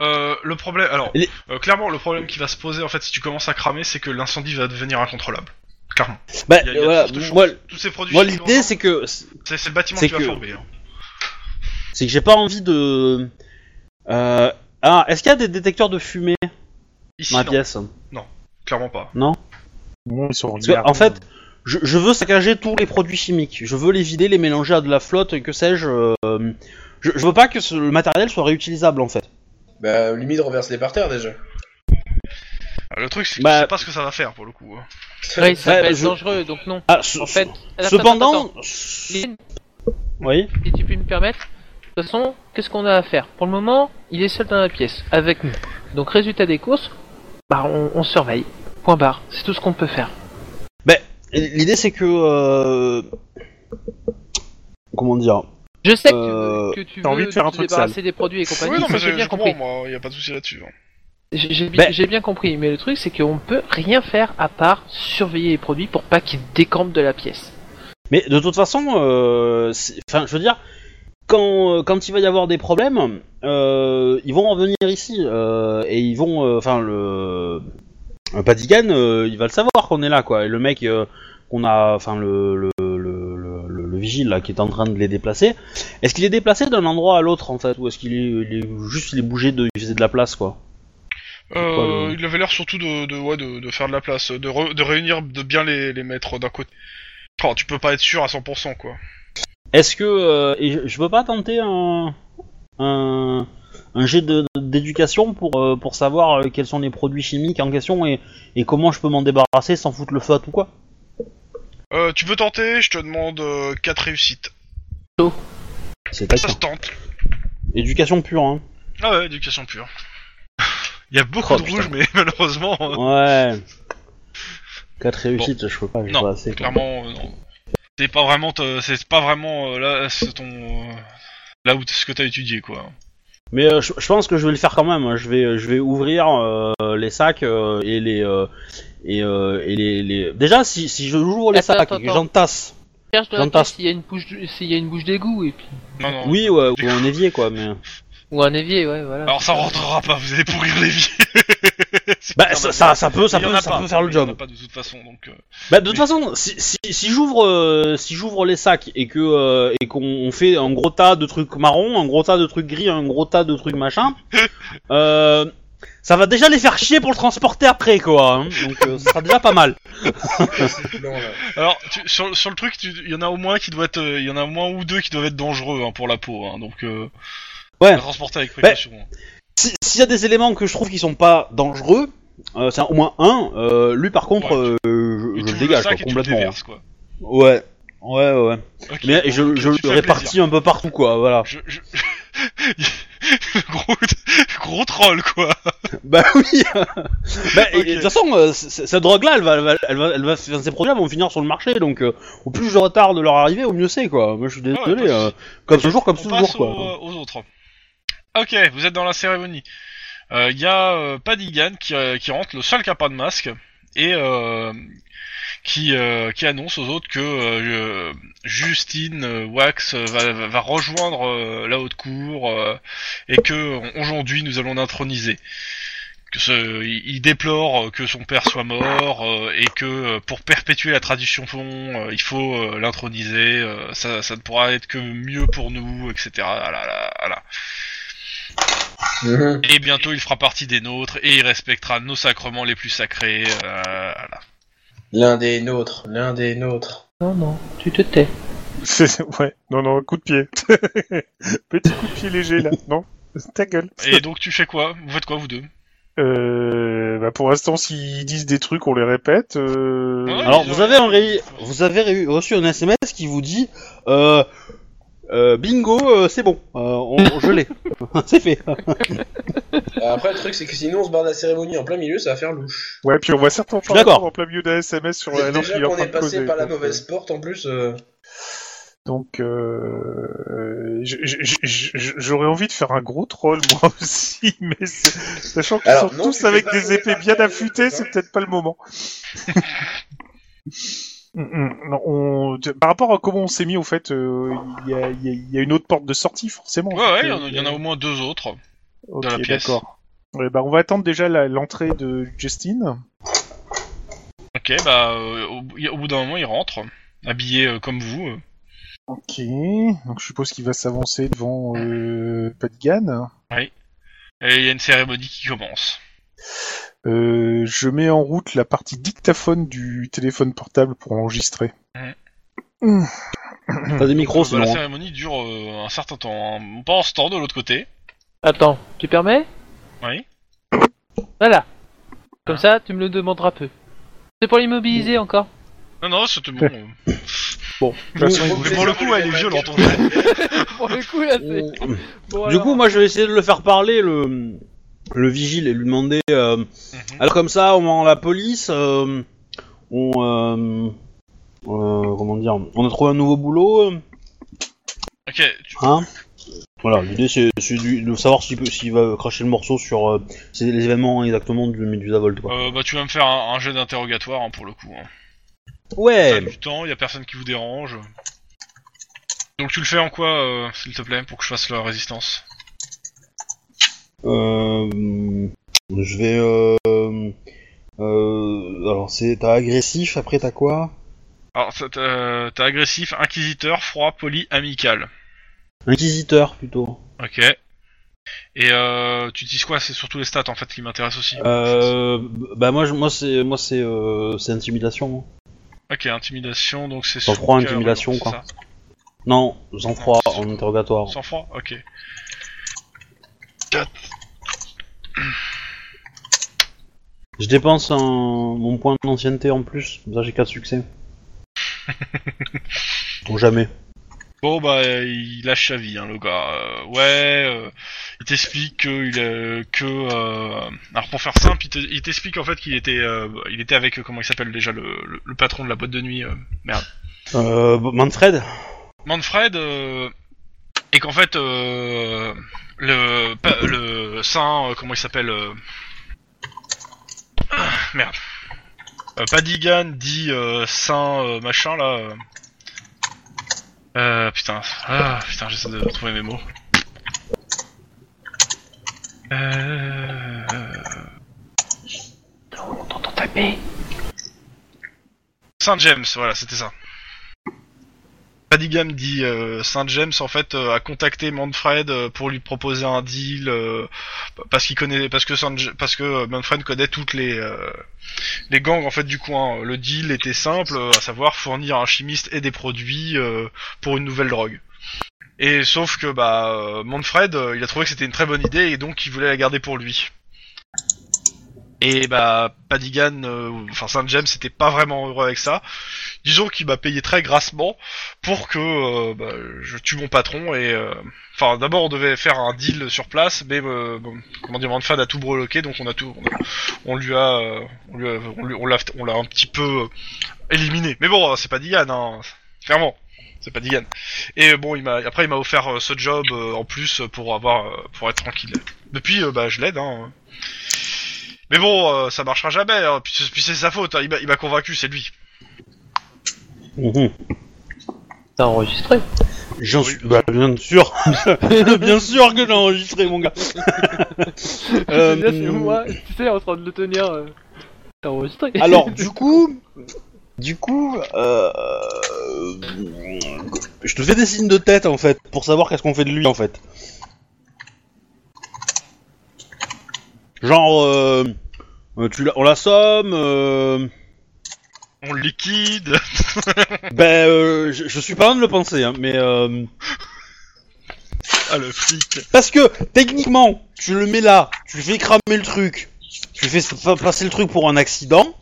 A: Euh, le problème, alors,
B: Les-
A: euh, clairement, le problème qui va se poser, en fait, si tu commences à cramer, c'est que l'incendie va devenir incontrôlable. Clairement.
B: Bah,
A: Il y a- il y a de
B: voilà,
A: fortes chances.
B: moi,
A: Tous ces produits.
B: moi,
A: chimiques
B: l'idée
A: ensemble,
B: c'est que
A: c'est, c'est le bâtiment
B: c'est
A: qui
B: que-
A: va flamber. hein.
B: c'est que j'ai pas envie de. Euh, ah, est-ce qu'il y a des détecteurs de fumée
A: Ici,
B: dans la
A: non,
B: pièce
A: clairement pas.
D: Non, ils sont
B: Parce que,
D: regardés.
B: en fait, je, je veux saccager tous les produits chimiques. Je veux les vider, les mélanger à de la flotte, que sais-je. euh, je, je veux pas que ce- le matériel soit réutilisable en fait.
E: Bah, limite, renverse-les par terre déjà.
A: Ah, Le truc, c'est que
B: Bah-
A: je sais pas ce que ça va faire pour le coup. hein.
C: Ouais, ça
B: Ouais,
D: bah,
C: va être
B: je-
C: dangereux, donc non.
B: Ah, ce-
C: En fait, attends, attends,
B: cependant.
C: attends.
B: Oui.
C: si tu peux me permettre. De toute façon, qu'est-ce qu'on a à faire Pour le moment, il est seul dans la pièce, avec nous. Donc, résultat des courses, bah, on, on surveille. Point barre. C'est tout ce qu'on peut faire.
B: Bah, L'idée c'est que. euh, Comment dire
C: Je sais que
B: Euh,
C: tu veux, que tu
D: t'as
C: veux
D: envie de faire un
C: te
D: truc
C: débarrasser des produits et compagnie.
A: Oui, non,
C: ça,
A: mais
C: j'ai
A: je,
C: bien
A: je
C: compris.
A: comprends, moi, y a pas de souci là-dessus. hein.
C: J'ai j'ai bi-
B: Ben-
C: j'ai bien compris, mais le truc c'est qu'on peut rien faire à part surveiller les produits pour pas qu'ils décampent de la pièce.
B: Mais de toute façon, euh, c'est- enfin, je veux dire, quand, euh, quand il va y avoir des problèmes, euh, ils vont revenir ici euh, et ils vont, euh, enfin, le, le Padigan, euh, il va le savoir qu'on est là, quoi. Et le mec euh, qu'on a, enfin, le, le, le, le, le- le vigile là qui est en train de les déplacer, est-ce qu'il est déplacé d'un endroit à l'autre en fait, ou est-ce qu'il est, il est juste il est bougé de, il faisait de la place, quoi
A: Euh,
B: le-
A: Il avait l'air surtout de, de, ouais, de, de faire de la place, de, re- de réunir de bien les, les maîtres d'un côté. Oh, tu peux pas être sûr à 100% quoi.
B: Est-ce que euh, et je, je peux pas tenter un un, un jet de- de- d'éducation pour euh, pour savoir euh, quels sont les produits chimiques en question et, et comment je peux m'en débarrasser sans foutre le feu à tout quoi
A: Euh, tu peux tenter, je te demande 4 réussites.
B: C'est
A: Ça se
B: d'accord.
A: tente.
B: Éducation pure hein.
A: Ah ouais, éducation pure. Il y a beaucoup
B: Oh,
A: de
B: putain.
A: rouge, mais malheureusement, euh,
B: Ouais. Quatre réussites, je peux pas, je
A: Non,
B: pas assez. quoi.
A: clairement, euh, non. C'est pas vraiment, te- c'est pas vraiment euh, là, c'est ton euh, là où t- ce que t'as étudié quoi.
B: Mais euh, je, je pense que je vais le faire quand même. hein. Je vais, je vais ouvrir euh, les sacs euh, et les euh, et, euh, et les, les- Déjà, si, si je ouvre les
C: Attends,
B: sacs
C: attends,
B: et que
C: attends.
B: j'entasse.
C: Cherche dans la
B: J'entends.
C: pièce s'il y a une bouche de- s'il y a une bouche d'égout et puis
A: Non non.
B: Oui, ouais, ou un évier quoi, mais.
C: Ou un évier, ouais, voilà.
A: Alors ça rentrera pas, vous allez pourrir l'évier. C'est
B: Bah,
A: clair,
B: ça,
A: parce
B: ça,
A: que
B: ça peut, ça
A: il y en
B: peut,
A: a
B: ça
A: pas.
B: peut faire le
A: Il y en a
B: job.
A: pas de toute façon, donc. euh,
B: Bah, de toute
A: Mais-
B: façon, si, si, si j'ouvre euh, si j'ouvre les sacs et que euh, et qu'on on fait un gros tas de trucs marron, un gros tas de trucs gris, un gros tas de trucs machin, euh, ça va déjà les faire chier pour le transporter après quoi. hein. Donc euh, ça sera déjà pas mal.
A: Alors tu- sur, sur le truc, tu- il y en a au moins qui doit être, euh, il y en a au moins ou deux qui doivent être dangereux hein, pour la peau, hein, donc. Euh,
B: Ouais.
A: Transporter avec précaution. hein.
B: Si- S'il y a des éléments que je trouve qui sont pas dangereux, euh, c'est au moins un. euh, lui par contre,
A: Ouais,
B: euh,
A: Et tu
B: je, je le
A: ouvres
B: dégage
A: sac
B: quoi,
A: et tu le
B: complètement. hein.
A: déverses, quoi.
B: Ouais, ouais, ouais. ouais.
A: Ok,
B: Mais
A: bon,
B: je,
A: ok,
B: je
A: tu te
B: le
A: fais
B: répartis
A: plaisir.
B: un peu partout quoi. Voilà.
A: Je, je... Le gros, gros troll quoi.
B: Bah oui. bah, et-
A: Ok.
B: et de toute façon, euh, c- c- cette drogue-là, elle va, elle va, elle va, elle va- enfin, ces produits-là vont finir sur le marché, donc euh, au plus je retarde leur arrivée, au mieux c'est quoi. Moi, je suis
A: Ah ouais,
B: désolé.
A: pas de
B: euh,
A: soucis.
B: comme toujours, comme
A: On passe
B: toujours
A: au-
B: quoi.
A: euh, aux autres. Ok, vous êtes dans la cérémonie. Il y a euh, Padigan qui, euh, qui rentre, le seul qui a pas de masque, et euh, qui, euh, qui annonce aux autres que euh, euh, Justine euh, Wax euh, va, va- va rejoindre euh, la haute cour euh, et que euh, aujourd'hui nous allons l'introniser. Que ce- il il déplore euh, que son père soit mort euh, et que euh, pour perpétuer la tradition, euh, il faut euh, l'introniser. euh, ça, ça ne pourra être que mieux pour nous, etc. Ah là là, ah là.
E: Hmm.
A: Et bientôt, il fera partie des nôtres et il respectera nos sacrements les plus sacrés. euh, voilà.
E: L'un des nôtres, l'un des nôtres.
C: Non, non, tu te tais.
D: ouais, non, non, coup de pied. Petit coup de pied léger là, non Ta gueule.
A: Et donc, tu fais quoi Vous faites quoi, vous deux
D: Euh, bah pour l'instant, s'ils disent des trucs, on les répète. euh,
A: Ah Ouais.
B: Alors, vous avez, un ré- vous avez ré- reçu un SMS qui vous dit euh, euh, bingo, euh, c'est bon, euh, on, je l'ai, c'est fait.
E: Bah, Après, le truc, c'est que sinon, on se barre de la cérémonie en plein milieu, ça va faire louche.
D: Ouais, puis on va certainement
B: suis
D: pas
B: d'accord.
D: répondre en plein milieu d'un SMS sur
E: Déjà
D: la qui est en
E: qu'on
D: train
E: est
D: de
E: passé
D: causer,
E: par la
D: donc, euh,
E: mauvaise porte en plus. euh,
D: Donc, euh, je- je- je- je- j'aurais envie de faire un gros troll moi aussi, mais c'est- sachant qu'ils
E: Alors,
D: sont
E: non, tu
D: tous
E: fais
D: avec
E: pas
D: des
E: jouer
D: épées
E: par
D: bien
E: terre,
D: affûtées,
E: c'est
D: c'est
E: ça
D: peut-être pas le moment. Mm, mm, non, on- tu- Par rapport à comment on s'est mis, au fait, euh, il y, a, il y a- il y a une autre porte de sortie, forcément.
A: Ouais, ouais, il y en
D: Donc,
A: a-
D: euh,
A: il y en a au moins deux autres.
D: Ok,
A: dans la pièce.
D: d'accord. Eh ben, on va attendre déjà la- l'entrée de Justine.
A: Ok, bah, euh, au, il- au bout d'un moment, il rentre, habillé euh, comme vous. euh.
D: Ok, donc je suppose qu'il va s'avancer devant euh, Podgan.
A: Et il y a une cérémonie qui commence.
D: Euh, je mets en route la partie dictaphone du téléphone portable pour enregistrer.
B: T'as des micros,
A: Euh, bah,
B: sinon.
A: la
B: hein.
A: cérémonie dure euh, un certain temps. hein. Pendant ce temps, de l'autre côté.
C: Attends, tu permets
A: Oui.
C: Voilà. Comme ça, tu me le demanderas peu. C'est pour l'immobiliser encore.
A: Non, non, c'était bon. euh.
E: Vous
A: Mais pour
E: les
A: le coup,
E: enlevez
A: elle est
E: pas,
A: violente.
E: quelque
A: en fait.
C: pour le coup, là,
B: hein.
C: c'est. Bon,
B: Euh, Du
C: alors.
B: coup, moi, je vais essayer de le faire parler, le, le vigile, et lui demander. euh,
A: Mhm.
B: Alors comme ça, on va en la police, euh, on, euh, euh, comment dire, on a trouvé un nouveau boulot, euh,
A: Ok, tu-
B: hein Voilà, l'idée c'est c'est du- de savoir s'il peut- s'il va cracher le morceau sur euh, c'est les événements exactement du Medusa Volt. Quoi.
A: euh, bah, tu vas me faire un, un jeu d'interrogatoire hein, pour le coup. hein. T'as
B: Ouais.
A: du temps, y a personne qui vous dérange. Donc tu le fais en quoi, euh, s'il te plaît, pour que je fasse la résistance
B: Euh, je vais. Euh, euh, alors c'est t'as agressif, après t'as quoi
A: Alors, ça, t'as euh, t'as agressif, inquisiteur, froid, poli, amical.
B: Inquisiteur plutôt.
A: Ok. Et euh, tu utilises quoi C'est surtout les stats en fait qui m'intéressent aussi.
B: Euh, bah moi je- moi c'est moi c'est euh, c'est intimidation. hein.
A: Ok, intimidation, donc c'est
B: Sans
A: sur
B: froid,
A: quel
B: intimidation,
A: relance,
B: quoi.
A: c'est
B: Non, sans froid en interrogatoire.
A: ça Sans froid Ok. 4.
B: Je dépense un... mon point d'ancienneté en plus, comme ça j'ai 4 succès. Ou jamais.
A: Bon bah euh, il lâche sa vie hein, le gars. Euh, ouais, euh, il t'explique que il euh, que euh, alors pour faire simple, il te- il t'explique en fait qu'il était euh, il était avec euh, comment il s'appelle déjà le, le, le patron de la boîte de nuit euh,
B: Euh, Manfred
A: Manfred euh, et qu'en fait euh, le pa- le saint euh, comment il s'appelle euh, ah, merde Euh, Padigan dit euh, saint euh, machin là euh, euh, putain ah, putain j'essaie de trouver mes mots Euh...
C: On t'entend taper.
A: Saint James, voilà, c'était ça. Padigam dit euh, Saint James en fait euh, a contacté Manfred euh, pour lui proposer un deal euh, parce qu'il connaît parce que Saint- parce que euh, Manfred connaît toutes les euh, les gangs en fait du coin. Le deal était simple, euh, à savoir fournir un chimiste et des produits euh, pour une nouvelle drogue. Et sauf que bah euh, Manfred euh, il a trouvé que c'était une très bonne idée et donc il voulait la garder pour lui. Et bah Padigan, euh, enfin Saint James, c'était pas vraiment heureux avec ça. Disons qu'il m'a payé très grassement pour que euh, bah, je tue mon patron et euh, enfin d'abord on devait faire un deal sur place mais euh, bon, comment dire Manfred a tout breloqué donc on a tout on, a- on lui a euh, on lui a- on lui- on l'a on l'a un petit peu euh, éliminé mais bon euh, c'est pas Diane hein, clairement c'est pas Diane et euh, bon il m'a après il m'a offert euh, ce job euh, en plus euh, pour avoir euh, pour être tranquille depuis euh, bah je l'aide hein mais bon euh, ça marchera jamais hein. puis, puis c'est sa faute hein. il m'a- il m'a convaincu c'est lui
B: Mhm.
C: T'as enregistré
B: J'en suis... Bah, bien sûr Bien sûr que j'ai enregistré, mon gars Euh,
C: C'est bien, c'est moi, tu sais, en train de le tenir. euh, T'as enregistré
B: Alors, du coup... Du coup, euh... Je te fais des signes de tête, en fait, pour savoir qu'est-ce qu'on fait de lui, en fait. Genre, euh... euh, Tu la- On l'assomme... Euh...
A: on le liquide
B: Ben, euh, je, je suis pas en de le penser, hein, mais... Euh...
A: Ah le flic
B: Parce que techniquement, tu le mets là, tu lui fais cramer le truc, tu lui fais fa- passer le truc pour un accident.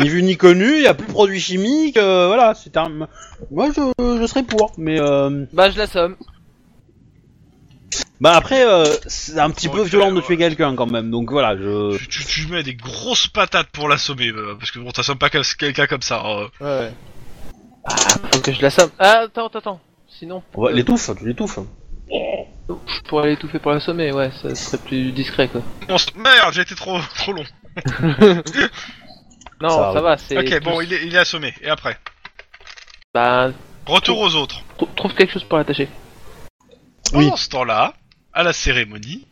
B: Ni vu ni connu, il n'y a plus de produits chimiques, euh, voilà, c'est un. Moi je, je serais pour, mais. euh,
C: Bah, je l'assomme.
B: Bah après, euh, c'est un petit peu
A: Ok,
B: violent de
A: ouais.
B: tuer quelqu'un quand même, donc voilà, je.
A: tu, tu, tu mets des grosses patates pour l'assommer, euh, parce que bon, t'assommes pas que- quelqu'un comme ça. hein.
C: Ouais. faut que je l'assomme. Ah, attends, attends, attends. Sinon,
B: On va- L'étouffe, tu l'étouffes.
C: je pourrais l'étouffer pour l'assommer, ouais, ça serait plus discret quoi.
A: On se- Merde, j'ai été trop, trop long.
C: Non,
B: Ça
C: ça,
B: arrive.
C: va, c'est.
A: ok,
C: plus-
A: bon, il est, il est assommé, et après
C: Bah,
A: Retour aux autres.
C: trou- trouve quelque chose pour l'attacher.
B: Oui.
A: Pendant ce temps-là, à la cérémonie,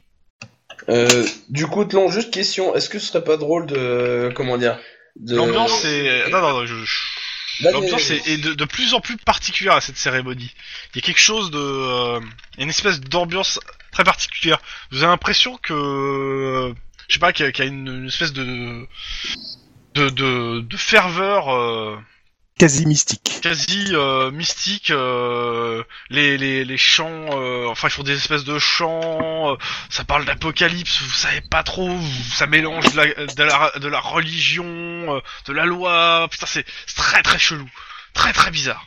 E: Euh, du coup, Tlon, juste question, est-ce que ce serait pas drôle de... comment dire de... Bah,
A: l'ambiance est... Non, non, non, je- je-
E: Là,
A: L'ambiance
E: il y a-
A: est, est de, de plus en plus particulière à cette cérémonie. Il y a quelque chose de... euh, il y a une espèce d'ambiance très particulière. Vous avez l'impression que... euh, Je sais pas, qu'il y a, qu'il y a une, une espèce de... De, de, de ferveur... euh,
D: Quasi mystique.
A: quasi euh, mystique euh, les, les, les chants euh, enfin ils font des espèces de chants euh, ça parle d'apocalypse vous savez pas trop vous- ça mélange de la, de la, de la religion euh, de la loi putain c'est c'est très très chelou très très bizarre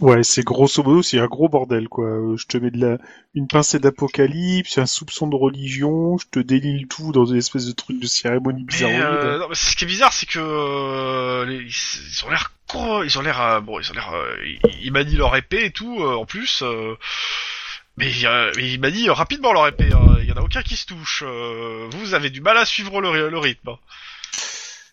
D: Ouais, c'est grosso modo, c'est un gros bordel, quoi. Euh, Je te mets de la... une pincée d'apocalypse, un soupçon de religion, je te délile tout dans une espèce de truc de cérémonie
A: mais,
D: bizarre.
A: euh, non, mais ce qui est bizarre c'est que euh, les- ils, ils ont l'air gros, ils ont l'air euh, bon ils ont l'air euh, ils, ils manient leur épée et tout euh, en plus euh, mais, euh, mais ils manient rapidement leur épée hein. il y en a aucun qui se touche euh, vous avez du mal à suivre le, ry- le rythme hein.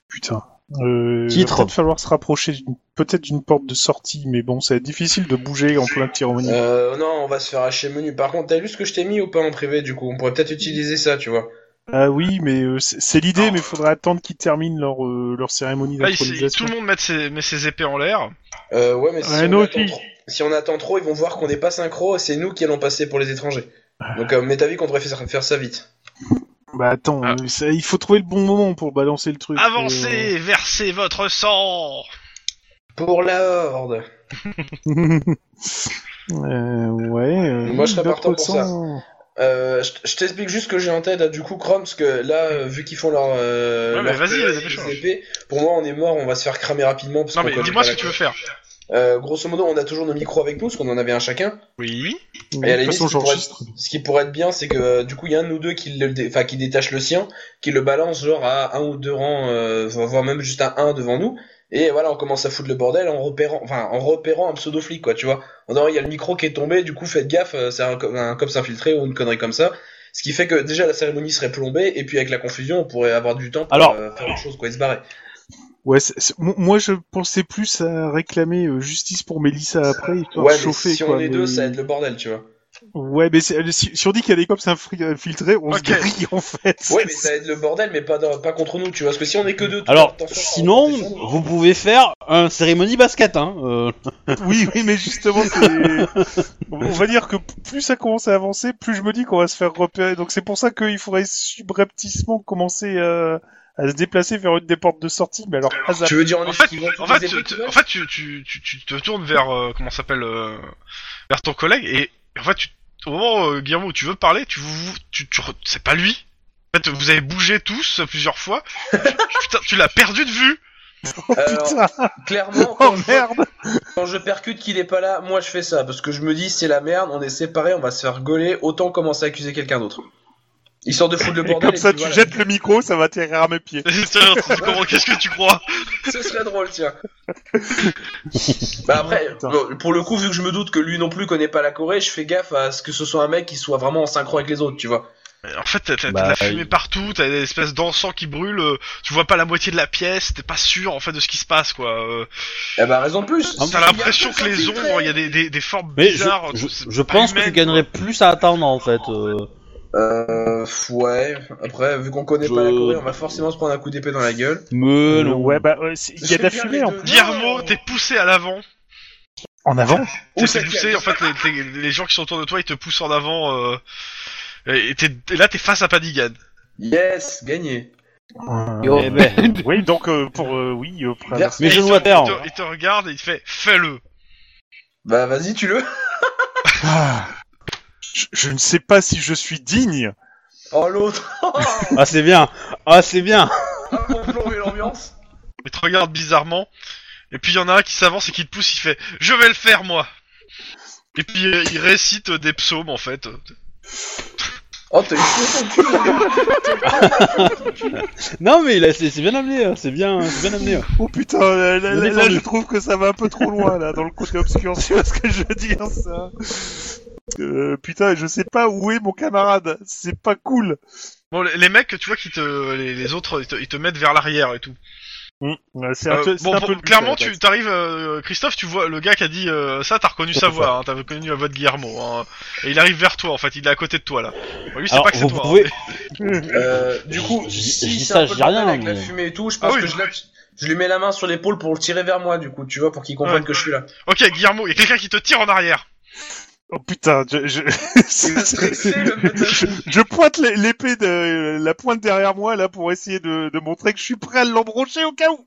D: Putain. Euh, il
B: Titre.
D: va peut-être falloir se rapprocher d'une- peut-être d'une porte de sortie, mais bon, ça va être difficile de bouger en plein cérémonie.
E: Euh, non, on va se faire hacher menu. Par contre, t'as lu ce que je t'ai mis ou pas en privé du coup On pourrait peut-être utiliser ça, tu vois.
D: Ah oui, mais euh, c'est c'est l'idée,
A: Non.
D: mais faudrait attendre qu'ils terminent leur, euh, leur cérémonie
E: Ah,
A: Là, Ah, il- c'est- tout
D: d'intronisation.
A: le monde met ses, met ses épées en l'air.
E: Euh, ouais, mais si,
D: Ouais,
E: on
D: nous
E: attend
D: aussi.
E: trop, si on attend trop, ils vont voir qu'on n'est pas synchro et c'est nous qui allons passer pour les étrangers.
D: Ah.
E: Donc, euh, mais t'as vu qu'on devrait faire faire ça vite.
D: Bah attends,
A: Ah.
D: euh, ça- il faut trouver le bon moment pour balancer le truc. euh.
A: Avancez,
E: euh.
A: versez votre sang.
E: Pour la horde
D: Euh, Euh, ouais. euh,
E: Moi, je serais
D: d'autres
E: partant pour ça.
D: sens.
E: Euh, je je t'explique juste que j'ai en tête, du coup, Chrome, parce que là, euh, vu qu'ils font leur. euh,
A: Ouais, mais
E: leur
A: vas-y,
E: PE,
A: dépêche-toi.
E: les épées, pour moi, on est mort, on va se faire cramer rapidement. Parce
A: Non
E: qu'on
A: mais
E: connaît
A: dis-moi
E: pas
A: ce
E: la
A: que tu veux
E: cause.
A: faire.
E: Euh, grosso modo, on a toujours nos micros avec nous, parce qu'on en avait un chacun.
A: Oui.
D: euh, De
E: Et à la
D: toute façon,
E: limite,
D: j'enregistre.
E: Ce qui pourrait être bien, c'est que euh, du coup, il y a un de nous deux qui, le dé- enfin, qui détache le sien, qui le balance genre à un ou deux rangs, euh, vo- voire même juste à un devant nous. Et voilà, on commence à foutre le bordel en repérant, enfin, en repérant un pseudo flic, quoi, tu vois. En disant, il y a le micro qui est tombé, du coup, faites gaffe, euh, c'est un, co- un cops infiltré ou une connerie comme ça. Ce qui fait que déjà la cérémonie serait plombée, et puis avec la confusion, on pourrait avoir du temps pour
B: Alors-
E: euh, faire autre chose, quoi, et se barrer.
D: Ouais, c'est- c'est- mo- moi je pensais plus à réclamer euh, justice pour Mélissa après, histoire
E: Ouais,
D: de
E: mais
D: chauffer
E: si
D: quoi.
E: on est
D: mais-
E: deux, ça aide le bordel, tu vois.
D: Ouais, mais c'est- si, si on dit qu'il y a des cops infri- infiltrés, on
A: Ok.
D: se grille en fait.
E: Ouais, mais ça aide le bordel, mais pas, dans- pas contre nous, tu vois. Parce que si on est que deux, tout
B: Alors,
E: le temps,
B: sinon,
E: on défend nous.
B: vous pouvez faire un cérémonie basket, hein. euh.
D: Oui, oui, mais justement, c'est- on va dire que plus ça commence à avancer, plus je me dis qu'on va se faire repérer. Donc c'est pour ça qu'il faudrait subrepticement commencer euh, à se déplacer vers une des portes de sortie. Mais alors, hasard.
E: Tu veux dire en,
A: En fait,
E: esquivant tous
A: en fait,
E: les épées
A: tu,
E: qui
A: tu-
E: volent
A: en fait, tu, tu, tu, tu te tournes vers euh, comment ça s'appelle euh, vers ton collègue et en fait, tu, au moment euh, Guillermo où tu veux parler, tu vous, tu, tu re- c'est pas lui. En fait, vous avez bougé tous euh, plusieurs fois. Tu- Putain, tu l'as perdu de vue.
E: Alors,
D: Oh,
E: euh,
D: Putain,
E: Clairement, quand,
D: oh
E: je,
D: merde
E: quand je percute qu'il est pas là, moi je fais ça. Parce que je me dis, c'est la merde, on est séparés, on va se faire gauler, autant commencer à accuser quelqu'un d'autre. Histoire de foutre le
D: Et
E: bordel.
D: comme ça,
E: puis
D: tu
E: voilà.
D: jettes le micro, ça va atterrir à mes pieds.
A: Tiens, comment- Qu'est-ce que tu crois
E: Ce serait drôle, tiens. bah après,
D: Putain.
E: bon, pour le coup, vu que je me doute que lui non plus connaît pas la Corée, je fais gaffe à ce que ce soit un mec qui soit vraiment en synchro avec les autres, tu vois.
A: En fait, t'as t'as
B: Bah,
A: de la fumée
B: il-
A: partout, t'as des espèces d'encens qui brûlent. euh, tu vois pas la moitié de la pièce. T'es pas sûr en fait de ce qui se passe quoi. euh.
E: Eh bah raison de plus.
B: Ah,
A: T'as l'impression que les ombres, il y a des, des, des formes
B: Mais je,
A: bizarres.
B: je-
A: c'est
B: je
A: pas
B: pense que
A: humain,
B: tu gagnerais plus à attendre, en fait. euh.
E: Euh, ouais. Après, vu qu'on connaît pas la
B: Je-
E: Corée, on va forcément se prendre un coup d'épée dans la gueule.
B: Mais Euh, non.
D: Ouais, bah, ouais, c'est- il y a de la fumée en,
A: quoi. Guillermo, t'es poussé à l'avant.
D: en avant.
E: Où
A: T'es
E: ça
A: poussé,
E: tient
A: en fait, les, les- les gens qui sont autour de toi, ils te poussent en avant. euh, et, t'es- et là, t'es face à Padigan.
E: Yes, gagné.
C: Yo.
B: Eh ben,
D: Euh, oui, donc euh, pour euh, oui, euh, pour-
E: Merci.
B: Mais
A: Et
B: je
A: il
B: vois
A: te-
B: terre.
A: Il te, il te regarde et il te fait Fais-le
E: Bah vas-y, tu le.
D: Ah. je, je ne sais pas si je suis digne.
E: Oh l'autre.
B: ah, c'est bien. Ah, c'est bien.
E: Ah, pour plomber l'ambiance.
A: Il te regarde bizarrement. Et puis, il y en a un qui s'avance et qui te pousse, il fait Je vais le faire, moi Et puis, euh, il récite des psaumes, en fait.
E: Oh t'as eu chaud ton cul.
B: Non, mais il a- c'est c'est bien amené. hein, C'est bien, c'est bien amené. hein.
D: Oh putain, là, là-
B: Il est
D: là,
B: tendu.
D: je trouve que ça va un peu trop loin là dans le côté obscur, tu vois ce que je veux dire ça. Euh, putain, je sais pas où est mon camarade, c'est pas cool.
A: Bon, les, les mecs, tu vois, qui te, les, les autres, ils te, ils te mettent vers l'arrière et tout.
D: Ouais, C'est
A: Euh,
D: peu- c'est
A: bon,
D: un
A: bon,
D: peu le but, à
A: clairement,
D: la
A: tu
D: base.
A: t'arrives, euh, Christophe, tu vois le gars qui a dit euh, ça, t'as reconnu sa voix, hein, t'as reconnu la voix de Guillermo. hein. et il arrive vers toi, en fait, il est à côté de toi là. Bon, lui, c'est
B: Alors,
A: pas que c'est
B: vous
A: toi.
B: pouvez-
A: hein.
E: Euh, du coup,
B: Je- je
E: si
B: dis
E: c'est
B: ça,
E: un peu
B: je
E: le
B: dis rien,
E: bordel avec
B: mais-
E: la fumée et tout, je
A: Ah
E: pense
A: oui.
E: que je, l'ap- je lui mets la main sur l'épaule pour le tirer vers moi, du coup, tu vois, pour qu'il comprenne
A: Ouais.
E: que je suis là.
A: hein. Ok, Guillermo, il y a quelqu'un qui te tire en arrière.
D: Oh putain, je je,
E: Il va stresser, le
D: je,
E: putain.
D: je pointe l'é- l'épée de la pointe derrière moi là pour essayer de, de montrer que je suis prêt à l'embrocher au cas où.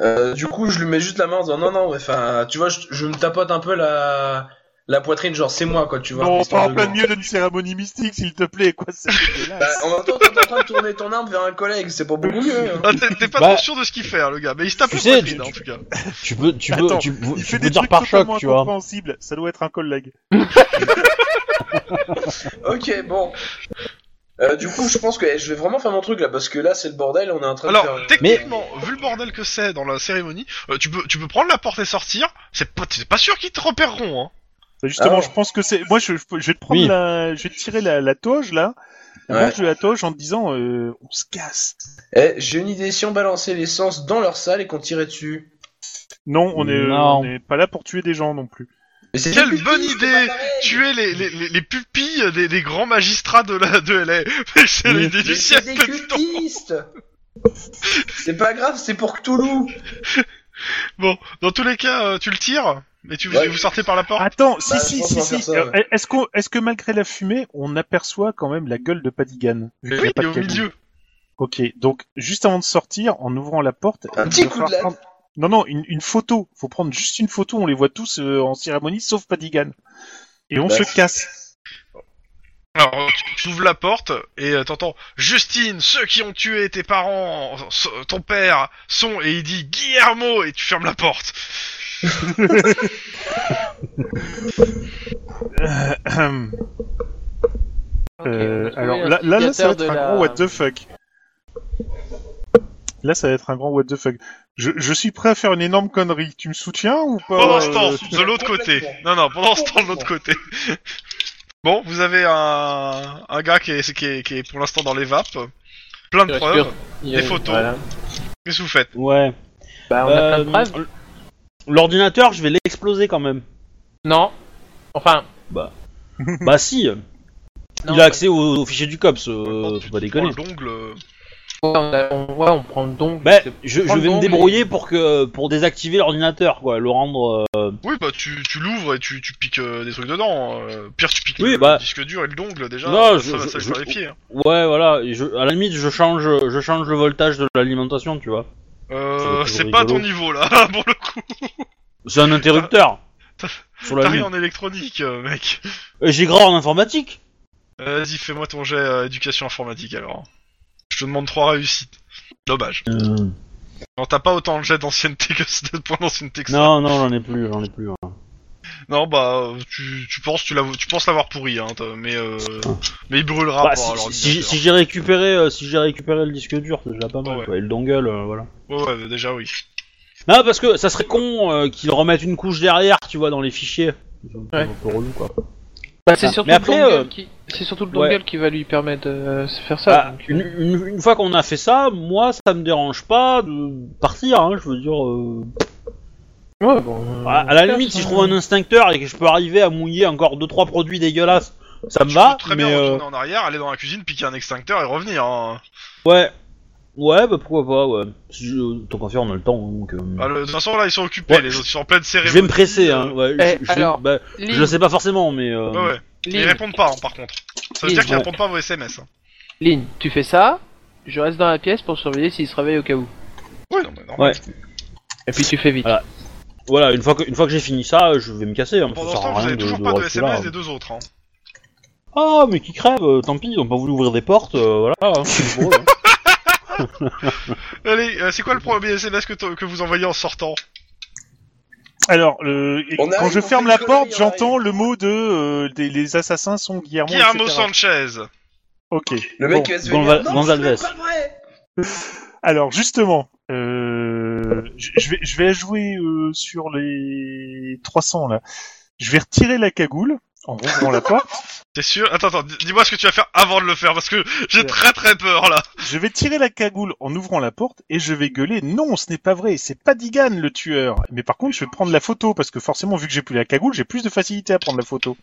E: Euh, du coup, je lui mets juste la main en disant non, non, ouais, enfin, tu vois, je, je me tapote un peu la, la poitrine, genre c'est moi, quoi, tu vois.
D: Non,
E: histoire
D: pas en
E: de-
D: plein milieu d'une cérémonie mystique, s'il te plaît, quoi, c'est
E: Bah,
D: dégueulasse.
E: en même temps, t'es en train de tourner ton arme vers un collègue, c'est pas beaucoup mieux. hein.
A: Ah, T'es t'es pas
B: Bah-
A: trop sûr de ce qu'il fait, hein, le gars, mais il se tape
B: Tu
A: la
B: sais,
A: poitrine,
B: tu-
A: hein, en tout cas.
B: Tu peux, tu peux,
D: Attends,
B: tu,
D: Il
B: tu
D: fait
B: peux
D: des
B: dire
D: trucs
B: par choc,
D: totalement
B: tu vois.
D: incompréhensibles, ça doit être un collègue.
E: ok, bon. Euh, du coup, je pense que eh, je vais vraiment faire mon truc là, parce que là, c'est le bordel, on est en train de
A: Alors,
E: faire. euh,
A: techniquement, vu le bordel que c'est dans la cérémonie, euh, tu peux, tu peux prendre la porte et sortir. C'est pas, c'est pas sûr qu'ils te repéreront. Hein.
D: Bah, Justement,
E: Ah ouais.
D: je pense que c'est. Moi, je, je peux- je vais te prendre
B: Oui.
D: la. Je vais te tirer la, la toge, là. La
E: Ouais.
D: manche de la toge en te disant euh, on se casse.
E: Eh, j'ai une idée, si on balançait l'essence dans leur salle et qu'on tirait dessus.
D: Non, on est,
B: Non.
D: on est pas là pour tuer des gens non plus.
E: Mais c'est
A: Quelle
E: des pupilles,
A: bonne
E: c'est
A: idée
E: pas pareil.
A: Tuer les, les, les, les pupilles des, des grands magistrats de la de LA. Mais c'est
B: Oui.
A: l'idée
E: Mais
A: du
E: c'est
A: siècle.
E: des
A: putain.
E: cultistes C'est pas grave, c'est pour Cthulhu
A: Bon, dans tous les cas, euh, tu le tires, mais tu
E: Ouais.
A: vous sortez par la porte.
D: Attends, si,
E: Bah, je
D: si,
E: pense
D: si,
E: qu'on va faire
D: si.
E: ça,
D: Euh, Est-ce qu'on, est-ce que malgré la fumée, on aperçoit quand même la gueule de Padigan vu qu'il y
A: Oui,
D: a pas
A: il est
D: de
A: au
D: cabine
A: milieu.
D: Ok, donc juste avant de sortir, en ouvrant la porte,
E: Un
D: il
E: petit
D: va
E: coup
D: falloir
E: de la-
D: prendre- Non, non, une, une photo. Faut prendre juste une photo. On les voit tous euh, en cérémonie, sauf Padigan. Et on
E: Bah.
D: se casse.
A: Alors, tu- tu ouvres la porte et euh, t'entends Justine, ceux qui ont tué tes parents, s- ton père, sont et il dit Guillermo et tu fermes la porte.
D: Euh,
C: Ok, on a
D: alors
C: trouvé
D: là, là, là, ça va
C: l'instigateur
D: être
C: de
D: un
C: la-
D: grand what the fuck. Là, ça va être un grand what the fuck. Je, je suis prêt à faire une énorme connerie. Tu me soutiens ou pas
A: Pendant
D: euh,
A: ce temps,
E: tu
A: de l'autre côté.
E: complètement.
A: Non, non, pendant ce temps, de l'autre côté. Bon, vous avez un, un gars qui est, qui est, qui est pour l'instant dans les vapes. Plein de
C: Il
A: preuves.
C: respire. Il-
A: des photos.
C: voilà.
A: Qu'est-ce que vous faites
B: Ouais.
C: Bah, on a
B: Euh,
C: plein de preuves.
B: L'ordinateur, je vais l'exploser quand même.
C: Non. Enfin.
B: Bah. bah si,
C: Non,
B: il a accès aux aux fichiers du COPS, euh,
A: Oh, Tu
B: faut pas
A: te
B: déconner.
A: prends l'ongle, euh,
C: ouais, on, a- on- ouais, on prend le don.
B: Bah,
C: c'est-
B: je, je
C: prends le
B: vais
C: nom,
B: me débrouiller pour que pour désactiver l'ordinateur, quoi, le rendre. euh,
A: Oui, bah tu, tu l'ouvres et tu, tu piques euh, des trucs dedans. euh, Pire, tu piques
B: Oui,
A: le,
B: bah-
A: le disque dur et le dongle déjà. ça,
B: Non, je-
A: va-
B: je-
A: ça, va
B: je-
A: faire les pieds. hein.
B: Ouais, voilà. et je, à la limite, je change, je change le voltage de l'alimentation, tu vois.
A: Euh,
B: toujours
A: c'est pas
B: rigolo.
A: ton niveau là, pour le coup.
B: C'est un interrupteur.
A: T'as-
B: Sur
A: T'as
B: la
A: rien en
B: ligne.
A: électronique, euh, mec.
B: Et J'ai grand en informatique.
A: Euh, Vas-y, fais-moi ton jet euh, éducation informatique alors. Je te demande trois réussites. Dommage. Non, t'as pas autant de jets d'ancienneté que de points d'ancienneté que ça.
B: Non, non, j'en ai plus, j'en ai plus. hein.
A: Non, bah, euh, tu, tu penses tu l'as- tu penses l'avoir pourri, hein, t'as- mais euh, mais il brûlera
B: Bah,
A: pas.
B: si-
A: alors,
B: si si- si j'ai récupéré, euh, si j'ai récupéré le disque dur, c'est déjà pas mal.
A: Ouais.
B: quoi, Et le dongle, euh, voilà.
A: Ouais, ouais, déjà oui.
B: Non, parce que ça serait con euh, qu'ils remettent une couche derrière, tu vois, dans les fichiers. C'est un peu-
C: Ouais.
B: un peu relou, quoi.
C: Bah, c'est
B: Ah,
C: surtout,
B: mais après,
C: le dongle
B: euh,
C: qui... c'est surtout le
B: ouais.
C: dongle qui va lui permettre de euh, se faire ça.
B: Ah,
C: donc,
B: une, une- une fois qu'on a fait ça, moi, ça me dérange pas de partir. Hein, je veux dire. euh, Bah,
C: Ouais, bon. euh,
B: À, à la limite, si je
C: hein.
B: trouve un instincteur et que je peux arriver à mouiller encore 2-3 produits dégueulasses, ça me
A: Tu
B: va,
A: peux très
B: mais...
A: bien
B: euh,
A: retourner en arrière, aller dans la cuisine, piquer un extincteur et revenir. Hein.
B: ouais, ouais, bah pourquoi pas, ouais. Si je- Tant qu'à faire, on a le temps, donc... euh,
A: Ah, le- de toute façon, là, ils sont occupés,
B: Ouais,
A: les
B: je-
A: autres, ils sont en pleine
B: je
A: cérémonie.
B: vais me presser, hein,
A: euh,
B: ouais, je,
C: eh,
B: je vais-
C: alors,
B: bah, je le sais pas forcément, mais... euh,
A: Ouais, ouais. Ils répondent pas, hein, par contre. Ça veut
C: Ils
A: dire qu'ils
B: vont-
A: répondent pas à vos SMS. Hein.
C: Lynn, tu fais ça, je reste dans la pièce pour surveiller s'il se réveille au cas où.
A: Ouais, non, mais normal.
B: Ouais.
C: Et puis tu fais vite.
B: Ah. Voilà, une fois que, une fois que j'ai fini ça, je vais me casser, hein, parce que
A: Pendant
B: ça
A: ce
B: sert
A: temps,
B: à
A: vous
B: rien
A: avez
B: de,
A: toujours
B: de
A: pas de
B: rester
A: SMS
B: là.
A: des deux autres. Hein.
B: Ah, mais qui crève, euh, tant pis, ils ont pas voulu ouvrir des portes, euh, voilà,
A: Ah,
B: hein, c'est pour eux, hein.
A: Allez, euh, c'est quoi le premier SMS que, t- que vous envoyez en sortant
D: Alors, euh, et
E: On
D: quand
E: arrive,
D: je
E: on
D: ferme
E: fait
D: la
E: une
D: porte,
E: connerie, on
D: j'entends le mot de euh, des- les assassins sont Guillermo.
A: Guillermo
D: etc..
A: Sanchez.
D: Ok.
E: Le mec
D: Bon.
E: qui va se
B: Gonval-
E: venir, Non,
B: Gonzalez.
E: c'est pas vrai
D: Alors justement, euh, je je vais je vais jouer euh, sur les 300 là. Je vais retirer la cagoule en rouvrant la porte.
A: T'es sûr Attends, attends, di- dis-moi ce que tu vas faire avant de le faire, parce que j'ai
D: Ouais.
A: très très peur là.
D: Je vais tirer la cagoule en ouvrant la porte et je vais gueuler non, ce n'est pas vrai, c'est pas Digan le tueur. Mais par contre, je vais prendre la photo parce que forcément, vu que j'ai plus la cagoule, j'ai plus de facilité à prendre la photo.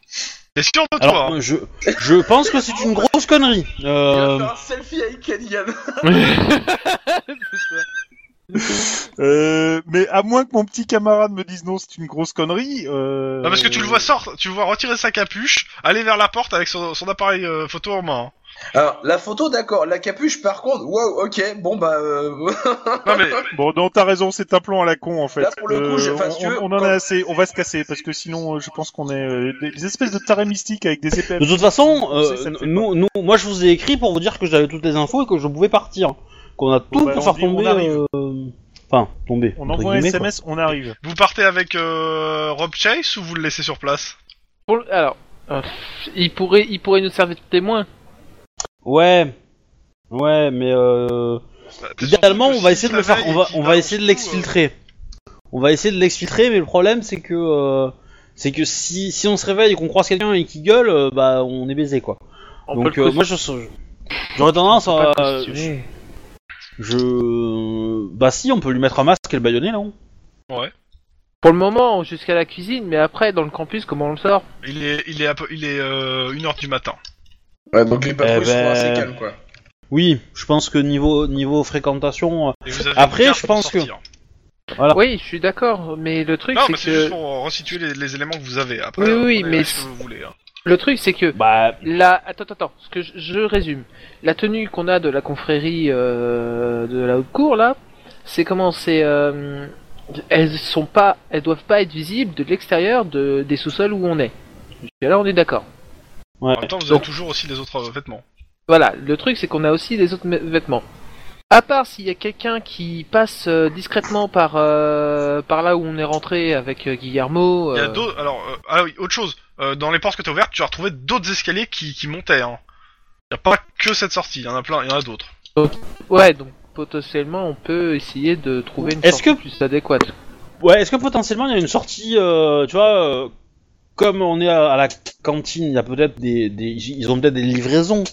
A: T'es sûr de toi hein
B: Alors, je, je pense que c'est une grosse connerie.
E: Il va
B: Euh...
E: faire un selfie avec Kadigan.
D: Euh, mais à moins que mon petit camarade me dise non, c'est une grosse connerie. Euh...
A: Non, parce que tu le vois sortir, tu le vois retirer sa capuche, aller vers la porte avec son, son appareil euh, photo en main.
E: Alors, la photo, d'accord. La capuche, par contre, waouh, ok, bon bah. euh,
A: hein. Non mais,
D: Bon, non, t'as raison, c'est un plan à la con en fait. Euh,
E: Là, pour le coup, j'ai- enfin, si tu
D: on,
E: veux,
D: on en
E: quand-
D: a assez, on va se casser parce que sinon, euh, je pense qu'on est euh, des, des espèces de tarés mystiques avec des épées.
B: De toute façon, euh,
D: Ça me fait
B: nous, nous, moi je vous ai écrit pour vous dire que j'avais toutes les infos et que je pouvais partir. Qu'on a tout
D: bah,
B: pour
D: on
B: faire
D: dit, on
B: tomber.
D: arrive.
B: euh, Enfin, tomber.
D: On
B: entre
D: envoie un
B: guillemets, quoi.
D: SMS, on arrive.
A: vous partez avec euh, Rob Chase ou vous le laissez sur place
C: Pour le- Alors, euh, il, pourrait, il pourrait nous servir de témoin.
B: Ouais. Ouais, mais euh...
A: Bah, t'es
B: idéalement,
A: surtout
B: on
A: que
B: va
A: si
B: essayer de
A: la
B: le faire.
A: veille
B: On va,
A: qui
B: on va
A: balance
B: essayer de
A: tout,
B: l'exfiltrer. On va essayer de l'exfiltrer, mais le problème c'est que. euh, C'est que si, si on se réveille et qu'on croise quelqu'un et qu'il gueule, euh, bah on est baisé quoi.
C: On
B: Donc
C: peut
B: euh,
C: le
B: moi je j'aurais tendance
C: pas
B: à
C: costumer.
B: je bah si on peut lui mettre un masque et le baïonner non
C: Pour le moment, jusqu'à la cuisine, mais après, dans le campus, comment on le sort
A: euh, Il est, il est, à peu- il est 1h du matin.
E: Ouais, donc les patrouilles
B: Eh
E: sont
B: ben,
E: assez calmes, hein, quoi.
B: Oui, je pense que niveau niveau fréquentation, euh,
A: Et vous avez
B: Après,
A: une carte
B: je
A: pour
B: pense que-
A: sortir.
B: Ah.
C: Oui, je suis d'accord, mais le truc,
A: Non,
C: c'est
A: mais c'est juste
C: que...
A: pour resituer les, les éléments que vous avez. Après,
C: Oui,
A: euh,
C: oui,
A: prenez
C: mais
A: ce que vous voulez. hein.
C: Le truc, c'est que...
B: bah
C: La... Attends, attends, attends, ce que je, je résume. La tenue qu'on a de la confrérie euh, de la haute cour, là, c'est comment C'est... euh, Elles sont pas... Elles doivent pas être visibles de l'extérieur de... des sous-sols où on est. Et là, on est d'accord.
B: ouais.
A: En même temps, vous avez
C: Donc-
A: toujours aussi les autres euh, vêtements.
C: Voilà, le truc c'est qu'on a aussi les autres me- vêtements. À part s'il y a quelqu'un qui passe euh, discrètement par euh, par là où on est rentré avec euh, Guillermo.
A: Il y a
C: euh,
A: d'autres. Alors, euh, ah oui, autre chose. Euh, dans les portes que t'as ouvertes, tu as retrouvé d'autres escaliers qui, qui montaient. Hein. Il n'y a pas que cette sortie, il y en a plein, il y en a d'autres.
C: Ouais, donc potentiellement on peut essayer de trouver une
B: Est-ce
C: sortie
B: que-
C: plus adéquate.
B: Ouais, est-ce que potentiellement il y a une sortie euh, tu vois euh, comme on est à, à la cantine, il y a peut-être des, des ils ont peut-être des livraisons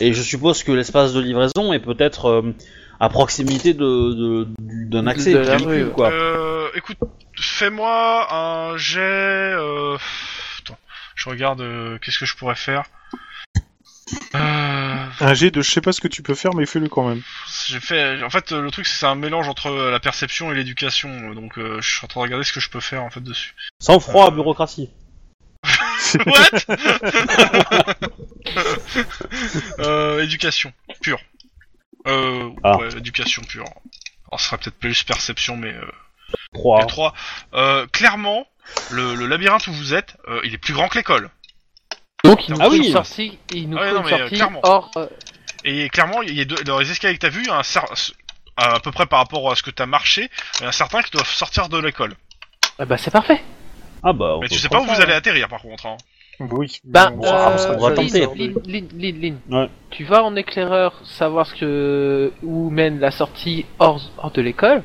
B: et je suppose que l'espace de livraison est peut-être euh, à proximité de de- du- d'un accès
C: De la
B: véhicule,
C: rue,
B: quoi.
A: Euh, écoute, fais-moi un jet. Euh... Attends, Je regarde euh, qu'est-ce que je pourrais faire. Euh,
D: Un jet de je sais pas ce que tu peux faire, mais fais-le quand même.
A: j'ai fait. En fait, euh, le truc c'est que c'est un mélange entre euh, la perception et l'éducation, euh, donc euh, je suis en train de regarder ce que je peux faire en fait dessus.
B: Sans froid, bureaucratie.
A: What euh, Éducation pure. Euh,
B: Ah.
A: Ouais, éducation pure. Alors, ce sera peut-être plus perception, mais euh, les
B: 3.
A: trois. Euh, clairement, le, le labyrinthe où vous êtes, euh, il est plus grand que l'école.
C: Donc il nous
B: Ah
C: faut
B: oui.
C: une sortie, il nous
A: Ah ouais,
C: faut
A: non,
C: une
A: mais, euh,
C: sortie
A: clairement.
C: hors. euh,
A: Et clairement, il y a deux- dans les escaliers que t'as vu, il y a un cer- à peu près par rapport à ce que t'as marché, il y en a certains qui doivent sortir de l'école.
C: ah bah c'est parfait.
B: Ah bah. on
A: Mais
B: peut
A: tu sais pas où
B: prendre ça,
A: vous
B: hein.
A: allez atterrir par contre. Hein.
D: Oui.
C: Ben,
D: on
B: va-
C: euh,
D: sera-
B: on va
C: Lynn,
B: tenter.
C: Lynn, Lynn, Lynn, Lynn.
B: Ouais.
C: tu vas en éclaireur savoir ce que où mène la sortie hors, hors de l'école.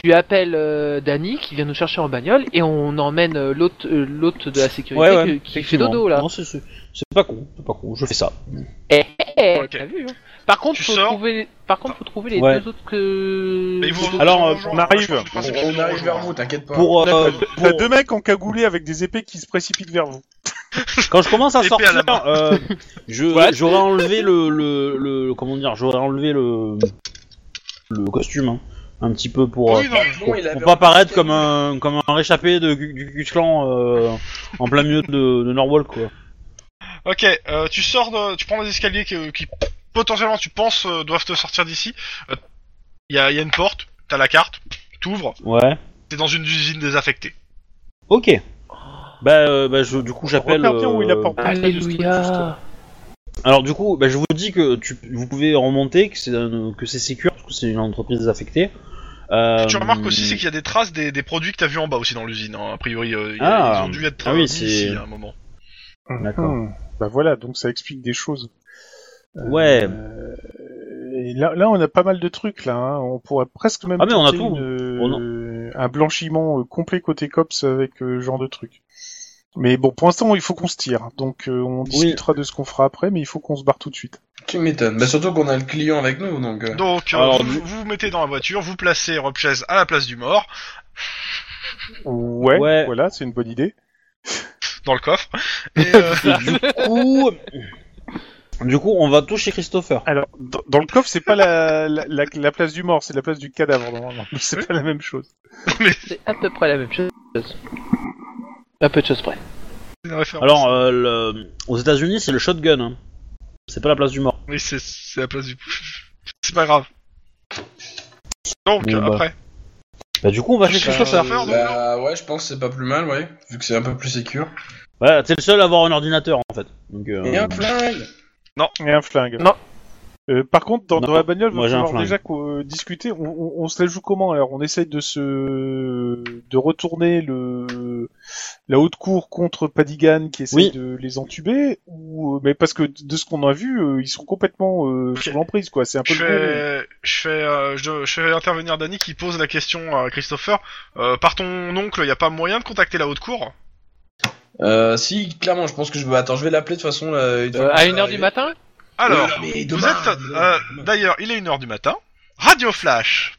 C: Tu appelles euh, Dany qui vient nous chercher en bagnole et on emmène euh, l'hôte euh, l'hôte de la sécurité
B: Ouais, ouais,
C: que- qui fait dodo là.
B: Non, c'est, c'est- c'est pas con, c'est pas con, je fais ça.
C: Eh,
A: Ok.
C: t'as vu, hein. Par contre,
A: Tu
C: faut
A: sors.
C: trouver, les- par contre, faut trouver les
B: Ouais.
C: deux autres que.
A: Mais ils vous-
B: Alors,
A: ils
B: euh,
A: vous rejoignent.
D: on arrive.
A: Moi, je pense que le
E: On,
A: principe,
E: on arrive
A: c'est
E: vers
A: de
E: vous, t'inquiète
C: Bah,
E: pas.
B: Pour, euh,
D: D'accord.
B: pour-
D: T'as deux mecs en cagoulé avec des épées qui se précipitent vers vous.
B: quand je commence à
A: Épée à la main.
B: sortir, euh, je, j'aurais enlevé le, le, le- comment dire, j'aurais enlevé le, le costume, hein, un petit peu pour,
A: Oui,
B: euh,
A: non,
E: Bon,
B: pour,
E: il avait
B: pour pas
E: enlevé
B: paraître
E: le
B: comme un, comme un réchappé de, du, du clan euh, en plein milieu de, de Norwalk quoi.
A: Ok, euh, tu sors, de, tu prends les escaliers qui, qui, potentiellement tu penses euh, doivent te sortir d'ici. Euh, Il y, a, il y a une porte, t'as la carte, t'ouvres,
B: Ouais.
A: t'es dans une usine désaffectée.
B: Ok. Bah, euh, bah, je, du coup j'appelle.
D: Repère bien où il
B: euh,
A: Ah,
D: apporte.
C: Alléluia.
B: Alors du coup, bah, je vous dis que tu, vous pouvez remonter, que c'est un- que c'est sécure, parce que c'est une entreprise désaffectée. Euh,
A: Tu remarques aussi c'est qu'il y a des traces des, des produits que t'as vu en bas aussi dans l'usine. hein. A priori, euh, il y a-
B: Ah.
A: ils ont dû être
B: Ah oui,
A: euh, mis
B: c'est-
A: ici à un moment.
B: D'accord.
D: Hmm. Bah voilà, donc ça explique des choses.
B: Ouais.
D: Euh, et là, là, on a pas mal de trucs là. hein. On pourrait presque même
B: Ah, mais on a
D: tenter
B: tout.
D: une-
B: On a-
D: euh, un blanchiment euh, complet côté cops avec euh, ce genre de truc. Mais bon, pour l'instant, il faut qu'on se tire. Donc euh, on discutera de ce qu'on fera après, mais il faut qu'on se barre tout de suite.
E: Tu m'étonnes. Bah, surtout qu'on a le client avec nous, donc. euh,
A: Donc, euh,
B: Alors,
A: vous,
B: nous-
A: vous vous mettez dans la voiture, vous placez Rob Chase à la place du mort,
D: Ouais.
B: Ouais.
D: Voilà, c'est une bonne idée.
A: dans le coffre. Et, euh,
B: Et du coup, du coup, on va tout chez Christopher.
D: Alors, dans, dans le coffre, c'est pas la, la, la- la place du mort, c'est la place du cadavre normalement. C'est pas la même chose.
C: C'est à peu près la même chose. Un peu de choses près.
A: c'est une référence.
B: Alors, euh, le- aux États-Unis, c'est le shotgun. hein. C'est pas la place du mort.
A: Oui, c'est- c'est la place du. C'est pas grave. Donc,
B: Bon, bah.
A: après.
B: Bah du coup,
E: Ah,
B: on va chez
A: Bah,
B: Christopher.
A: Christopher, donc,
E: bah, ouais, je pense que c'est pas plus mal, ouais. Vu que c'est un peu plus sécur.
B: Ouais, t'es le seul à avoir un ordinateur en fait. Donc, euh,
E: Et un flingue
D: Et un flingue.
C: Non.
D: Euh, par contre, dans, dans
B: Non,
D: la bagnole,
B: moi,
D: va
B: j'ai un
D: falloir
B: flingue.
D: déjà qu'on- euh, discuter. On, on- on se la joue comment alors On essaye de se de retourner le la haute cour contre Padigan qui essaye
B: Oui.
D: de les entuber ou euh, mais parce que de ce qu'on a vu, euh, ils sont complètement euh,
A: Ok.
D: sur l'emprise quoi. C'est un peu
A: Je
D: le gros, euh,
A: fais, je fais, euh, je, je fais intervenir Danny qui pose la question à Christopher. Euh, par ton oncle, y a pas moyen de contacter la haute cour
E: Euh, si, clairement, je pense que je vais. Attends, je vais l'appeler de toute façon. Là, il doit-
C: Euh, à 1h du
E: arriver.
C: matin
A: Alors,
E: Oui, mais
A: vous
E: demain,
A: êtes.
E: demain,
A: euh, D'ailleurs, il est 1h du matin. Radio Flash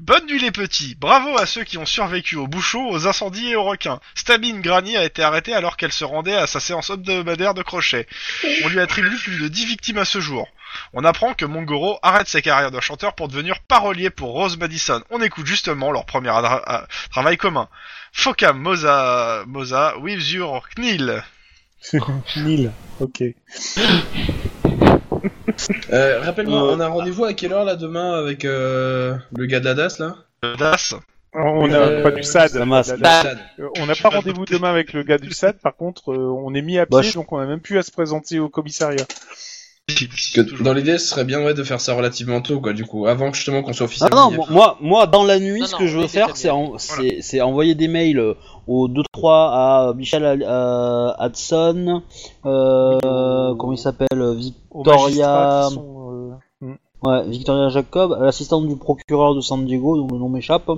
A: Bonne nuit les petits, bravo à ceux qui ont survécu aux bouchons, aux incendies et aux requins. Stabine Granny a été arrêtée alors qu'elle se rendait à sa séance hebdomadaire de crochet. On lui attribue plus de 10 victimes à ce jour. On apprend que Mongoro arrête sa carrière de chanteur pour devenir parolier pour Rose Madison. On écoute justement leur premier adra- euh, travail commun. Foka Moza, Moza, with your Knil.
D: Nil. Ok.
E: Euh, Rappelle-moi,
B: Euh,
E: on a rendez-vous à quelle heure là demain avec euh, le gars de la DAS là
A: Das.
D: On a
E: Euh,
D: pas du SAD.
B: la masse.
D: La- la-
C: Bah,
E: Sad.
D: Euh, on n'a
A: Je
D: pas
A: vais
D: rendez-vous demain avec le gars du SAD. Par contre, euh, on est mis à pied,
B: Bah, je-
D: donc on a même plus à se présenter au commissariat.
E: Que dans l'idée, ce serait bien ouais, de faire ça relativement tôt, quoi, du coup, avant que, justement qu'on
B: Ah
E: soit
B: non,
E: officiellement. lié.
B: moi- moi, moi, dans la nuit,
C: Non,
B: ce
C: non,
B: que je
C: on
B: veux
C: est
B: faire,
C: déjà
B: c'est
C: bien.
B: en- c'est- c'est envoyer des mails euh, au 2-3 à Michel euh, Hudson, euh, comment il s'appelle, Vic-
D: Aux
B: Victoria-
D: magistrats qui sont, euh,
B: ouais, Victoria Jacob, à l'assistante du procureur de San Diego, dont le nom m'échappe,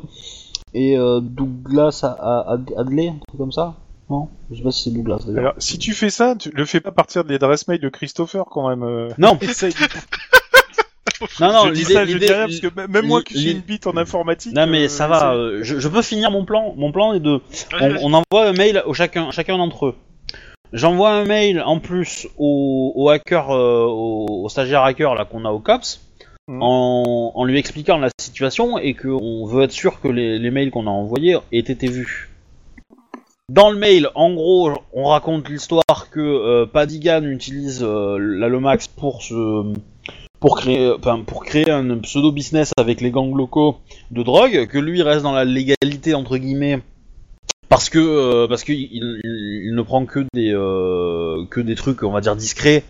B: et euh, Douglas à, à- à- Adley, un truc comme ça Non, je sais pas si c'est Douglas. d'ailleurs.
D: Alors, si tu fais ça, tu le fais pas partir de l'adresse mail de Christopher quand même. euh.
B: Non,
D: Essaye de-
B: non, non,
D: je dis ça,
B: l'idée,
D: je dis rien,
B: l'idée,
D: parce que m- même moi
B: l'i-
D: qui suis
B: l'i-
D: une bite en informatique.
B: non mais
D: euh,
B: ça va,
D: essaye.
B: euh, je, je peux finir mon plan. Mon plan est de, on, on envoie un mail au chacun, chacun d'entre eux. J'envoie un mail en plus au, au hacker, euh, au, au stagiaire hacker là qu'on a au COPS,
D: Mhm.
B: en, en lui expliquant la situation et qu'on veut être sûr que les, les mails qu'on a envoyés aient été vus. Dans le mail, en gros, on raconte l'histoire que euh, Padigan utilise euh, la Lomax pour se pour créer, euh, enfin, pour créer un pseudo business avec les gangs locaux de drogue, que lui reste dans la légalité entre guillemets parce que euh, parce qu'il il, il ne prend que des euh, que des trucs on va dire discrets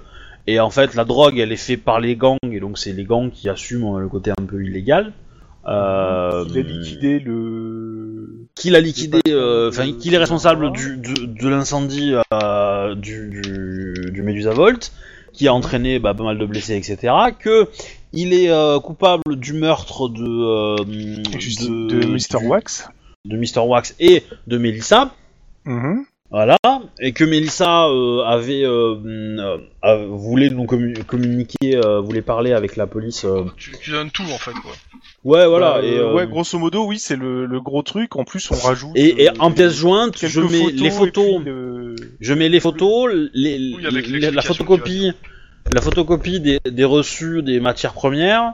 B: et en fait la drogue elle est faite par les gangs et donc c'est les gangs qui assument euh, le côté un peu illégal. Euh,
D: Il a liquidé le.
B: qui l'a liquidé,
D: Le patron
B: euh, enfin
D: de-
B: qui est responsable
D: voilà.
B: du, de, de l'incendie euh, du, du, du Medusa Volt, qui a entraîné bah, pas mal de blessés, etc. Que il est euh, coupable du meurtre de euh,
D: Juste de, Mr.
B: du-
D: Wax.
B: de Mr. Wax et de Melissa,
D: Mhm.
B: voilà, et que Melissa euh, avait euh, euh, euh, voulait nous commu- communiquer, euh, voulait parler avec la police. euh.
A: Tu, tu donnes tout en fait quoi.
B: Ouais, voilà.
D: Euh,
B: et, euh,
D: Ouais, grosso modo, oui, c'est le, le gros truc. En plus, on rajoute.
B: et, et
D: euh,
B: en pièce jointe,
D: quelques
B: je mets les
D: et
B: photos.
D: puis le-
B: Je mets les photos, les,
A: Oui, avec
B: les- la
A: l'explication
B: photocopie, la photocopie des, des reçus des matières premières,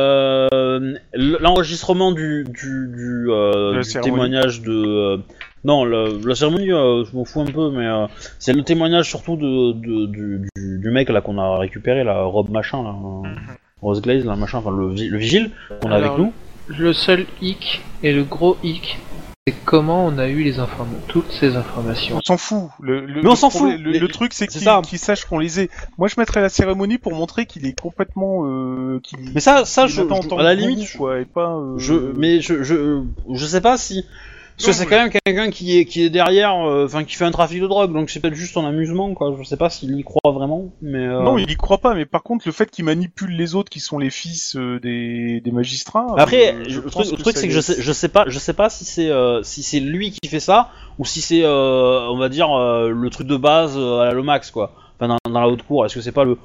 B: euh, l'enregistrement du, du, du, euh,
D: De la
B: du
D: cérémonie.
B: témoignage de euh, non le, la cérémonie, euh, je m'en fous un peu, mais euh, c'est le témoignage surtout de, de- du, du, du mec là qu'on a récupéré, la robe machin, là, euh,
D: Mhm.
B: Rose Glaze, là, machin, enfin le, vi- le vigile qu'on a
C: Alors,
B: avec nous.
C: Le seul hic et le gros hic, c'est comment on a eu les informa- toutes ces informations.
D: On s'en fout. Le, le-
B: Mais on
D: le
B: s'en fout.
D: problème- Le,
B: Les-
D: le truc, c'est
B: c'est
D: qu'il
B: ça.
D: qu'il sache qu'on les ait. Moi, je mettrais la cérémonie pour montrer qu'il est complètement. euh, qu'il-
B: Mais ça, ça,
D: qu'il
B: je,
D: attend en
B: je-
D: tant
B: à la
D: que
B: limite,
D: gourou,
B: je-
D: quoi, et pas. euh,
B: Je, mais je, je, je sais pas si. Parce que
A: Non,
B: c'est
A: mais-
B: quand même quelqu'un qui est, qui est derrière, euh, enfin qui fait un trafic de drogue, donc c'est peut-être juste en amusement, quoi. Je sais pas s'il y croit vraiment, mais. euh,
D: Non, il y croit pas, mais par contre, le fait qu'il manipule les autres qui sont les fils euh, des, des magistrats.
B: Après,
D: euh,
B: je-
D: je
B: le truc,
D: pense
B: le truc,
D: ça
B: c'est que
D: lui-
B: je sais, je sais pas, je sais pas si c'est, euh, si c'est lui qui fait ça ou si c'est, euh, on va dire, euh, le truc de base euh, à la Lomax, quoi. Enfin, dans, dans la haute cour, est-ce que c'est pas le,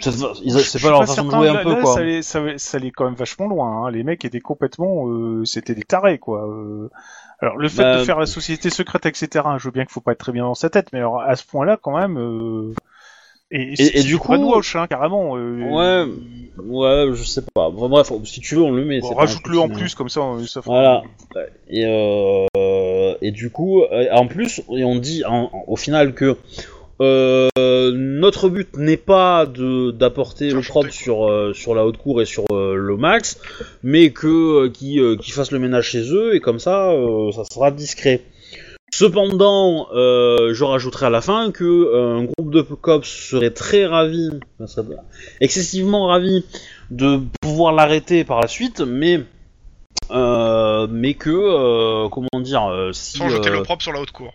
B: ça- ils-
D: Je
B: c'est
D: suis
B: pas leur
D: pas
B: façon de
D: certain,
B: jouer un
D: là-
B: peu,
D: là,
B: quoi.
D: Ça allait, ça, allait- ça allait quand même vachement loin. hein. Les mecs étaient complètement, euh, c'était des tarés, quoi. euh. Alors le fait
B: Bah,
D: de faire la société secrète, etc. Je veux bien qu'il faut pas être très bien dans sa tête, mais alors à ce point-là, quand même. euh, Et,
B: et du coup-
D: Brainwash, hein, carrément. euh,
B: Ouais, ouais, je sais pas. Enfin, bref, si tu veux, on le met.
D: bon,
B: c'est pas un
D: Rajoute-le en
B: souci, mais-
D: plus, comme ça, euh, ça fera-
B: Voilà. Et, euh, et du coup, euh, en plus, et on dit en- en- au final que euh, notre but n'est pas de d'apporter le propre sur euh, sur la haute cour et sur euh, le max, mais que euh, qui euh, qui fassent le ménage chez eux et comme ça, euh, ça sera discret. Cependant, euh, je rajouterai à la fin que euh, un groupe de cops serait très ravi, enfin, serait excessivement ravi de pouvoir l'arrêter par la suite, mais euh, mais que euh, comment dire euh, si
A: Sans jeter
B: euh,
A: le propre sur la haute cour.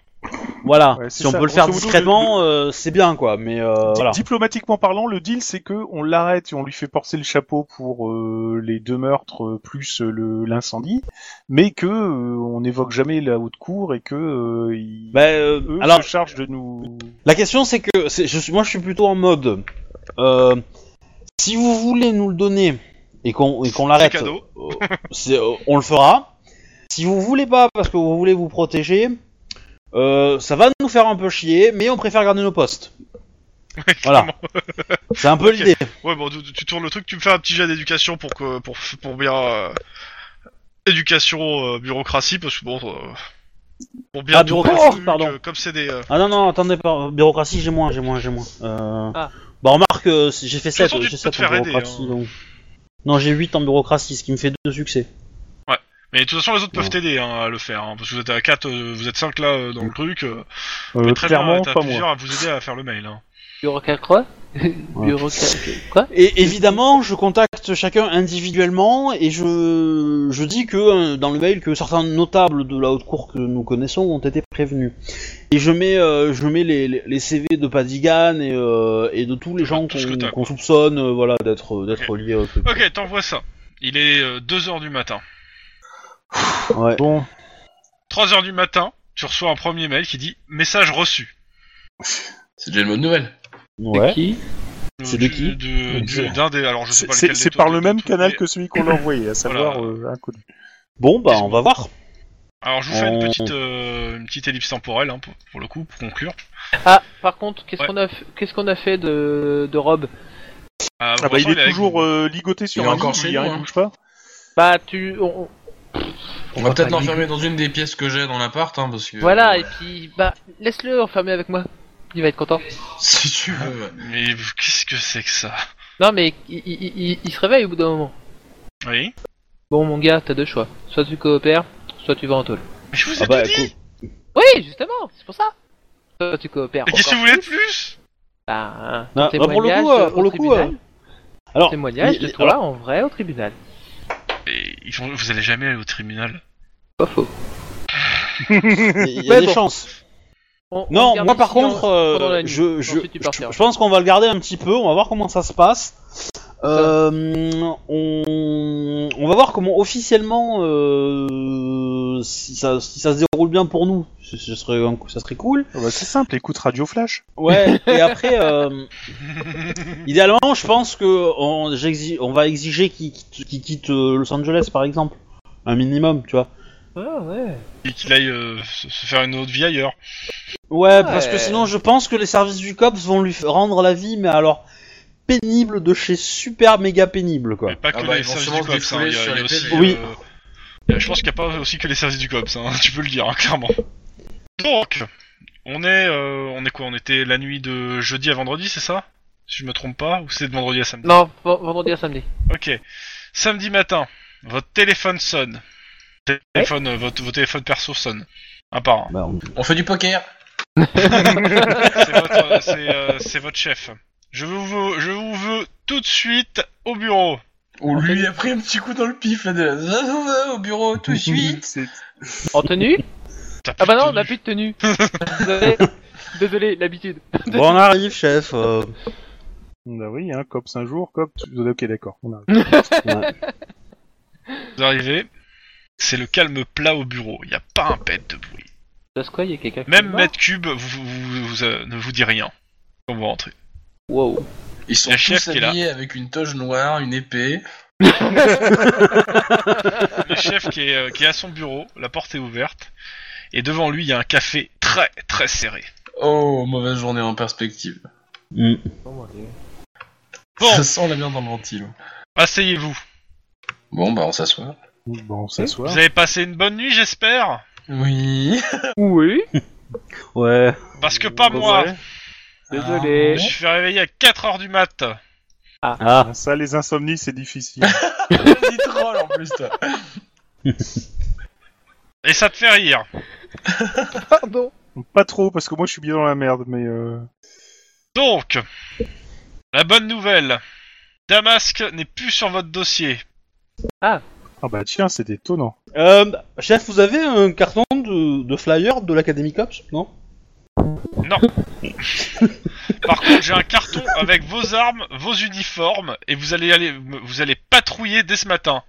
B: voilà
D: Ouais, c'est
B: si on
D: ça.
B: peut le
D: Grosso
B: faire
D: modo, le-
B: discrètement euh, c'est bien quoi mais euh,
D: Di-
B: voilà
D: Diplomatiquement parlant, le deal c'est que on l'arrête et on lui fait porter le chapeau pour euh, les deux meurtres euh, plus euh, le- l'incendie, mais que euh, on n'évoque jamais la haute cour et que euh, ils-
B: Bah, euh,
D: eux
B: alors
D: se chargent de nous.
B: la question c'est que c'est- je suis- moi je suis plutôt en mode euh, si vous voulez nous le donner et qu'on et qu'on
A: C'est
B: l'arrête
A: cadeau.
B: euh, c'est- euh, on le fera si vous voulez pas parce que vous voulez vous protéger euh, ça va nous faire un peu chier mais on préfère garder nos postes voilà c'est un peu l'idée
A: Ouais bon tu, tu tournes le truc, tu me fais un petit jet d'éducation pour que pour pour bien euh, éducation euh, bureaucratie parce que bon euh, pour bien
B: Ah,
A: tourner le
B: bureaucratie,
A: truc,
B: pardon.
A: euh, comme c'est des euh,
B: Ah non, non, attendez, par- bureaucratie, j'ai moins, j'ai moins, j'ai moins. Euh...
C: Ah.
B: Bah, remarque, euh, c'est- j'ai fait 7,
A: façon, tu
B: j'ai
A: peux
B: 7
A: te
B: en
A: faire aider,
B: bureaucratie.
A: hein.
B: donc. Non, j'ai 8 en bureaucratie, ce qui me fait 2 succès.
A: mais de toute façon les autres
B: Ouais.
A: peuvent t'aider hein, à le faire hein, parce que vous êtes à 4 vous êtes 5 là euh, dans le truc euh,
D: Euh,
A: mais très bien,
D: clairement,
A: t'as
D: pas moi.
A: plusieurs à vous aider à faire le mail hein.
C: Bureaucrat quoi Bureaucrat quoi
B: Et évidemment, je contacte chacun individuellement et je, je dis que euh, dans le mail que certains notables de la haute cour que nous connaissons ont été prévenus. Et je mets, euh, je mets les, les, les CV de Padigan et, euh, et de tous les gens
A: Tout ce
B: qu'on
A: que t'as.
B: qu'on soupçonne euh, voilà, d'être d'être liés au truc.
A: OK, t'envoies ça. Il est 2h du matin.
B: Ouais.
D: Bon,
A: 3h du matin, tu reçois un premier mail qui dit message reçu.
E: C'est déjà une bonne nouvelle.
B: ouais.
C: Qui
A: Euh,
B: C'est de
A: du-
B: qui
A: de- du-
D: C'est-
A: D'un des alors je sais
D: c'est
A: pas lequel
D: c'est-
A: des
D: c'est
A: deux-
D: par
A: des
D: le
A: deux
D: même
A: trucs,
D: canal
A: mais-
D: euh, que celui qu'on l'a envoyé, à savoir
A: Voilà.
D: euh, inconnu.
B: Bon, bah, on va voir.
A: Alors je vous fais une
D: Oh.
B: On-
A: petite euh, une petite ellipse temporelle hein, pour, pour le coup pour conclure.
C: Ah, par contre, qu'est-ce
A: Ouais.
C: qu'on a, f- qu'est-ce qu'on a fait de, de Rob
A: Euh,
D: Ah
A: pour
D: bah
A: l'instant,
D: il est
A: avec-
D: toujours euh, ligoté sur
E: Il est
D: un
E: encore
D: lit,
E: chez
D: il,
E: nous,
D: il
E: hein.
D: bouge pas.
C: Bah, tu. on-
A: Euh,
E: On va
C: Pourquoi
E: peut-être
C: pas
E: l'enfermer dans une des pièces que j'ai dans l'appart, hein, parce que.
C: Voilà, et puis, bah, laisse-le enfermer avec moi. Il va être content.
E: Si tu veux. ouais.
A: Mais qu'est-ce que c'est que ça
C: Non, mais il, il- il- il- il se réveille au bout d'un moment.
A: Oui.
C: Bon, mon gars, t'as deux choix. Soit tu coopères, soit tu vas en taule.
A: Mais je vous ai
B: Ah bah,
A: tout dit.
B: co-
C: Oui, justement, c'est pour ça. Soit tu coopères.
A: Mais qu'est-ce que
C: encore
A: vous voulez de
C: plus,
A: plus
C: Bah, un
B: bah, pour le
C: témoignage
B: coup, euh,
C: au
B: pour le coup, euh,
C: tribunal.
B: alors,
C: témoignage
B: il-
C: de
B: il-
C: toi là en vrai au tribunal.
A: Et ils vont- Vous allez jamais aller au tribunal.
C: Pas faux.
B: alors, il y a,
C: Mais
B: des
C: bon.
B: chances.
C: On- on
B: Non,
C: garde
B: moi
C: le
B: par
C: silence
B: contre, euh,
C: pendant la nuit.
B: je, je,
C: Ensuite, tu
B: je,
C: partiras.
B: je pense qu'on va le garder un petit peu, on va voir comment ça se passe. Euh, on, on va voir comment officiellement euh, si, ça, si ça se déroule bien pour nous, ce, ce serait, un coup- ça serait cool.
D: Ah bah, c'est simple, écoute Radio Flash.
B: Ouais, et après, euh, idéalement, je pense que on, j'exi- on va exiger qu'il quitte- qu'il quitte euh, Los Angeles par exemple, un minimum, tu vois.
C: Ah ouais.
A: Et qu'il aille euh, se se faire une autre vie ailleurs.
B: Ouais, parce que
C: Ouais.
B: sinon je pense que les services du COPS vont lui f- rendre la vie, mais alors pénible de chez super méga pénible quoi.
A: Mais pas que
E: Ah bah,
A: les
E: ils vont
A: services
E: sûrement
A: du cops. hein,
E: défouler
A: Il y a,
E: sur
A: il y a
E: les
A: aussi.
E: PV.
B: Oui.
A: euh, il y a- je pense qu'il n'y a pas aussi que les services du cops. Hein, tu peux le dire hein, clairement. Donc, on est euh, on est quoi On était la nuit de jeudi à vendredi, c'est ça Si je me trompe pas, ou c'est de vendredi à samedi
C: Non, v- vendredi à samedi.
A: Ok. Samedi matin, votre téléphone sonne. Téléphone, euh, votre, vos téléphones perso sonnent. Un par un.
B: Bah, on-
E: On fait du poker.
A: C'est votre, euh, c'est, euh, c'est votre chef. Je vous, veux, je vous veux tout de suite au bureau.
E: On lui a pris un petit coup dans le pif là, de... au bureau tout de suite.
D: C'est-
C: En tenue
A: T'as plus
C: Ah bah
A: de
C: non, on
A: tenue.
C: n'a plus de tenue. Désolé, Désolé l'habitude.
B: Bon, on arrive, chef. euh,
D: Bah oui, hein, COPS un jour, COPS... Ok, d'accord, on arrive.
A: Vous arrivez. C'est le calme plat au bureau. Il n'y a pas un pet de bruit.
C: Parce quoi, il y a quelqu'un qui est
A: Même
C: mort
A: Maître Cube vous, vous- vous- euh, ne vous dit rien quand vous rentrez.
C: Wow.
E: Ils sont
A: Le chef
E: tous
A: qui est là.
E: habillés avec une toge noire, une épée.
A: Le chef qui est, euh, qui est à son bureau, la porte est ouverte. Et devant lui, il y a un café très très serré.
E: Oh, mauvaise journée en perspective.
B: mm.
A: Bon.
E: Ça sent la merde dans le ventilo.
A: Asseyez-vous.
E: Bon, bah on s'assoit.
D: Bon, on s'assoit.
A: Vous avez passé une bonne nuit, j'espère
E: Oui.
C: Oui,
B: Ouais.
A: Parce que pas moi.
D: Ouais.
C: désolé.
A: Je suis réveillé à 4h du mat.
B: Ah,
D: Ça, les insomnies, c'est difficile.
E: Vas-y, troll en plus, toi.
A: Et ça te fait rire.
C: Pardon.
D: Pas trop, parce que moi, je suis bien dans la merde, mais... Euh...
A: Donc, la bonne nouvelle. Damasque n'est plus sur votre dossier.
D: Ah bah tiens, c'est étonnant.
B: Euh, chef, vous avez un carton de, de flyer de l'Académie COPS Non
A: Par contre, j'ai un carton avec vos armes, vos uniformes, et vous allez aller, vous allez patrouiller dès ce matin.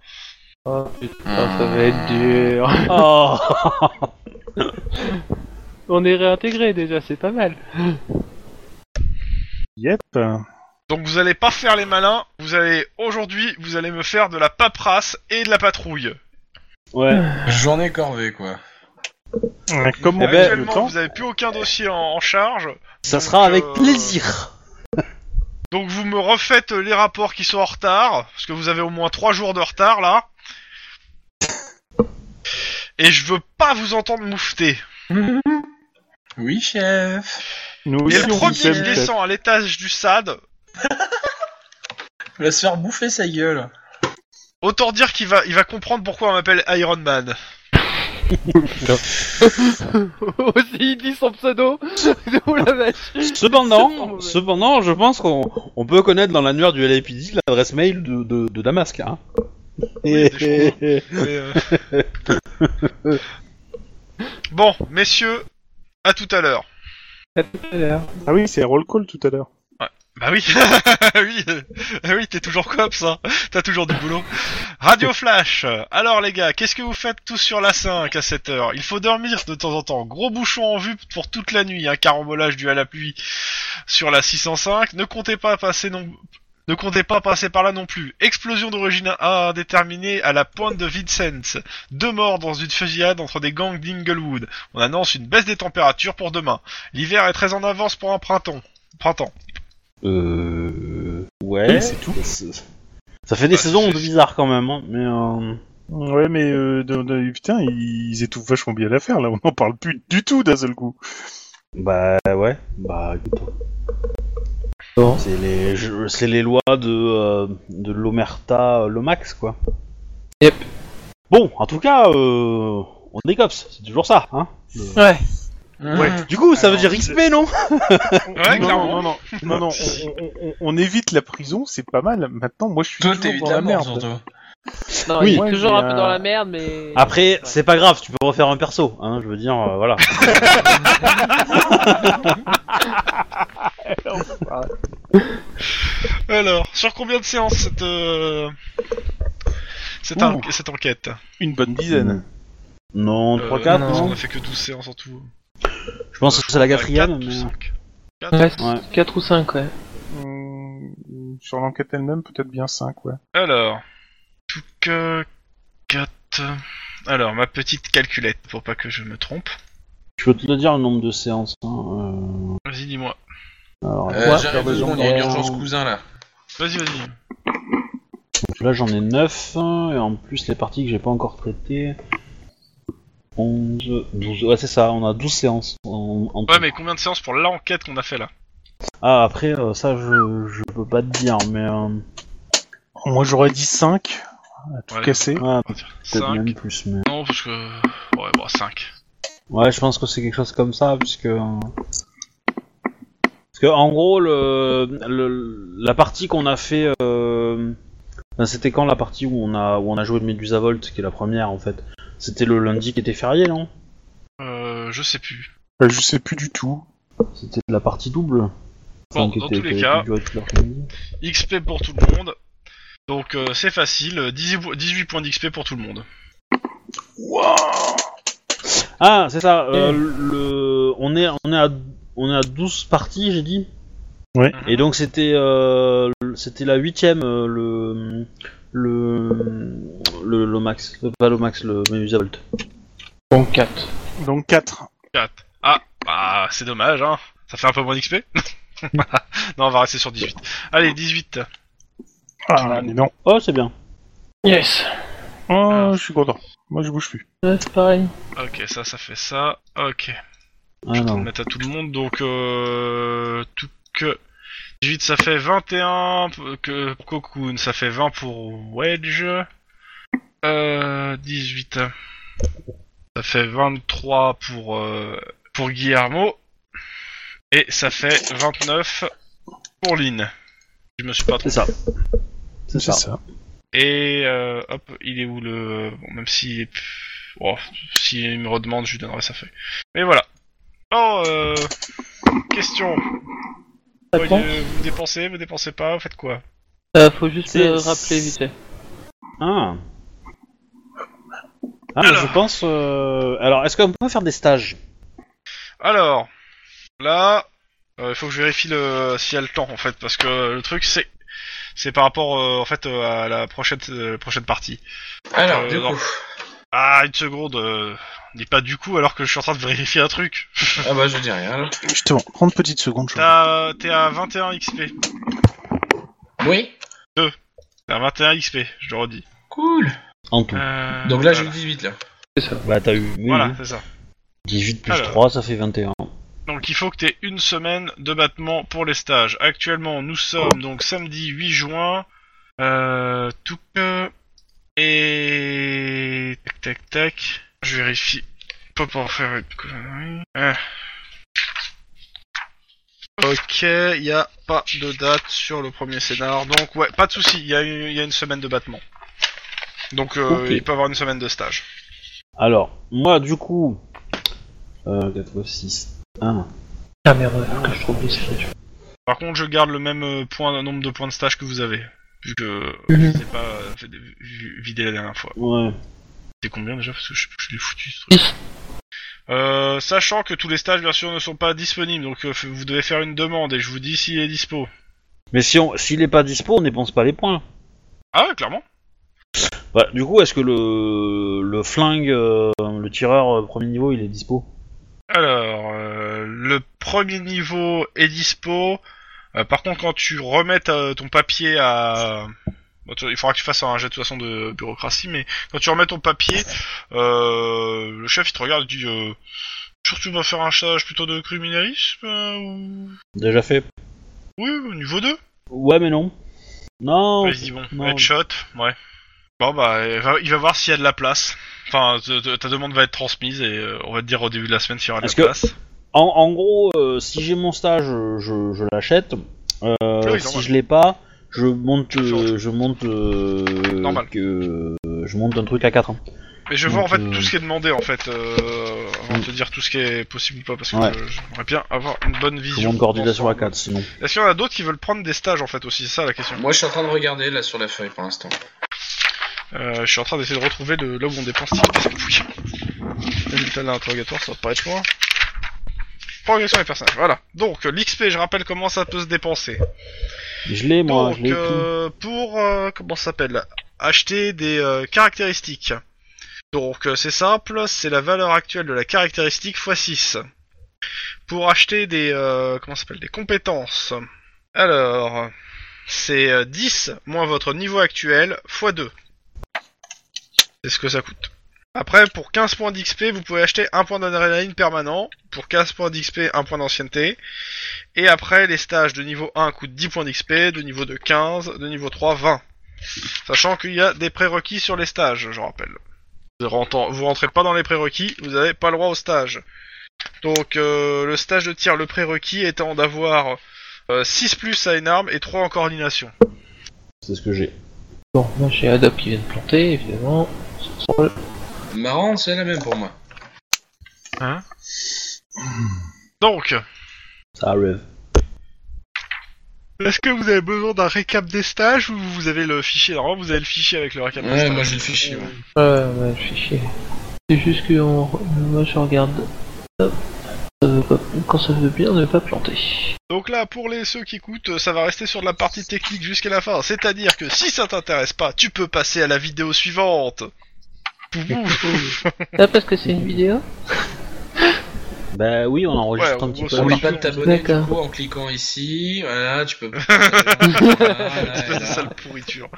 C: Oh putain, ça va être dur.
B: Oh
C: On est réintégré déjà, c'est pas mal.
D: Yep. Euh,
A: Donc vous allez pas faire les malins. Vous allez aujourd'hui, vous allez me faire de la paperasse et de la patrouille.
B: Ouais.
E: Journée corvée, quoi.
D: Ouais, Comme on
B: Eh
D: a
B: ben-
D: le
A: Actuellement,
D: temps,
A: vous avez plus aucun dossier en, en charge.
B: Ça sera avec
A: euh,
B: plaisir.
A: Donc vous me refaites les rapports qui sont en retard, parce que vous avez au moins 3 jours de retard là. Et je veux pas vous entendre moufter.
E: Oui, chef.
D: nous
A: Et
D: aussi,
A: le
D: on
A: premier
D: vous aime,
A: qui
D: chef.
A: descend à l'étage du SAD,
E: Il va se faire bouffer sa gueule.
A: autant dire qu'il va, il va comprendre pourquoi on m'appelle Iron Man.
C: Aussi, il dit son pseudo. Oh la vache. c'est pas
B: Cependant,
C: mauvais.
B: cependant, je pense qu'on on peut connaître dans l'annuaire du LAPD l'adresse mail de, de, de Damasque. Hein.
A: Oui, des Mais, euh, bon, messieurs, à tout à l'heure.
D: Ah oui, c'est roll call tout à l'heure.
A: Bah oui, oui, euh, oui, t'es toujours cops, hein. T'as toujours du boulot. Radio Flash. Alors les gars, qu'est-ce que vous faites tous sur la 5 à 7 heure Il faut dormir de temps en temps. Gros bouchon en vue pour toute hein. la nuit, un carambolage dû à la pluie sur la 605. Ne comptez pas passer non... Ne comptez pas passer par là non plus. Explosion d'origine indéterminée à la pointe de Vincennes. Deux morts dans une fusillade entre des gangs d'Inglewood. On annonce une baisse des températures pour demain. L'hiver est très en avance pour un printemps. Printemps.
B: Euh... Ouais.
D: Oui, c'est tout.
B: Ça, ça fait des
A: Bah,
B: saisons
A: c'est-
B: un peu bizarres quand même, hein, mais... euh,
D: Ouais, mais euh, de- de- putain, ils étouffent vachement bien l'affaire, là. On n'en parle plus du tout d'un seul coup.
B: Bah ouais, bah écoute.
C: Bon.
B: C'est les, je- c'est les lois de, euh, de l'Omerta euh, Lomax, quoi.
C: Yep.
B: Bon, en tout cas, euh, on décopse, c'est toujours ça, hein
C: Ouais.
E: Mmh.
A: Ouais.
C: Ah.
B: Du coup, ça
D: Alors,
B: veut dire XP, non
A: Ouais,
D: non,
A: clairement.
D: non, non, non, non, on, on- on- on évite la prison, c'est pas mal. Maintenant, moi, je suis
E: Toi,
D: toujours
E: t'évites
D: dans la
E: la mort,
D: merde.
E: surtout.
C: Non,
B: Oui.
C: il est
D: Ouais,
C: toujours
D: mais,
C: un peu dans
D: euh,
C: la merde, mais.
B: Après, c'est pas grave, tu peux refaire un perso, hein, je veux dire, euh, voilà.
A: Alors, sur combien de séances cette euh, cette, en- cette enquête
D: Une bonne dizaine.
B: Non,
A: Euh,
B: 3-4,
A: parce
B: non,
A: qu'on a fait que 12 séances en tout.
B: Je pense que c'est la quatrième, mais...
A: 5.
C: Ouais,
B: Ouais.
C: 4 ou 5, ouais.
A: Mm.
D: Hum, sur l'enquête elle-même, peut-être bien 5, ouais.
A: Alors, tout que 4. Alors, ma petite calculette pour pas que je me trompe.
B: Je peux te dire le nombre de séances, hein,
A: Vas-y, dis-moi.
B: euh, Alors,
E: Euh,
B: quoi
E: J'arrive deux secondes, il y a une urgence cousin là.
A: Vas-y, vas-y.
B: Donc là j'en ai 9, et en plus les parties que j'ai pas encore traitées. 11, 12, ouais c'est ça, on a 12 séances. En, en tout.
A: Ouais, mais combien de séances pour l'enquête qu'on a fait là
B: Ah après euh, ça je, je peux pas te dire, mais euh,
D: Moi, j'aurais dit 5, à tout
A: Ouais.
D: casser.
B: ouais, peut-être
A: 5
B: même plus. Mais...
A: Non, parce que. Ouais, bon, 5.
B: Ouais je pense que c'est quelque chose comme ça, puisque... euh, Parce que en gros le, le- la partie qu'on a fait... euh, enfin, C'était quand la partie où on a, où on a joué de Medusa Volt, qui est la première en fait C'était le lundi qui était férié non
A: Euh, je sais plus.
D: Euh, Je sais plus du tout.
B: C'était la partie double
A: Bon,
B: Enfin, qui
A: dans
B: était-
A: tous les
B: qui-
A: cas,
B: qui doit être l'organisé.
A: XP pour tout le monde. Donc, euh, c'est facile. euh, 18 18 points d'XP pour tout le monde.
B: Ah, c'est ça. euh, le... on, est, on, est à, on est à 12 parties, j'ai dit.
D: Ouais.
A: Mhm.
B: Et donc, c'était euh, le- c'était la huitième, euh, le, le, le, le max. Le, pas le max, le Medusa Volt.
C: Bon, 4.
D: Donc 4.
A: 4. Ah, bah, c'est dommage, hein. Ça fait un peu moins d'XP. non, on va rester sur 18. Allez, 18.
D: Ah, mais non.
B: Oh, c'est bien.
C: Yes.
D: Oh, je suis content. Moi, je bouge plus.
C: Ouais, c'est pareil.
A: Ok, ça, ça fait ça. Ok.
B: Ah,
A: On va
B: non.
A: mettre à tout le monde, donc euh, tout que 18 ça fait 21 p- que pour Cocoon, ça fait 20 pour Wedge. Euh, 18 ça fait 23 pour euh, pour Guillermo et ça fait 29 pour Lynn. Je me suis pas
B: C'est
A: trompé.
B: ça. C'est ça.
A: Et euh, hop, il est où le bon, même si oh, si il me redemande, je lui donnerai sa feuille. Mais voilà. Oh, euh, question. Vous,
C: Réponse
A: voyez, vous dépensez, vous dépensez pas, vous faites quoi
C: euh, Faut juste
B: C'est-
C: euh, rappeler vite fait.
B: Ah. Ah,
A: Alors.
B: je pense. euh, Alors, est-ce qu'on peut faire des stages
A: Alors, là, euh, il faut que je vérifie le s'il y a le temps en fait, parce que le truc c'est c'est par rapport euh, en fait euh, à la prochaine euh, prochaine partie.
E: Alors,
A: Euh,
E: du
A: non.
E: coup.
A: Ah, une seconde. Euh... Dis pas du coup alors que je suis en train de vérifier un truc.
E: Ah bah, je dis rien. alors.
D: Justement, 30 petites secondes. je-
A: T'as- T'es à 21 XP.
E: Oui
A: T'es à 21 XP, je le redis.
E: Cool
B: En tout.
A: Euh,
E: Donc là, j'ai eu
A: voilà.
E: 18 là.
B: Bah, t'as eu. oui,
A: Voilà,
B: oui.
A: c'est ça.
B: 18 plus
A: Alors.
B: 3, ça fait 21.
A: Donc il faut que t'aies une semaine de battement pour les stages. Actuellement, nous sommes donc samedi 8 juin. Euh, tout que... Et... Tac, tac, tac. Je vérifie. Pas pour faire une connerie. Ah. Ok, il n'y a pas de date sur le premier scénar. Donc ouais, pas de souci. il y, a une- y a une semaine de battement. Donc euh,
B: Ok.
A: il peut avoir une semaine de stage.
B: Alors, moi du coup. Euh, 4 6. 1.
C: Ah merde, faut que je trouve vite fait.
A: Par contre, je garde le même euh, point, le nombre de points de stage que vous avez. Vu que euh,
C: Mhm.
A: je sais pas euh, fait- vu- vidé la dernière fois.
B: Ouais.
A: C'était combien déjà Parce que je, je l'ai foutu ce truc.
C: Dix.
A: Euh, sachant que tous les stages bien sûr ne sont pas disponibles, donc euh, f- vous devez faire une demande et je vous dis s'il est dispo.
B: Mais si on, s'il est pas dispo, on dépense pas les points.
A: Ah ouais, clairement.
B: Bah, du coup, est-ce que le, le flingue, euh, le tireur euh, premier niveau, il est dispo
A: Alors, euh, le premier niveau est dispo. Euh, par contre, quand tu remets ta- ton papier à... bon, tu- il faudra que tu fasses un jet de toute façon de bureaucratie, mais quand tu remets ton papier, euh, le chef il te regarde et dit euh, Surtout, on va faire un stage plutôt de criminalisme euh, ou...
B: Déjà fait
A: Oui, au niveau 2
B: Ouais, mais non. Non
A: Vas-y, bon,
B: Oh, non.
A: headshot, ouais. Bon, bah, il va, il va voir s'il y a de la place. Enfin, te- te- ta demande va être transmise et euh, on va te dire au début de la semaine s'il y aura de la
B: Est-ce que-
A: place.
B: En, en gros, euh, si j'ai mon stage, euh, je, je l'achète. Euh,
A: oui,
B: si
A: normal.
B: je l'ai pas, je monte, euh,
A: Toujours.
B: je monte, euh,
A: Normal.
B: que je monte un truc à hein. 4 ans.
A: Mais je vois en
B: Donc,
A: fait
B: euh,
A: tout ce qui est demandé en fait, euh, avant de
B: Mm.
A: te dire tout ce qui est possible ou pas, parce que
B: Ouais.
A: euh, j'aimerais bien avoir une bonne
B: Je
A: vision.
B: monte coordination à
A: d'ensemble.
B: 4 sinon.
A: Est-ce qu'il y en a d'autres qui veulent prendre des stages en fait aussi, c'est ça la question.
E: Moi, je suis en train de regarder là sur la feuille pour l'instant.
A: Euh, je suis en train d'essayer de retrouver le, là où on dépense tes parce que fouille. Résultat de l'interrogatoire, ça va pas être loin. Progression et personnages, voilà. Donc euh, l'XP, je rappelle comment ça peut se dépenser.
B: Je l'ai moi, je
A: Donc
B: l'ai.
A: euh, pour euh, comment ça s'appelle Acheter des euh, caractéristiques. Donc euh, c'est simple, c'est la valeur actuelle de la caractéristique x 6. Pour acheter des euh, comment ça s'appelle des compétences. Alors c'est euh, 10 moins votre niveau actuel x 2. C'est ce que ça coûte. Après, pour 15 points d'XP, vous pouvez acheter un point d'adrénaline permanent. Pour 15 points d'XP, un point d'ancienneté. Et après, les stages de niveau 1 coûtent 10 points d'XP, de niveau 2 15, de niveau 3 20. Sachant qu'il y a des prérequis sur les stages, je rappelle. Vous rentrez, vous rentrez pas dans les prérequis, vous n'avez pas le droit au stage. Donc euh, le stage de tir, le prérequis étant d'avoir euh, 6 plus à une arme et 3 en coordination.
B: C'est ce que j'ai.
C: Bon, moi j'ai Adobe qui vient de planter, évidemment.
E: Marrant, c'est la même pour moi.
A: Donc,
B: Ça arrive.
A: est-ce que vous avez besoin d'un récap des stages ou vous avez le fichier Normalement, vous avez le fichier avec le récap des
E: Ouais,
A: stages.
E: moi j'ai le fichier. ouais.
C: Ouais, ouais, je suis chier. C'est juste que on... moi je regarde. Hop. Ça veut pas- Quand ça veut bien, ne pas planter.
A: Donc là, pour les ceux qui écoutent, ça va rester sur de la partie technique jusqu'à la fin. C'est-à-dire que si ça t'intéresse pas, tu peux passer à la vidéo suivante. Poupouf.
C: Ah, parce que c'est une vidéo
B: Bah oui, on enregistre
A: Ouais,
B: un petit
A: on-
B: peu.
A: on-
E: Oublie pas de t'abonner du
C: D'accord.
E: coup en cliquant ici. Voilà, tu peux. Voilà, et
A: Espèce de
E: là.
A: sale pourriture.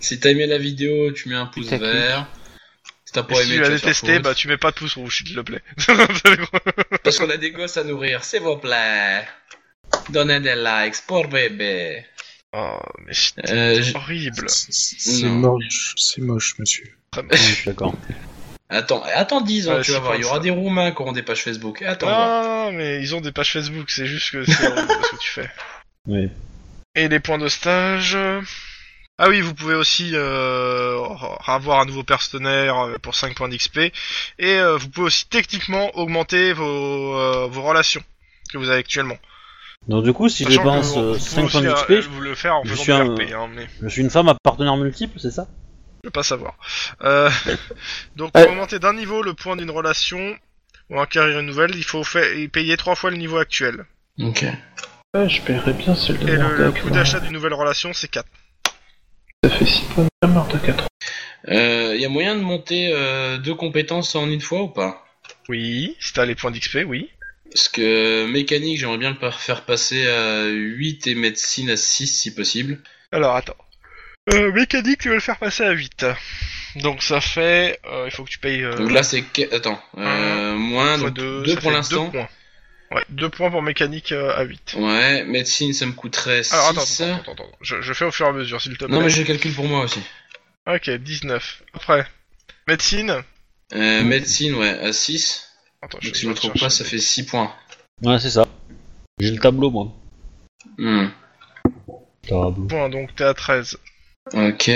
E: Si t'as aimé la vidéo, tu mets un pouce
C: Putain, clique.
E: vert. Si t'as
A: Et
E: pas
A: si
E: aimé,
A: tu l'as
E: tu vas faire
A: détesté,
E: pause.
A: bah tu mets pas de pouce rouge, s'il te plaît.
E: Parce qu'on a des gosses à nourrir, s'il vous plaît. Donnez des likes pour bébé.
A: oh, mais c'est
E: Euh, j-
A: horrible.
D: C'est- C'est
E: Non.
D: moche, c'est moche, monsieur.
B: Oui, je suis d'accord.
E: Attends, attends 10 ans,
A: Ouais,
E: tu vas
A: c'est
E: voir, il y
A: pas
E: aura
A: ça. Ah.
E: des Roumains qui auront des pages Facebook. Attends.
A: Non,
E: voir.
A: non, non, mais ils ont des pages Facebook, c'est juste que c'est horrible ce que tu fais.
B: Oui.
A: Et les points de stage. euh, Ah oui, vous pouvez aussi euh, r- avoir un nouveau partenaire euh, pour 5 points d'XP. Et euh, vous pouvez aussi techniquement augmenter vos, euh, vos relations que vous avez actuellement.
B: Donc du coup, si je
A: Sachant que
B: dépense
A: vous-
B: euh,
A: vous
B: 5
A: pouvez
B: points
A: aussi,
B: d'XP,
A: euh, vous le faire en
B: je
A: faisant
B: suis un-
A: des RP, hein, mais je
B: je suis une femme à partenaire multiple, c'est ça
A: peux pas savoir. Euh, donc
B: Euh.
A: pour
C: Ouais.
A: augmenter d'un niveau le point d'une relation ou acquérir une nouvelle, il faut fa- payer 3 fois le niveau actuel.
E: Ok.
C: Ouais, je paierais bien celle de
A: Et le, le
B: euh,
C: Murdoch.
A: coût
C: moi.
A: d'achat d'une nouvelle relation, c'est 4.
C: hein. Ça fait 6 points de Murdoch à 3.
E: Il Euh, y a moyen de monter euh, deux compétences en une fois ou pas
A: Oui, si t'as les points d'XP, oui.
E: Parce que euh, mécanique, j'aimerais bien le par- faire passer à 8 et médecine à 6 si possible.
A: Alors attends. Euh, mécanique, tu veux le faire passer à 8. Donc ça fait. euh, il faut que tu payes. Euh,
E: Donc là, c'est. que- Attends. Euh, moins.
A: fois
E: Donc,
A: deux,
E: deux
A: ça
E: pour
A: fait
E: l'instant.
A: deux points. Ouais, 2 points pour mécanique euh, à 8.
E: Ouais, médecine, ça me coûterait 6.
A: Alors attends, attends, attends, attends, attends. Je, je fais au fur et à mesure, s'il te plaît.
E: Non, mais je calcule pour moi aussi.
A: Ok, 19. Après, médecine.
E: Euh, médecine, ouais, à 6.
A: Attends,
E: Donc si je me
A: vais
E: trompe
A: chercher.
E: pas, ça fait 6 points.
B: Ouais, c'est ça. J'ai le tableau, moi.
E: Hmm.
B: Tableau.
A: Points, donc t'es à 13.
E: Ok.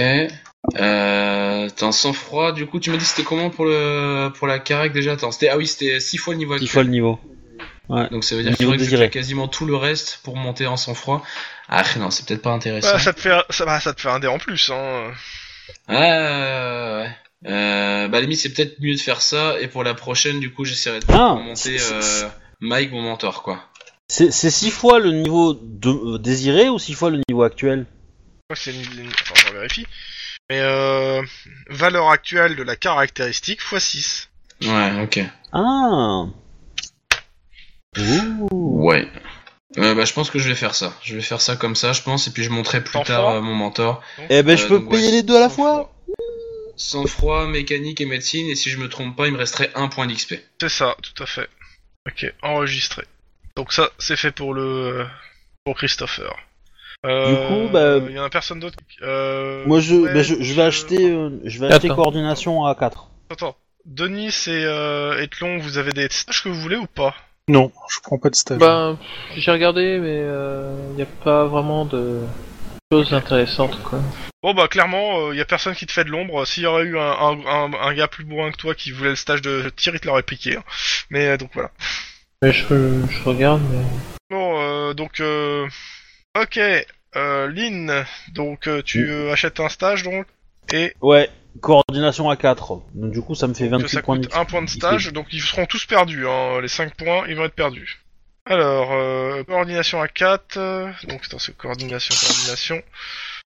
E: Euh, attends, sang-froid, du coup, tu m'as dit c'était comment pour le pour la carac déjà Attends, c'était ah oui, c'était 6 fois le niveau
B: Six
E: actuel.
B: fois le niveau.
E: Donc ça veut dire
B: Le
E: qu'il
B: niveau
E: faudrait que je
B: désiré.
E: fasse quasiment tout le reste pour monter en sang-froid. Ah non, c'est peut-être pas intéressant.
A: Bah, ça te fait, ça, bah, ça te fait un dé en plus, hein.
E: Ah ouais. Euh, bah à la limite, c'est peut-être mieux de faire ça et pour la prochaine, du coup, j'essaierai de
B: Ah
E: monter euh, Mike, mon mentor, quoi.
B: C'est c'est six fois le niveau de- euh, désiré ou six fois le niveau actuel
A: crois que c'est une... une- Attends, je vérifie. Mais euh, valeur actuelle de la caractéristique x 6.
E: Ouais, ok.
B: Ah Ouh.
E: Ouais. Euh, bah, je pense que je vais faire ça. Je vais faire ça comme ça, je pense, et puis je montrerai plus
A: Sans
E: tard
A: froid
E: à mon mentor.
B: Eh ben, je
E: Euh,
B: peux
E: donc,
B: payer
E: ouais,
B: les deux à la
E: sans
B: fois
E: froid. Sans froid, mécanique et médecine, et si je me trompe pas, il me resterait un point d'XP.
A: C'est ça, tout à fait. Ok, enregistré. Donc ça, c'est fait pour le pour Christopher. Euh,
B: Du coup, bah-
A: il y en a personne d'autre. qui- Euh...
B: Moi, je,
A: ouais,
B: bah, je, je vais acheter, euh, je vais acheter
C: Attends.
B: coordination à 4.
A: Attends, Denis et euh, Etlon, vous avez des stages que vous voulez ou pas
D: Non, je prends pas de stage.
A: Bah,
C: Ben, j'ai regardé, mais il n'y a pas vraiment de choses intéressantes, quoi.
A: Bon bah clairement, il y a personne qui te fait de l'ombre. S'il y aurait eu un, un, un- un gars plus bourrin que toi qui voulait le stage de tir, il te l'aurait piqué. hein. Mais euh, donc voilà.
C: Mais je, je regarde, mais...
A: Bon, euh, donc, euh, ok, euh, Lynn, donc euh, tu euh, achètes un stage donc et
B: Ouais, coordination à 4. Donc du coup, ça me fait
A: que
B: 28
A: ça
B: points
A: coûte un point de stage, donc ils seront tous perdus, hein, les 5 points, ils vont être perdus. Alors, euh, coordination à 4, euh, donc attends, c'est coordination, coordination,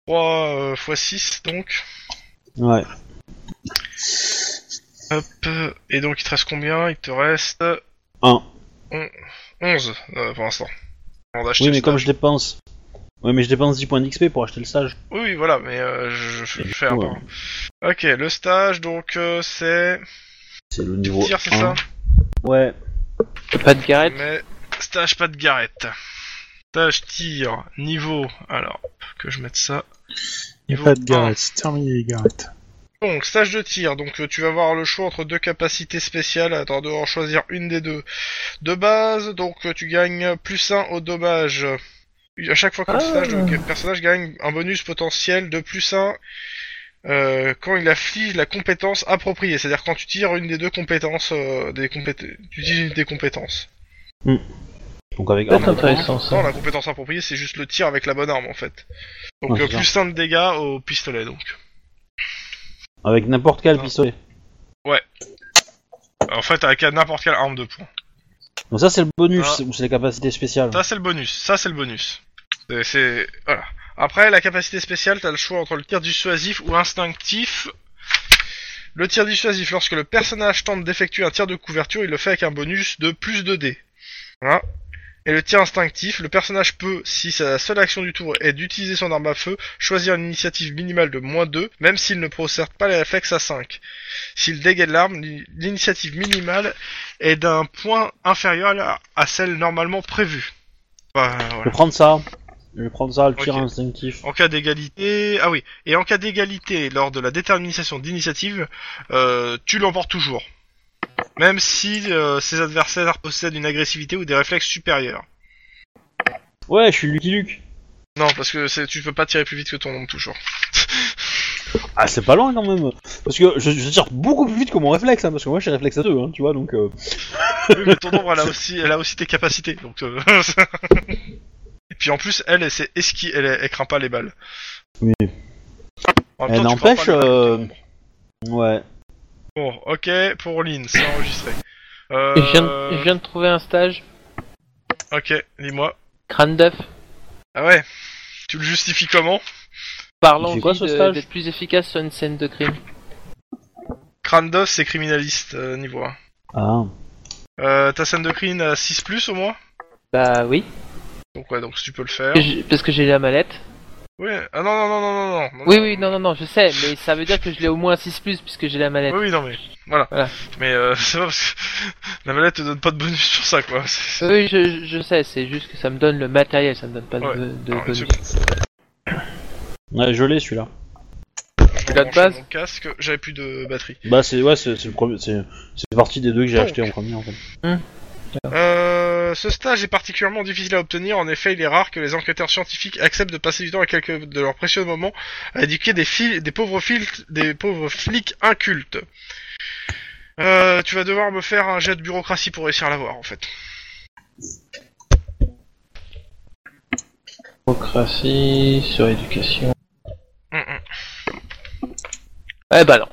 A: 3 x 6 donc,
B: Ouais.
A: hop, euh, et donc il te reste combien Il te reste...
B: Un.
A: 11 pour l'instant. Avant d'acheter
B: Oui,
A: le
B: mais comme
A: stage.
B: je dépense... Ouais, mais je dépense 10 points d'XP pour acheter le stage.
A: Oui, oui, voilà, mais euh, je, je- je fais un
B: Ouais.
A: par un. Ok, le stage, donc euh, c'est...
B: C'est le niveau
A: Tir, c'est
B: 1.
A: ça
B: Ouais.
C: Pas de Garrett
A: Mais stage pas de garette. Stage tir, niveau. Alors, que je mette ça.
D: Il n'y a
A: Niveau
D: pas de
A: 1.
D: Garrett, c'est terminé les Garrett.
A: Donc, stage de tir. Donc, euh, tu vas avoir le choix entre deux capacités spéciales. Attends, de en choisir une des deux. De base, donc euh, tu gagnes plus 1 au dommage. Euh, À chaque fois qu'un
C: Ah.
A: stage, le personnage gagne un bonus potentiel de plus 1 euh, quand il afflige la compétence appropriée. C'est-à-dire quand tu tires une des deux compétences, euh, des compét- tu utilises une des compétences.
B: Donc avec
C: Peut-être
B: un
C: intéressant, ça.
A: Non, la compétence appropriée, c'est juste le tir avec la bonne arme en fait. Donc
B: Ouais,
A: euh,
B: c'est ça.
A: plus 1 de dégâts au pistolet donc.
B: Avec n'importe quel
A: Ah.
B: pistolet.
A: En fait, avec n'importe quelle arme de poing.
B: Donc ça, c'est le bonus,
A: Ah.
B: c'est- ou c'est les capacités spéciales.
A: Ça, c'est le bonus. Ça, c'est le bonus. C'est- C'est. Voilà. Après, la capacité spéciale, t'as le choix entre le tir dissuasif ou instinctif. Le tir dissuasif, lorsque le personnage tente d'effectuer un tir de couverture, il le fait avec un bonus de plus 2 dés. Voilà. Et le tir instinctif, le personnage peut, si sa seule action du tour est d'utiliser son arme à feu, choisir une initiative minimale de moins 2, même s'il ne procède pas les réflexes à 5. S'il dégaine l'arme, l'in- l'initiative minimale est d'un point inférieur à- à celle normalement prévue. Bah,
B: Je
A: voilà.
B: vais prendre ça. Je vais prendre ça, le tir
A: Ok.
B: instinctif.
A: En cas d'égalité, ah oui, et en cas d'égalité lors de la détermination d'initiative, euh, tu l'emportes toujours, même si euh, ses adversaires possèdent une agressivité ou des réflexes supérieurs.
B: Ouais, je suis Lucky Luke.
A: Non, parce que c'est- tu peux pas tirer plus vite que ton nombre toujours.
B: Ah, c'est pas loin quand même. Parce que je, je tire beaucoup plus vite que mon réflexe, hein, parce que moi j'ai réflexe à deux, hein, tu vois, donc... euh,
A: oui, mais ton nombre, elle a aussi, elle a aussi tes capacités, donc. euh, et puis en plus, elle, elle sait esquiver, elle, elle craint pas les balles.
B: Oui.
A: En même
B: Elle
A: temps, tu crains
B: Eh, n'empêche...
A: pas les balles.
B: euh, Ouais.
A: Bon, ok, pour Lynn, c'est enregistré. Euh...
C: Je viens, de- je viens de trouver un stage,
A: Ok, dis-moi.
C: crâne d'œuf,
A: Ah ouais. Tu le justifies comment
B: Il
C: par
B: fait
C: l'envie
B: quoi, ce
C: de-
B: stage
C: d'être plus efficace sur une scène de crime.
A: Krandos, c'est criminaliste euh, niveau 1.
B: Ah.
A: Euh, ta scène de crime à 6 plus au moins
C: Bah oui,
A: Donc ouais, donc si tu peux le faire.
C: que j'ai- parce que j'ai la mallette.
A: Oui, ah non, non, non, non, non, non. non,
C: Oui,
A: non.
C: oui, non, non, non, je sais, mais ça veut dire que je l'ai au moins 6 plus puisque j'ai la mallette.
A: Oui, oui, non, mais voilà.
C: Voilà.
A: Mais euh, c'est pas parce que la mallette te donne pas de bonus sur ça, quoi. C'est-
C: Oui, je, je sais, c'est juste que ça me donne le matériel, ça me donne pas de-
A: Ouais.
C: de, de
A: Alors, une
C: bonus.
A: seconde,
B: Ouais, je l'ai celui-là.
A: je
C: l'as de
A: branche
C: base
A: mon casque, j'avais plus de batterie.
B: Bah c'est ouais c'est c'est le premier c'est c'est partie des deux que j'ai
A: Donc.
B: acheté en premier en fait.
A: Euh, ce stage est particulièrement difficile à obtenir. En effet, il est rare que les enquêteurs scientifiques acceptent de passer du temps à quelques de leurs précieux moments à éduquer des, fil- des, pauvres, fil- des pauvres flics incultes. Euh, tu vas devoir me faire un jet de bureaucratie pour réussir à l'avoir, en fait.
C: Démocratie
A: Mm,
C: sur éducation.
A: Hum, hum.
C: ben, Eh bah non.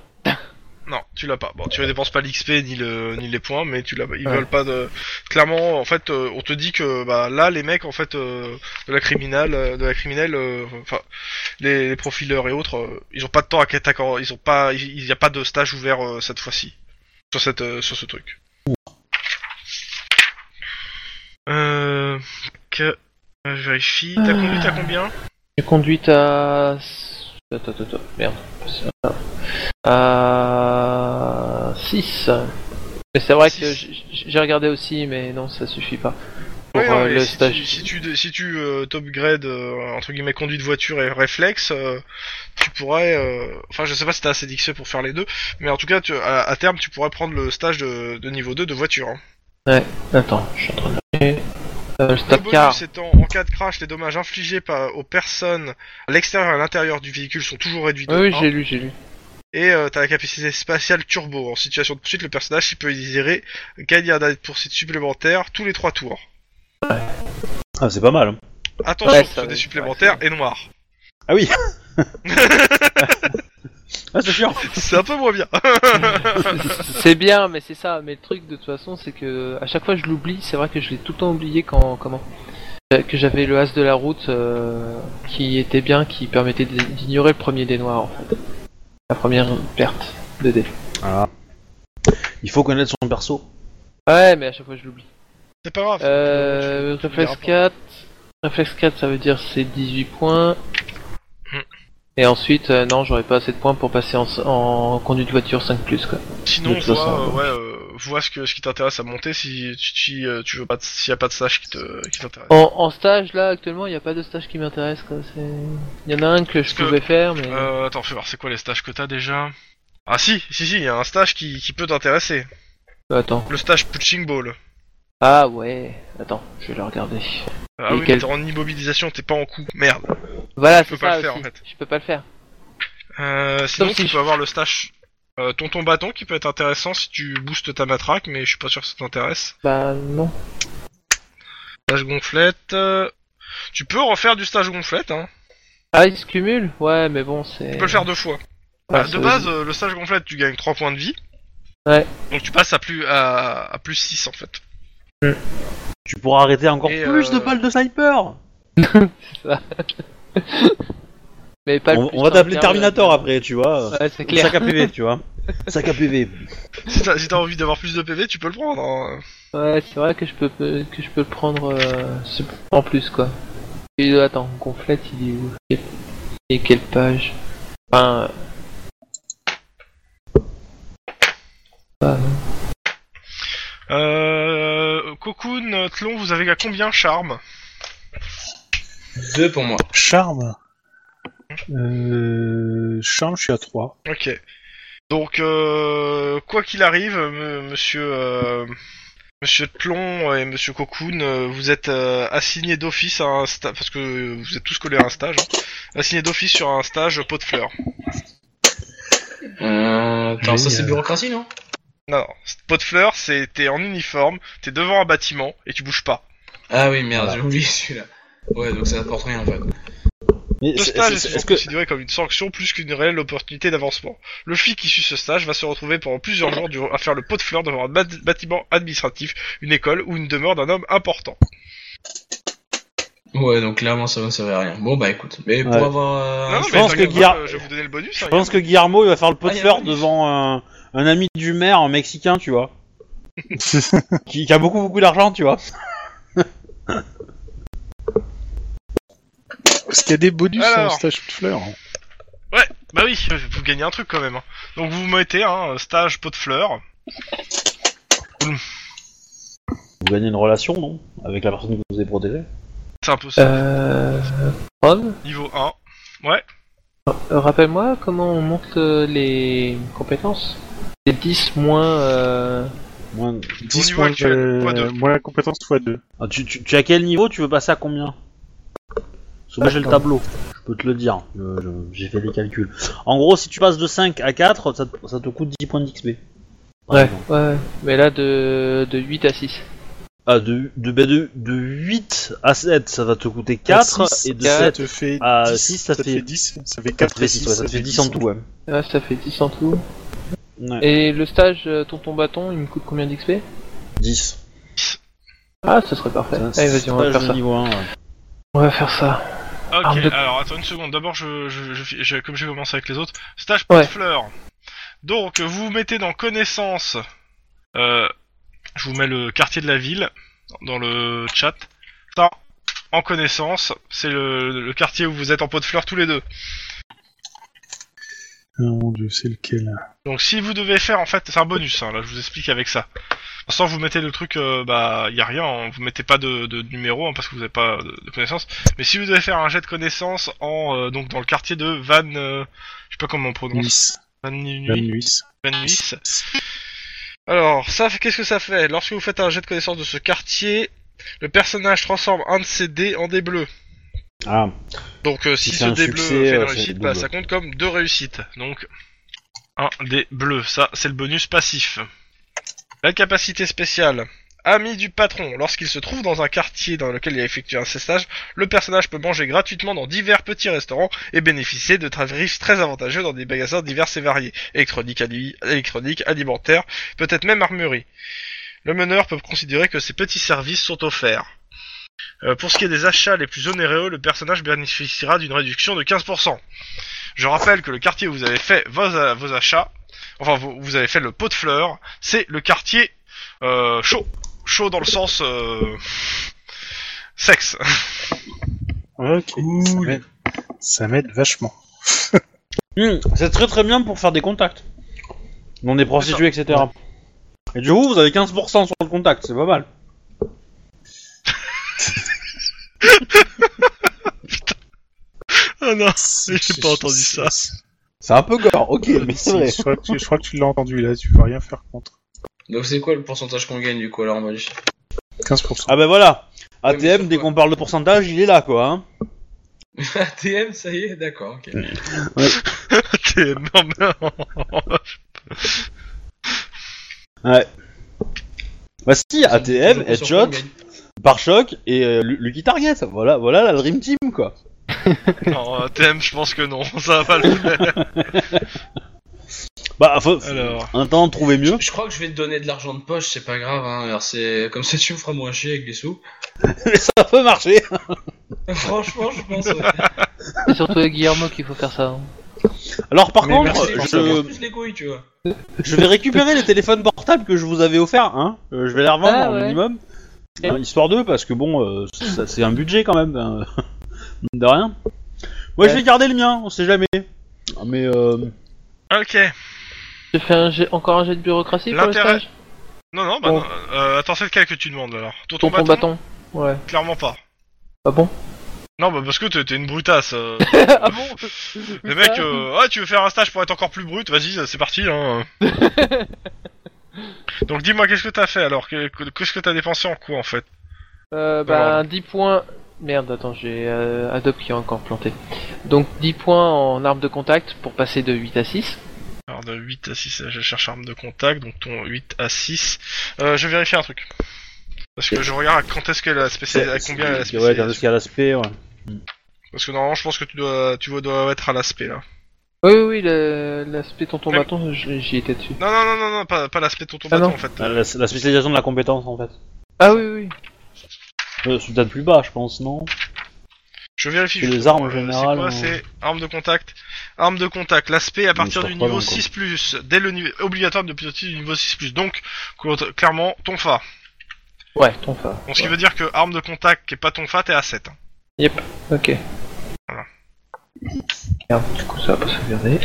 A: Non, tu l'as pas. Bon, tu ne dépenses pas l'XP ni le ni les points, mais tu l'as. pas. Ils
D: Ouais.
A: veulent pas de. Clairement, en fait, euh, on te dit que bah là, les mecs, en fait, euh, de la criminelle, euh, de la criminelle, euh, enfin, les, les profileurs et autres, euh, ils ont pas de temps à t'accorder. Ils ont pas. Il n'y a pas de stage ouvert euh, cette fois-ci sur cette euh, sur ce truc. Euh, que euh, je vérifie. T'as
C: Euh.
A: conduit à combien
C: J'ai conduite à. Attends, attends, attends, merde. C'est pas grave. À 6. Mais c'est vrai que
A: Six.
C: j- j- j'ai regardé aussi, mais non, ça suffit pas. Pour
A: Ouais, non,
C: euh,
A: mais
C: le
A: si,
C: stage.
A: Tu, si tu, si tu euh, top grade euh, entre guillemets conduite voiture et réflexe, euh, tu pourrais. euh, Enfin, je sais pas si t'as assez d'XP pour faire les deux, mais en tout cas, tu, à, à terme, tu pourrais prendre le stage de, de niveau 2 de voiture. hein.
C: Attends, je suis en train de. Euh, le
A: Le
C: stop car.
A: bonus étant en cas de crash, les dommages infligés par, aux personnes à l'extérieur et à l'intérieur du véhicule sont toujours réduits. de
C: Oui, oui,
A: un.
C: j'ai lu, j'ai lu.
A: Et euh, t'as la capacité spatiale turbo. En situation de poursuite, le personnage il peut désirer gagner un dé de poursuite supplémentaire tous les 3 tours.
B: Ah, c'est pas mal.
A: Attention,
C: Ouais,
A: ce
C: ça,
A: sont
C: ouais,
A: des supplémentaires et noirs.
B: Ah oui Ah, c'est chiant
A: C'est un peu moins bien.
C: c'est bien, mais c'est ça. Mais le truc de toute façon, c'est que à chaque fois je l'oublie. C'est vrai que je l'ai tout le temps oublié quand comment euh, que j'avais le as de la route euh, qui était bien, qui permettait d- d'ignorer le premier dé noir en fait. La première perte de dé.
B: Ah. Il faut connaître son perso.
C: Ouais, mais à chaque fois je l'oublie.
A: C'est pas grave.
C: Euh,
A: Tu- tu
C: réflexe
A: verras pas.
C: 4. Réflexe 4, ça veut dire c'est 18 points.
A: Hmm.
C: Et ensuite, euh, non, j'aurais pas assez de points pour passer en, en conduite voiture 5 plus quoi.
A: Sinon,
C: de toute
A: vois,
C: façon,
A: euh, ouais, euh, vois ce, que, ce qui t'intéresse à monter si tu, tu, euh, tu veux pas de- s'il y a pas de stage qui te- qui t'intéresse.
C: En, en stage, là, actuellement, il n'y a pas de stage qui m'intéresse, quoi. c'est- Il y en a un que je
A: Parce que,
C: pouvais faire, mais...
A: Euh, attends, fais voir, c'est quoi les stages que t'as déjà Ah si, si, si, il y a un stage qui, qui peut t'intéresser.
C: Euh, Attends.
A: Le stage Punching Ball.
C: Ah ouais, attends, je vais le regarder.
A: Ah
C: Et
A: oui,
C: quel-
A: mais t'es en immobilisation, t'es pas en coup. Merde.
C: Voilà,
A: peux
C: c'est
A: pas
C: ça
A: le faire,
C: aussi.
A: en fait.
C: Je peux pas le faire.
A: Euh, sinon,
C: Sauf
A: tu
C: si
A: peux avoir le stage euh, Tonton Bâton qui peut être intéressant si tu boostes ta matraque, mais je suis pas sûr que ça t'intéresse.
C: Bah non.
A: Stage Gonflette... euh, Tu peux refaire du stage Gonflette, hein.
C: Ah, il se cumule Ouais, mais bon, c'est...
A: Tu peux le faire deux fois. Bah, de base, euh, le stage gonflette, tu gagnes 3 points de vie.
C: Ouais.
A: Donc tu passes à plus à, à plus 6 en fait.
B: Tu pourras arrêter encore
A: Et,
B: plus
A: euh,
B: de balles de sniper
C: Mais pas le
B: On,
C: plus
B: on va t'appeler
C: simple, hein,
B: Terminator après, tu vois.
C: Ouais, c'est clair.
B: Sac à PV, tu vois. Sac à PV.
A: Si t'as si t'as envie d'avoir plus de PV, tu peux le prendre. hein.
C: Ouais, c'est vrai que je peux que je peux le prendre euh, ce- en plus, quoi. Et, euh, attends, Gonflette, il est où Et- Et quelle page Enfin... euh, ah, non.
A: Euh, Cocoon, euh, Tlon, vous avez à combien charme
E: Deux pour moi.
D: Charme. Euh, charme, je suis à 3.
A: Ok. Donc euh, quoi qu'il arrive, me- monsieur euh, monsieur Tlon et monsieur Cocoon, euh, vous êtes euh, assignés d'office à un stage parce que vous êtes tous collés à un stage, hein, assignés d'office sur un stage pot de fleurs.
E: Euh, attends, ça
D: Mais,
E: c'est
D: euh,
E: bureaucratie, non
A: Non, non. pot de fleurs, c'est t'es en uniforme, t'es devant un bâtiment et tu bouges pas.
E: Ah oui, merde,
B: Voilà.
E: j'ai oublié celui-là. Ouais, donc ça n'apporte rien en fait.
B: Mais
A: Ce
B: c'est-
A: stage est,
B: c'est-
A: souvent
B: est-ce que
A: considéré comme une sanction plus qu'une réelle opportunité d'avancement. Le flic qui suit ce stage va se retrouver pendant plusieurs jours durant- à faire le pot de fleurs devant un bat- bâtiment administratif, une école ou une demeure d'un homme important.
E: Ouais, donc clairement ça ne servait à rien. Bon bah écoute, mais pour
B: Ouais.
E: avoir. euh,
A: non,
B: je
A: mais
B: pense
A: t'inquiète
B: que
A: pas,
B: Guilla-
A: euh, je vais vous donner le bonus.
B: je
A: hein,
B: pense que Guillermo il va faire le pot
E: Ah,
B: de
E: y a
B: fleur
E: Manu.
B: devant un, un ami du maire, un mexicain, tu vois, qui, qui a beaucoup beaucoup d'argent, tu vois.
D: Parce qu'il y a des bonus en
A: Alors.
D: stage de fleurs.
A: Bah oui, vous gagnez un truc quand même. hein. Donc vous vous mettez un stage pot de fleurs.
B: Vous gagnez une relation, non Avec la personne que vous avez protégée
A: C'est un peu ça.
C: Euh... Ron,
A: Niveau 1.
C: euh, rappelle-moi comment on monte euh, les compétences Les 10 moins... Euh...
B: Moins-
D: 10
A: niveau
D: points euh,
A: actuel, fois deux.
D: moins la compétence fois 2.
B: Ah, tu, tu- tu es à quel niveau Tu veux passer à combien Parce que moi j'ai le tableau, je peux te le dire, Je- je- j'ai fait des calculs. En gros, si tu passes de 5 à 4, ça, te- ça te coûte 10 points d'XP. par
C: Ouais,
B: exemple.
C: ouais, mais là de, de 8 à 6.
B: Ah, de, de, bah, de, de 8 à 7, ça va te coûter 4, et de
C: quatre,
B: 7
D: te fait
B: à
D: 10,
B: Ah, six, ça
D: te
B: fait-
D: 10, ça fait
B: ça te
D: 4
B: fait
D: et
B: 6,
D: 6,
B: ouais, ça te fait 10 en tout. Ouais.
C: Ouais, ça fait 10 en tout.
B: Ouais.
C: Et le stage euh, Tonton Bâton, il me coûte combien d'XP
B: 10.
C: Ah, ce serait parfait.
B: Ça,
C: Allez, vas-y, on va
B: stage
C: faire
B: de
C: ça.
B: niveau 1, ouais.
C: On va faire ça.
A: Ok,
C: Ah, le-
A: alors attends une seconde. D'abord, je, je, je- je- comme je vais commencer avec les autres, stage
C: Ouais.
A: pot de fleurs. Donc, vous mettez dans connaissance. euh, je vous mets le quartier de la ville dans le chat. Ça, en connaissance, c'est le, le quartier où vous êtes en pot de fleurs tous les deux.
D: Ah, mon dieu, c'est lequel
A: Donc, si vous devez faire, en fait, c'est un bonus. hein, là, je vous explique avec ça. Sans vous mettez le truc, euh, bah, y a rien. hein, vous mettez pas de, de numéro hein, parce que vous n'avez pas de, de connaissance. Mais si vous devez faire un jet de connaissance en euh, donc dans le quartier de Van, euh, je sais pas comment on prononce.
D: Nice.
A: Van Nuys.
D: La nuit.
A: Van Nuys. Alors, ça, fait- qu'est-ce que ça fait Lorsque vous faites un jet de connaissance de ce quartier, le personnage transforme un de ses dés en dés bleus.
B: Ah,
A: Donc, euh, si ce
B: Si c'est un
A: dé bleu
B: succès,
A: fait une
B: euh, c'est
A: réussite,
B: double.
A: bah, ça compte comme deux réussites. Donc, un dé bleu. Ça, c'est le bonus passif. La capacité spéciale. Ami du patron, lorsqu'il se trouve dans un quartier dans lequel il a effectué un cessage, le personnage peut manger gratuitement dans divers petits restaurants et bénéficier de tarifs très avantageux dans des magasins divers et variés, électronique, ali- électronique alimentaire, peut-être même armurerie. Le meneur peut considérer que ces petits services sont offerts. Euh, pour ce qui est des achats les plus onéreux, le personnage bénéficiera d'une réduction de 15%. Je rappelle que le quartier où vous avez fait vos, a- vos achats, enfin vous, vous avez fait le pot de fleurs, c'est le quartier euh, chaud. Chaud dans le sens euh, sexe.
D: Ok. Ça
E: Cool.
D: m'aide- Ça m'aide vachement.
B: Hmm, c'est très très bien pour faire des contacts. Non des prostituées, etc. Et du coup, vous avez 15% sur le contact, c'est pas mal.
A: Ah non,
D: J'ai
A: pas entendu ça.
B: C'est un peu gore, ok, mais
D: Si,
B: c'est vrai.
D: Je crois que tu, je crois que tu l'as entendu là, tu peux rien faire contre.
E: Donc c'est quoi le pourcentage qu'on gagne du coup alors on va
D: 15%.
B: Ah ben voilà,
E: Ouais, mais
B: ATM,
E: sur
B: dès
E: quoi
B: qu'on parle de pourcentage, il est là quoi. Hein.
E: ATM ça y est d'accord ok.
A: T'es énorme.
B: Ouais. Bah si,
E: Toujours
B: ATM,
E: pas sûr qu'on
B: Headshot,
E: gagne.
B: par choc et euh, Lu- Lucky Target, voilà, voilà la Dream Team quoi.
A: Non, euh, TM, je pense que non, ça va pas le faire.
B: Bah faut
A: Alors.
B: un temps de trouver mieux.
E: Je crois que je vais te donner de l'argent de poche, c'est pas grave, hein. Alors c'est comme ça tu me feras moins chier avec des sous.
B: Mais ça peut marcher.
E: Franchement, je pense. ouais.
C: C'est surtout avec Guillermo qu'il faut faire ça. hein.
B: Alors par
D: Mais
B: contre,
E: Merci,
D: euh,
E: je me casse
B: je,
E: plus les couilles, tu vois.
B: je vais récupérer les téléphones portables que je vous avais offerts, hein. Euh, je vais les revendre
C: Ah,
B: au
C: ouais.
B: minimum. Hein, histoire d'eux, parce que bon, euh, ça, c'est un budget quand même, hein. de rien. Moi je
C: Ouais.
B: vais garder le mien, on sait jamais. Ah, Mais euh...
A: ok.
C: Je fais un jet- encore un jet de bureaucratie pour le
A: L'intérêt-
C: stage
A: Non, non, bah
C: Bon. bah,
A: non. Euh, attends, c'est lequel que tu demandes alors Tonton,
C: Tonton
A: bâton,
C: Bâton. Ouais.
A: Clairement pas.
C: Ah bon
A: Non, bah parce que t'es t'es une brutasse. euh.
C: Ah bon
A: Les mecs, euh, ah, tu veux faire un stage pour être encore plus brut Vas-y, c'est parti. Hein. Donc dis-moi, qu'est-ce que t'as fait alors Que- que- Qu'est-ce que t'as dépensé en quoi en fait
C: Euh,
A: Alors.
C: bah, 10 points. Merde, attends, j'ai euh, Adobe qui a encore planté. Donc 10 points en arme de contact pour passer de 8 à 6.
A: Alors de 8 à 6, je cherche arme de contact, donc ton 8 à 6. Euh, je vérifie un truc. Parce que je regarde quand est-ce qu'elle a spécialisé, à combien elle a
B: Ouais, t'as
A: spécialisé.
B: parce qu'il y a l'aspect, ouais.
A: Parce que normalement, je pense que tu dois, tu dois être à l'aspect là.
C: Oui, oui, oui, le- l'aspect tonton
A: Mais-
C: bâton, je- j'y étais dessus.
A: Non, non, non, non, non pas, pas l'aspect tonton
C: Ah,
A: bâton
C: non.
A: en fait.
B: Ah, La, la spécialisation de la compétence en fait.
C: Ah oui, oui.
B: Euh, c'est peut-être plus bas, je pense, non
A: Je vérifie.
B: C'est
A: juste.
B: les armes en
A: Euh,
B: général, hein.
A: C'est quoi C'est arme de contact. Arme de contact. L'aspect à partir
B: ça
A: du
B: reprend
A: niveau
B: dans le
A: 6 plus. Dès le niveau obligatoire de piloter du niveau 6 plus. Donc contre- clairement ton fa.
C: Ouais, ton phare.
A: Donc ce qui veut dire que arme de contact qui est pas ton fa, t'es à 7. hein.
C: Ok.
A: Voilà.
C: Merde, du coup ça va pas sauvegarder.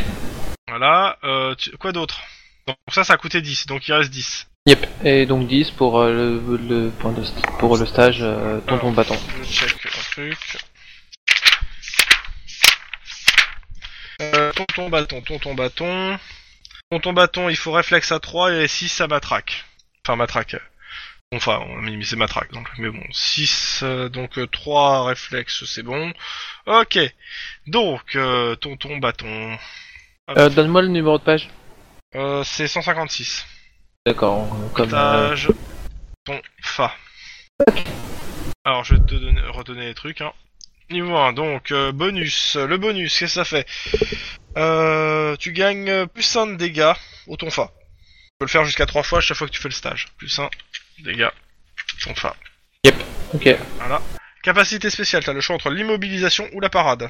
A: Voilà. Euh, tu- Quoi d'autre Donc ça, ça a coûté 10. Donc il reste 10.
C: Yep. Et donc 10 pour euh, le, le point de st- pour le stage euh, tonton bâton.
A: Je check un truc. Euh, tonton bâton, tonton bâton. Tonton bâton, il faut réflexe à 3 et 6 à matraque. Enfin, matraque. euh, Enfin, on a minimisé matraque, donc. Mais bon, 6, euh, donc 3 réflexes, c'est bon. Ok. Donc, euh, tonton bâton. Hop.
C: Euh, Donne-moi le numéro de page.
A: Euh, c'est 156.
C: D'accord, on- comme euh,
A: Otage. Ton fa. Alors, je vais te donner- redonner les trucs, hein. Niveau 1, donc euh, bonus. Le bonus, qu'est-ce que ça fait Euh, Tu gagnes euh, plus 1 de dégâts au tonfa. Tu peux le faire jusqu'à 3 fois à chaque fois que tu fais le stage. Plus 1 dégâts tonfa.
C: Ok.
A: Capacité spéciale, t'as le choix entre l'immobilisation ou la parade.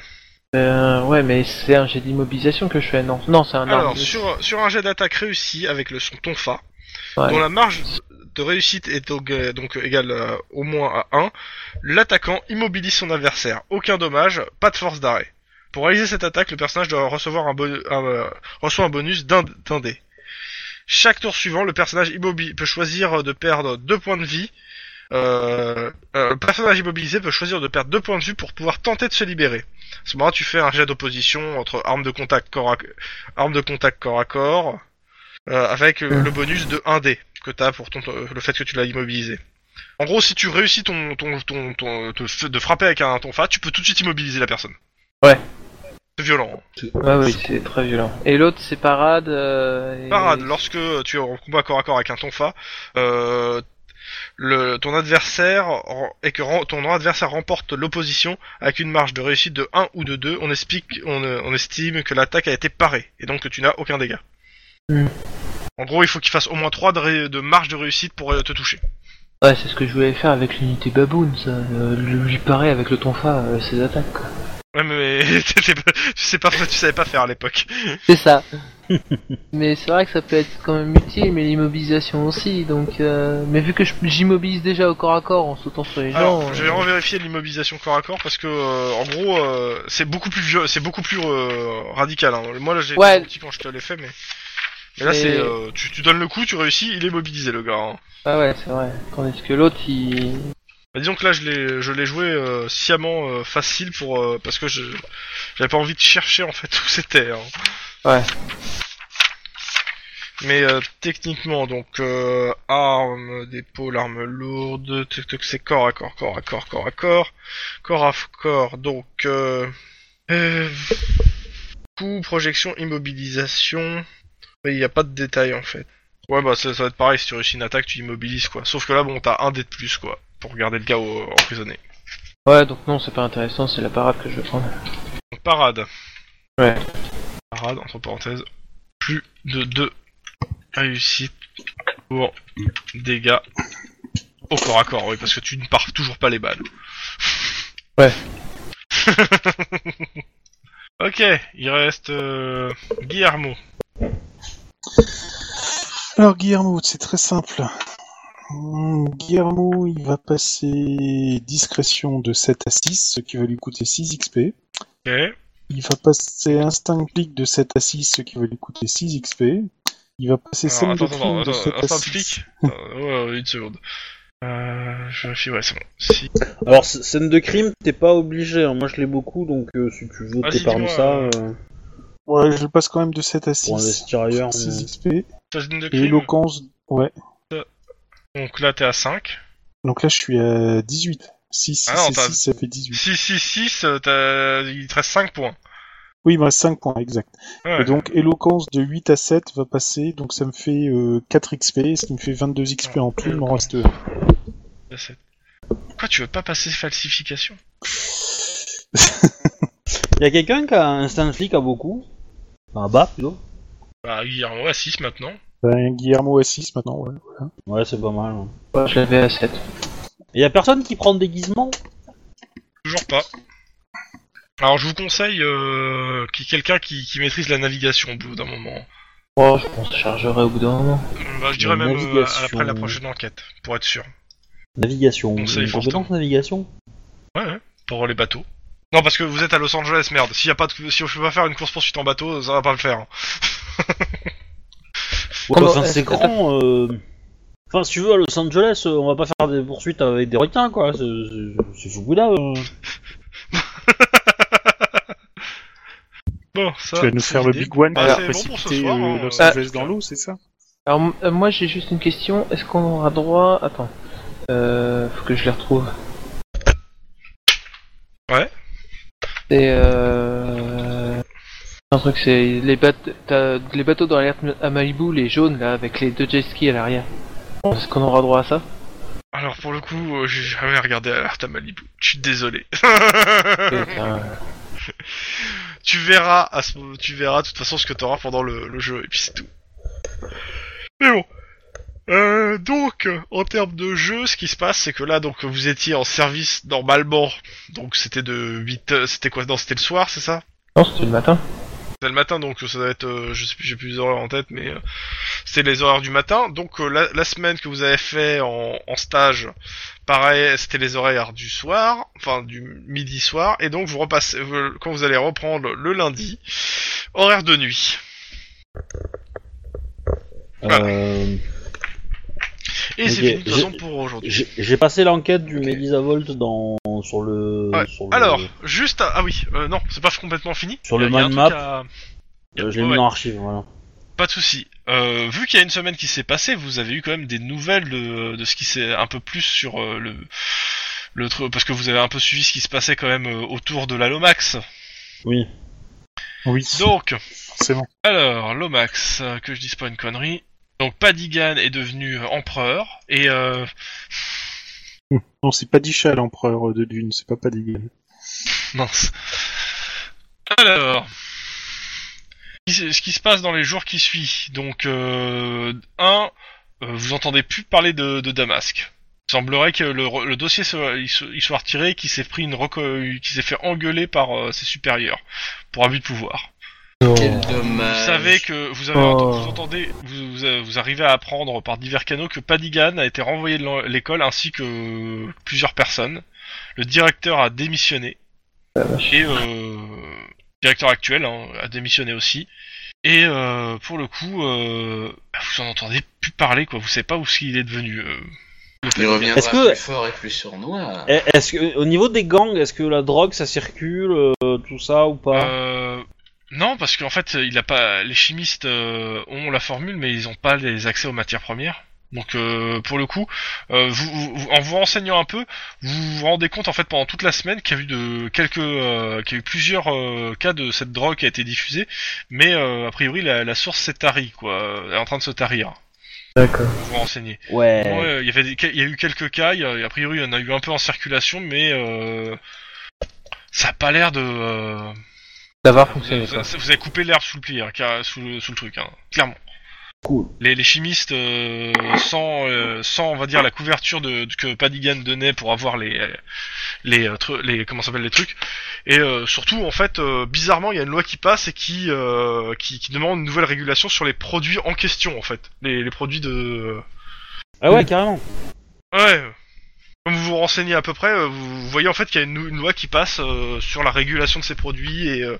C: Euh, ouais, mais c'est un jet d'immobilisation que je fais, non Non, c'est un arme.
A: Alors, sur, sur un jet d'attaque réussi avec le son tonfa,
C: Ouais.
A: dont la marge de réussite est au- donc égale euh, au moins à 1, l'attaquant immobilise son adversaire. Aucun dommage, pas de force d'arrêt. Pour réaliser cette attaque, le personnage doit recevoir un, bon- un, euh, reçoit un bonus d'un d'un dé. Chaque tour suivant, le personnage immobilisé peut choisir de perdre deux points de vie. Euh, euh, le personnage immobilisé peut choisir de perdre deux points de vue pour pouvoir tenter de se libérer. À ce moment-là, tu fais un jet d'opposition entre arme de contact corps à, arme de contact corps, à corps euh, avec euh,
C: Ouais.
A: le bonus de 1D que t'as pour ton, euh, le fait que tu l'as immobilisé. En gros, si tu réussis ton, ton, ton, ton- te f- de frapper avec un ton fa, tu peux tout de suite immobiliser la personne.
C: Ouais.
A: C'est violent. hein.
C: Ouais, oui, c'est très violent. Et l'autre, c'est parade. euh, et-
A: Parade, lorsque tu es en combat corps à corps avec un tonfa, euh, le, ton adversaire ren- et que ren- ton adversaire remporte l'opposition avec une marge de réussite de 1 ou de 2, on, explique, on, euh, on estime que l'attaque a été parée et donc que tu n'as aucun dégât.
C: Hmm.
A: En gros, il faut qu'il fasse au moins 3 de, ré- de marge de réussite pour euh, te toucher.
C: Ouais, c'est ce que je voulais faire avec l'unité Baboon, ça. euh, lui parer avec le tonfa euh, ses attaques, quoi.
A: Ouais, mais t'étais pas- tu, sais pas, tu savais pas faire à l'époque.
C: C'est ça. mais c'est vrai que ça peut être quand même utile, mais l'immobilisation aussi, donc. euh, Mais vu que je- j'immobilise déjà au corps à corps en sautant sur les
A: Alors,
C: gens.
A: je
C: euh,
A: vais revérifier l'immobilisation corps à corps parce que, euh, en gros, euh, c'est beaucoup plus vieux, c'est beaucoup plus euh, radical. hein. Moi, là, j'ai
C: Ouais.
A: été senti quand je te l'ai fait, mais. Mais là,
C: Mais-
A: c'est. euh, tu, tu donnes le coup, tu réussis, il est mobilisé, le gars. hein.
C: Ah ouais, c'est vrai. Tandis que l'autre, il.
A: Bah, disons que là, je l'ai, je l'ai joué euh, sciemment euh, facile pour. euh, parce que je, j'avais pas envie de chercher, en fait, où c'était. hein.
C: Ouais.
A: Mais euh, techniquement, donc, euh, arme, d'épaule, arme lourde, tuk tuk, c'est corps à corps, corps à corps, corps à corps, corps à f- corps, donc, euh, euh, coup, projection, immobilisation, mais il n'y a pas de détail en fait. Ouais, bah ça, ça va être pareil, si tu réussis une attaque, tu immobilises quoi. Sauf que là, bon, t'as un dé de plus quoi, pour garder le gars au- emprisonné.
C: Ouais, donc non, c'est pas intéressant, c'est la parade que je vais prendre.
A: Donc, parade.
C: Ouais.
A: Parade, entre parenthèses, plus de 2 réussites pour dégâts au corps à corps, oui, parce que tu ne pars toujours pas les balles.
C: Ouais.
A: ok, il reste euh, Guillermo.
D: Alors Guillermo, c'est très simple. Hum, Guillermo, il va passer discrétion de 7 à 6, ce qui va lui coûter 6 XP.
A: Ok.
D: Il va passer instinct clic de 7 à 6, ce qui va lui coûter 6 XP. Il va passer
A: Alors,
D: scène
A: attends,
D: de crime
A: attends,
D: de
A: attends,
D: 7 à
A: instant
D: 6.
A: flic. Attends, ouais, une seconde. Euh, je vérifie, ouais, c'est bon. Si.
B: Alors, sc- scène de crime, t'es pas obligé. hein. Moi, je l'ai beaucoup, donc euh, si tu veux,
A: Vas-y,
B: t'épargnes
A: dis-moi,
B: ça
A: euh,
B: euh,
D: Ouais, je le passe quand même de 7 à
B: pour
D: 6.
B: investir ailleurs. mais-
D: 6 XP.
A: Ça, c'est une de
D: Et
A: crime.
D: éloquence, ouais.
A: Donc là, t'es à 5.
D: Donc là, je suis à 18. 6,
A: Ah non,
D: 6,
A: t'as-
D: 6, ça fait 18.
A: 6, 6, 6, euh, t'as... il te reste 5 points.
D: Oui, il me reste 5 points, exact.
A: Ouais.
D: Et donc, éloquence de 8 à 7 va passer, donc ça me fait euh, 4 XP, ce qui me fait 22 XP en tout, il m'en reste euh, un.
A: t'as sept. Pourquoi tu veux pas passer falsification
B: Y a quelqu'un qui a instinct flic à beaucoup Enfin, bas, plutôt.
A: Bah, Guillermo à 6 maintenant.
D: Ben, Guillermo à 6 maintenant, ouais.
B: Ouais, c'est pas mal. hein.
C: Ouais, je l'avais à 7.
B: Et y a personne qui prend déguisement
A: Toujours pas. Alors, je vous conseille euh, qu'il y ait quelqu'un qui, qui maîtrise la navigation au bout d'un moment.
C: Oh, je pense que je chargerai au bout d'un moment.
A: Bah, je dirais
B: La
A: même euh,
B: navigation.
A: après la prochaine enquête, pour être sûr.
B: Navigation.
A: On sait,
B: Une
A: pourtant.
B: compétence navigation
A: Ouais, ouais, pour les bateaux. Non, parce que vous êtes à Los Angeles, merde. S'il y a pas de... Si on peut pas faire une course poursuite en bateau, ça va pas le faire. hein.
B: Ouais,
C: Comment-
B: enfin, c'est
C: est-ce que
B: grand. euh, Enfin, si tu veux, à Los Angeles, euh, on va pas faire des poursuites avec des requins, quoi. C'est- c'est- C'est sous Bouddha. euh.
A: Bon, ça.
D: tu vas nous
A: c'est
D: faire le
A: l'idée.
D: big one
A: Bah,
D: pour
A: c'est bon pour ce
D: précipiter
A: soir,
D: euh,
A: hein.
D: Los Angeles dans l'eau, c'est ça
C: Alors, m- euh, moi, j'ai juste une question. Est-ce qu'on aura droit. Attends. Euh, faut que je les retrouve.
A: Ouais.
C: C'est euh. Un truc, c'est les, bat- t'as- les bateaux dans l'alerte à Malibu, les jaunes là, avec les deux jet skis à l'arrière. Est-ce qu'on aura droit à ça
A: Alors pour le coup, euh, j'ai jamais regardé Alerte à Malibu. Je suis désolé.
C: Eh
A: tu verras, à ce... tu verras de toute façon ce que t'auras pendant le, le jeu et puis c'est tout. Mais bon. Euh, donc, en termes de jeu, ce qui se passe, c'est que là, donc, vous étiez en service normalement. Donc, c'était de 8, c'était quoi Non, c'était le soir, c'est ça
C: Non, c'était le matin.
A: C'était le matin, donc ça doit être, euh, je sais plus, j'ai plus les horaires en tête, mais euh, c'était les horaires du matin. Donc euh, la, la semaine que vous avez fait en, en stage, pareil, c'était les horaires du soir, enfin du midi soir, et donc vous repassez vous- quand vous allez reprendre le lundi, horaire de nuit. Voilà.
B: Euh,
A: Et c'est
B: Ok,
A: fini de toute
B: je-
A: façon pour aujourd'hui.
B: J'ai j'ai passé l'enquête du
A: Ok.
B: Mélisavolt dans sur le,
A: Ouais,
B: sur le
A: Alors, juste, à- ah oui, euh, non, c'est pas complètement fini.
B: Sur
A: Il y a- il
B: le
A: y a un
B: mind
A: truc
B: map.
A: à- il y a-
B: euh, je l'ai
A: ouais,
B: mis
A: ouais.
B: dans l'archive voilà.
A: Pas de souci. Euh, vu qu'il y a une semaine qui s'est passée, vous avez eu quand même des nouvelles de, de ce qui s'est un peu plus sur euh, le le truc parce que vous avez un peu suivi ce qui se passait quand même euh, autour de la Lomax.
B: Oui.
D: Oui,
A: Donc
D: c'est bon.
A: alors Lomax, euh, que je dise pas une connerie. Donc Padigan est devenu euh, empereur et euh,
D: Non, c'est pas Disha l'empereur de Dune, c'est pas Padigan.
A: Mince. Alors. Ce qui se passe dans les jours qui suivent. Donc, euh, un, euh, vous entendez plus parler de, de Damasque. Il semblerait que le, re- le dossier soit, il, se- il soit retiré, qu'il s'est pris une reco- qu'il s'est fait engueuler par euh, ses supérieurs pour abus de pouvoir.
E: Quel
A: Vous
E: dommage.
A: savez que vous avez
C: Oh.
A: ent- vous entendez vous, vous, euh, vous arrivez à apprendre par divers canaux que Padigan a été renvoyé de l'en- l'école ainsi que plusieurs personnes. Le directeur a démissionné. Et euh, directeur actuel hein, a démissionné aussi. Et euh, pour le coup, euh, bah, vous en entendez plus parler, quoi. Vous savez pas où ce qu'il est devenu. euh.
E: Il reviendra
B: Est-ce que-
E: plus fort et plus sournois.
B: Eh, Est-ce que au niveau des gangs, est-ce que la drogue ça circule euh, tout ça ou pas
A: Euh, non, parce qu'en fait, il a pas. Les chimistes euh, ont la formule, mais ils ont pas les accès aux matières premières. Donc euh, pour le coup, euh, vous, vous- vous- en vous renseignant un peu, vous vous rendez compte en fait pendant toute la semaine qu'il y a eu de quelques, euh, qu'il y a eu plusieurs euh, cas de cette drogue qui a été diffusée, mais euh, a priori la, la source s'est tarie quoi, elle est en train de se tarir. hein,
C: D'accord.
A: Vous vous renseignez.
B: Ouais.
A: Ouais, euh, il y avait des- il y a eu quelques cas, il y a, a priori il y en a eu un peu en circulation, mais euh, ça a pas l'air de. euh,
C: Ça va
A: vous, avez,
C: fonctionner, quoi.
A: vous avez coupé l'herbe sous le pied, hein, car- sous, le, sous le truc, hein, clairement.
B: Cool.
A: Les, les chimistes, euh, sans, euh, sans, on va dire, la couverture de, de- que Padigan donnait pour avoir les, euh, les, euh, tru- les comment ça s'appelle les trucs, et euh, surtout, en fait, euh, bizarrement, il y a une loi qui passe et qui, euh, qui, qui demande une nouvelle régulation sur les produits en question, en fait, les, les produits de.
B: Ah ouais carrément.
A: Ouais. Comme vous vous renseignez à peu près, euh, vous vous voyez en fait qu'il y a une, nou- une loi qui passe euh, sur la régulation de ces produits et, euh,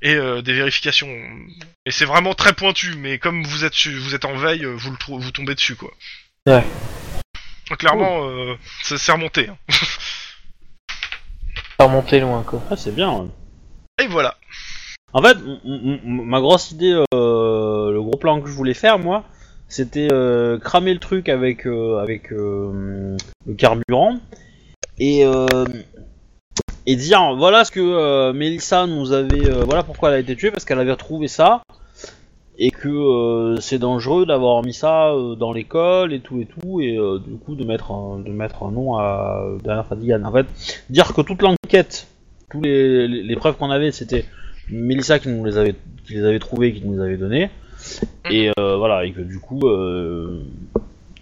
A: et euh, des vérifications. Et c'est vraiment très pointu, mais comme vous êtes su- vous êtes en veille, euh, vous le trou- vous tombez dessus quoi.
C: Ouais.
A: Donc, Clairement, euh, c'est c'est remonté. hein.
C: Ça remonter loin, quoi.
B: Ah c'est bien. ouais.
A: Et voilà.
B: En fait, m- m- m- ma grosse idée, euh, le gros plan que je voulais faire moi, c'était euh, cramer le truc avec euh, avec euh, le carburant et euh, et dire voilà ce que euh, Mélissa nous avait, euh, voilà pourquoi elle a été tuée parce qu'elle avait retrouvé ça et que euh, c'est dangereux d'avoir mis ça euh, dans l'école et tout et tout et euh, du coup de mettre un, de mettre un nom à derrière Fadigan. En fait, dire que toute l'enquête, toutes les, les- les preuves qu'on avait, c'était Mélissa qui nous les avait qui les avait trouvées, qui nous les avait données et euh, voilà et que du coup euh,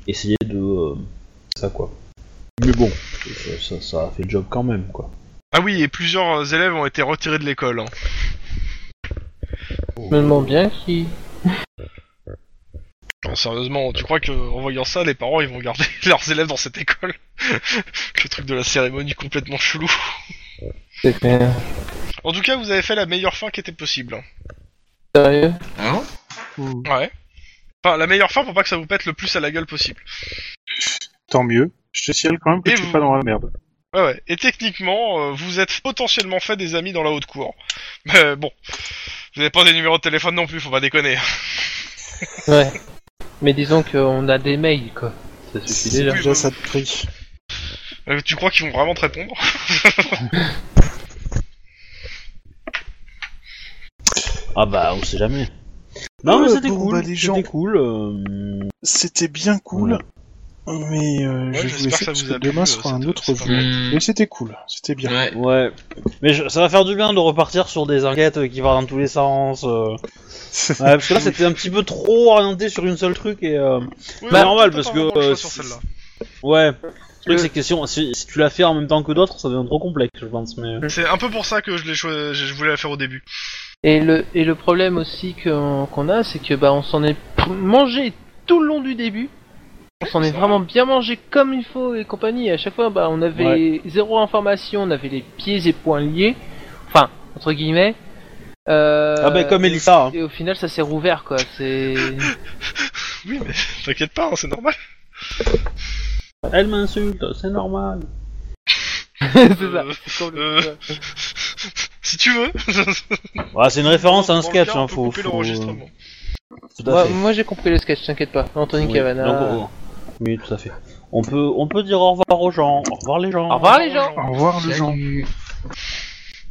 B: essayer de euh, ça quoi. Mais bon, ça, ça- ça a fait le job quand même quoi.
A: Ah oui, et plusieurs élèves ont été retirés de l'école. hein.
C: Je me demande bien qui.
A: Non, sérieusement, tu crois que en voyant ça, les parents ils vont garder leurs élèves dans cette école Le truc de la cérémonie complètement chelou.
C: C'est clair.
A: En tout cas, vous avez fait la meilleure fin qui était possible. hein.
C: Sérieux
E: Hein
A: Ouais. Enfin, la meilleure fin pour pas que ça vous pète le plus à la gueule possible.
D: Tant mieux. Je te signale quand même que
A: Et
D: tu
A: vous-
D: es pas dans la merde.
A: Ouais, ouais. Et techniquement, euh, vous êtes potentiellement fait des amis dans la haute cour. Mais euh, bon, vous n'avez pas des numéros de téléphone non plus, faut pas déconner.
C: Ouais. Mais disons qu'on a des mails, quoi. Ça suffit déjà.
A: Oui, bah-
D: Déjà, ça te prie.
A: Euh, tu crois qu'ils vont vraiment te répondre
B: Ah bah on sait jamais. Non
D: Euh,
B: mais c'était
D: bon,
B: cool,
D: bah, les gens-
B: c'était cool. euh,
D: C'était bien cool.
B: Ouais.
D: Mais euh,
A: Ouais,
D: je
A: j'espère
D: vous laisse
A: que ça
D: parce
A: vous
D: que
A: a plu,
D: demain
A: euh,
D: sera un
A: cette-
D: autre
A: cette
D: jeu.
A: soirée.
B: Mm.
D: Mais c'était cool, c'était bien.
E: Ouais.
B: Ouais. Mais je- ça va faire du bien de repartir sur des enquêtes euh, qui vont dans tous les sens. euh. Ouais, parce que là, c'était un petit peu trop orienté sur une seule truc et. euh,
A: Oui, hein,
B: Bah,
A: on
B: normal,
A: peut
B: parce
A: pas
B: que,
A: vraiment le choix
B: euh,
A: sur
B: c'est-
A: celle-là.
B: Ouais. Le truc, c'est que si, on- si, si tu l'as fait en même temps que d'autres, ça devient trop complexe, je pense. Mais... euh.
A: C'est un peu pour ça que je l'ai choisi, je voulais la faire au début.
C: Et le, et le problème aussi qu'on qu'on a, c'est que bah on s'en est pr- mangé tout le long du début. On s'en est vraiment bien mangé comme il faut et compagnie. À chaque fois, bah on avait zéro information, on avait les pieds et poings liés, enfin entre guillemets. Euh,
B: Ah, bah, comme Elissa. hein.
C: Et au final, ça s'est rouvert quoi. C'est
A: Oui, mais t'inquiète pas, hein, c'est normal.
B: Elle m'insulte, c'est normal.
C: c'est ça.
A: Euh,
C: c'est comme le-
A: euh, si tu veux.
B: Ouais, c'est une référence à un
A: Dans le
B: sketch,
A: cas, on
B: hein,
A: peut
B: faut.
A: couper
B: faut- euh,
A: l'enregistrement.
B: Tout à
C: Moi,
B: fait.
C: moi, j'ai compris le sketch, t'inquiète pas. Anthony
B: Oui,
C: Cavana.
B: donc, on- oui, tout à fait. On peut, on peut dire au revoir aux gens, au revoir les gens.
C: Au revoir les gens.
D: Au revoir le gens.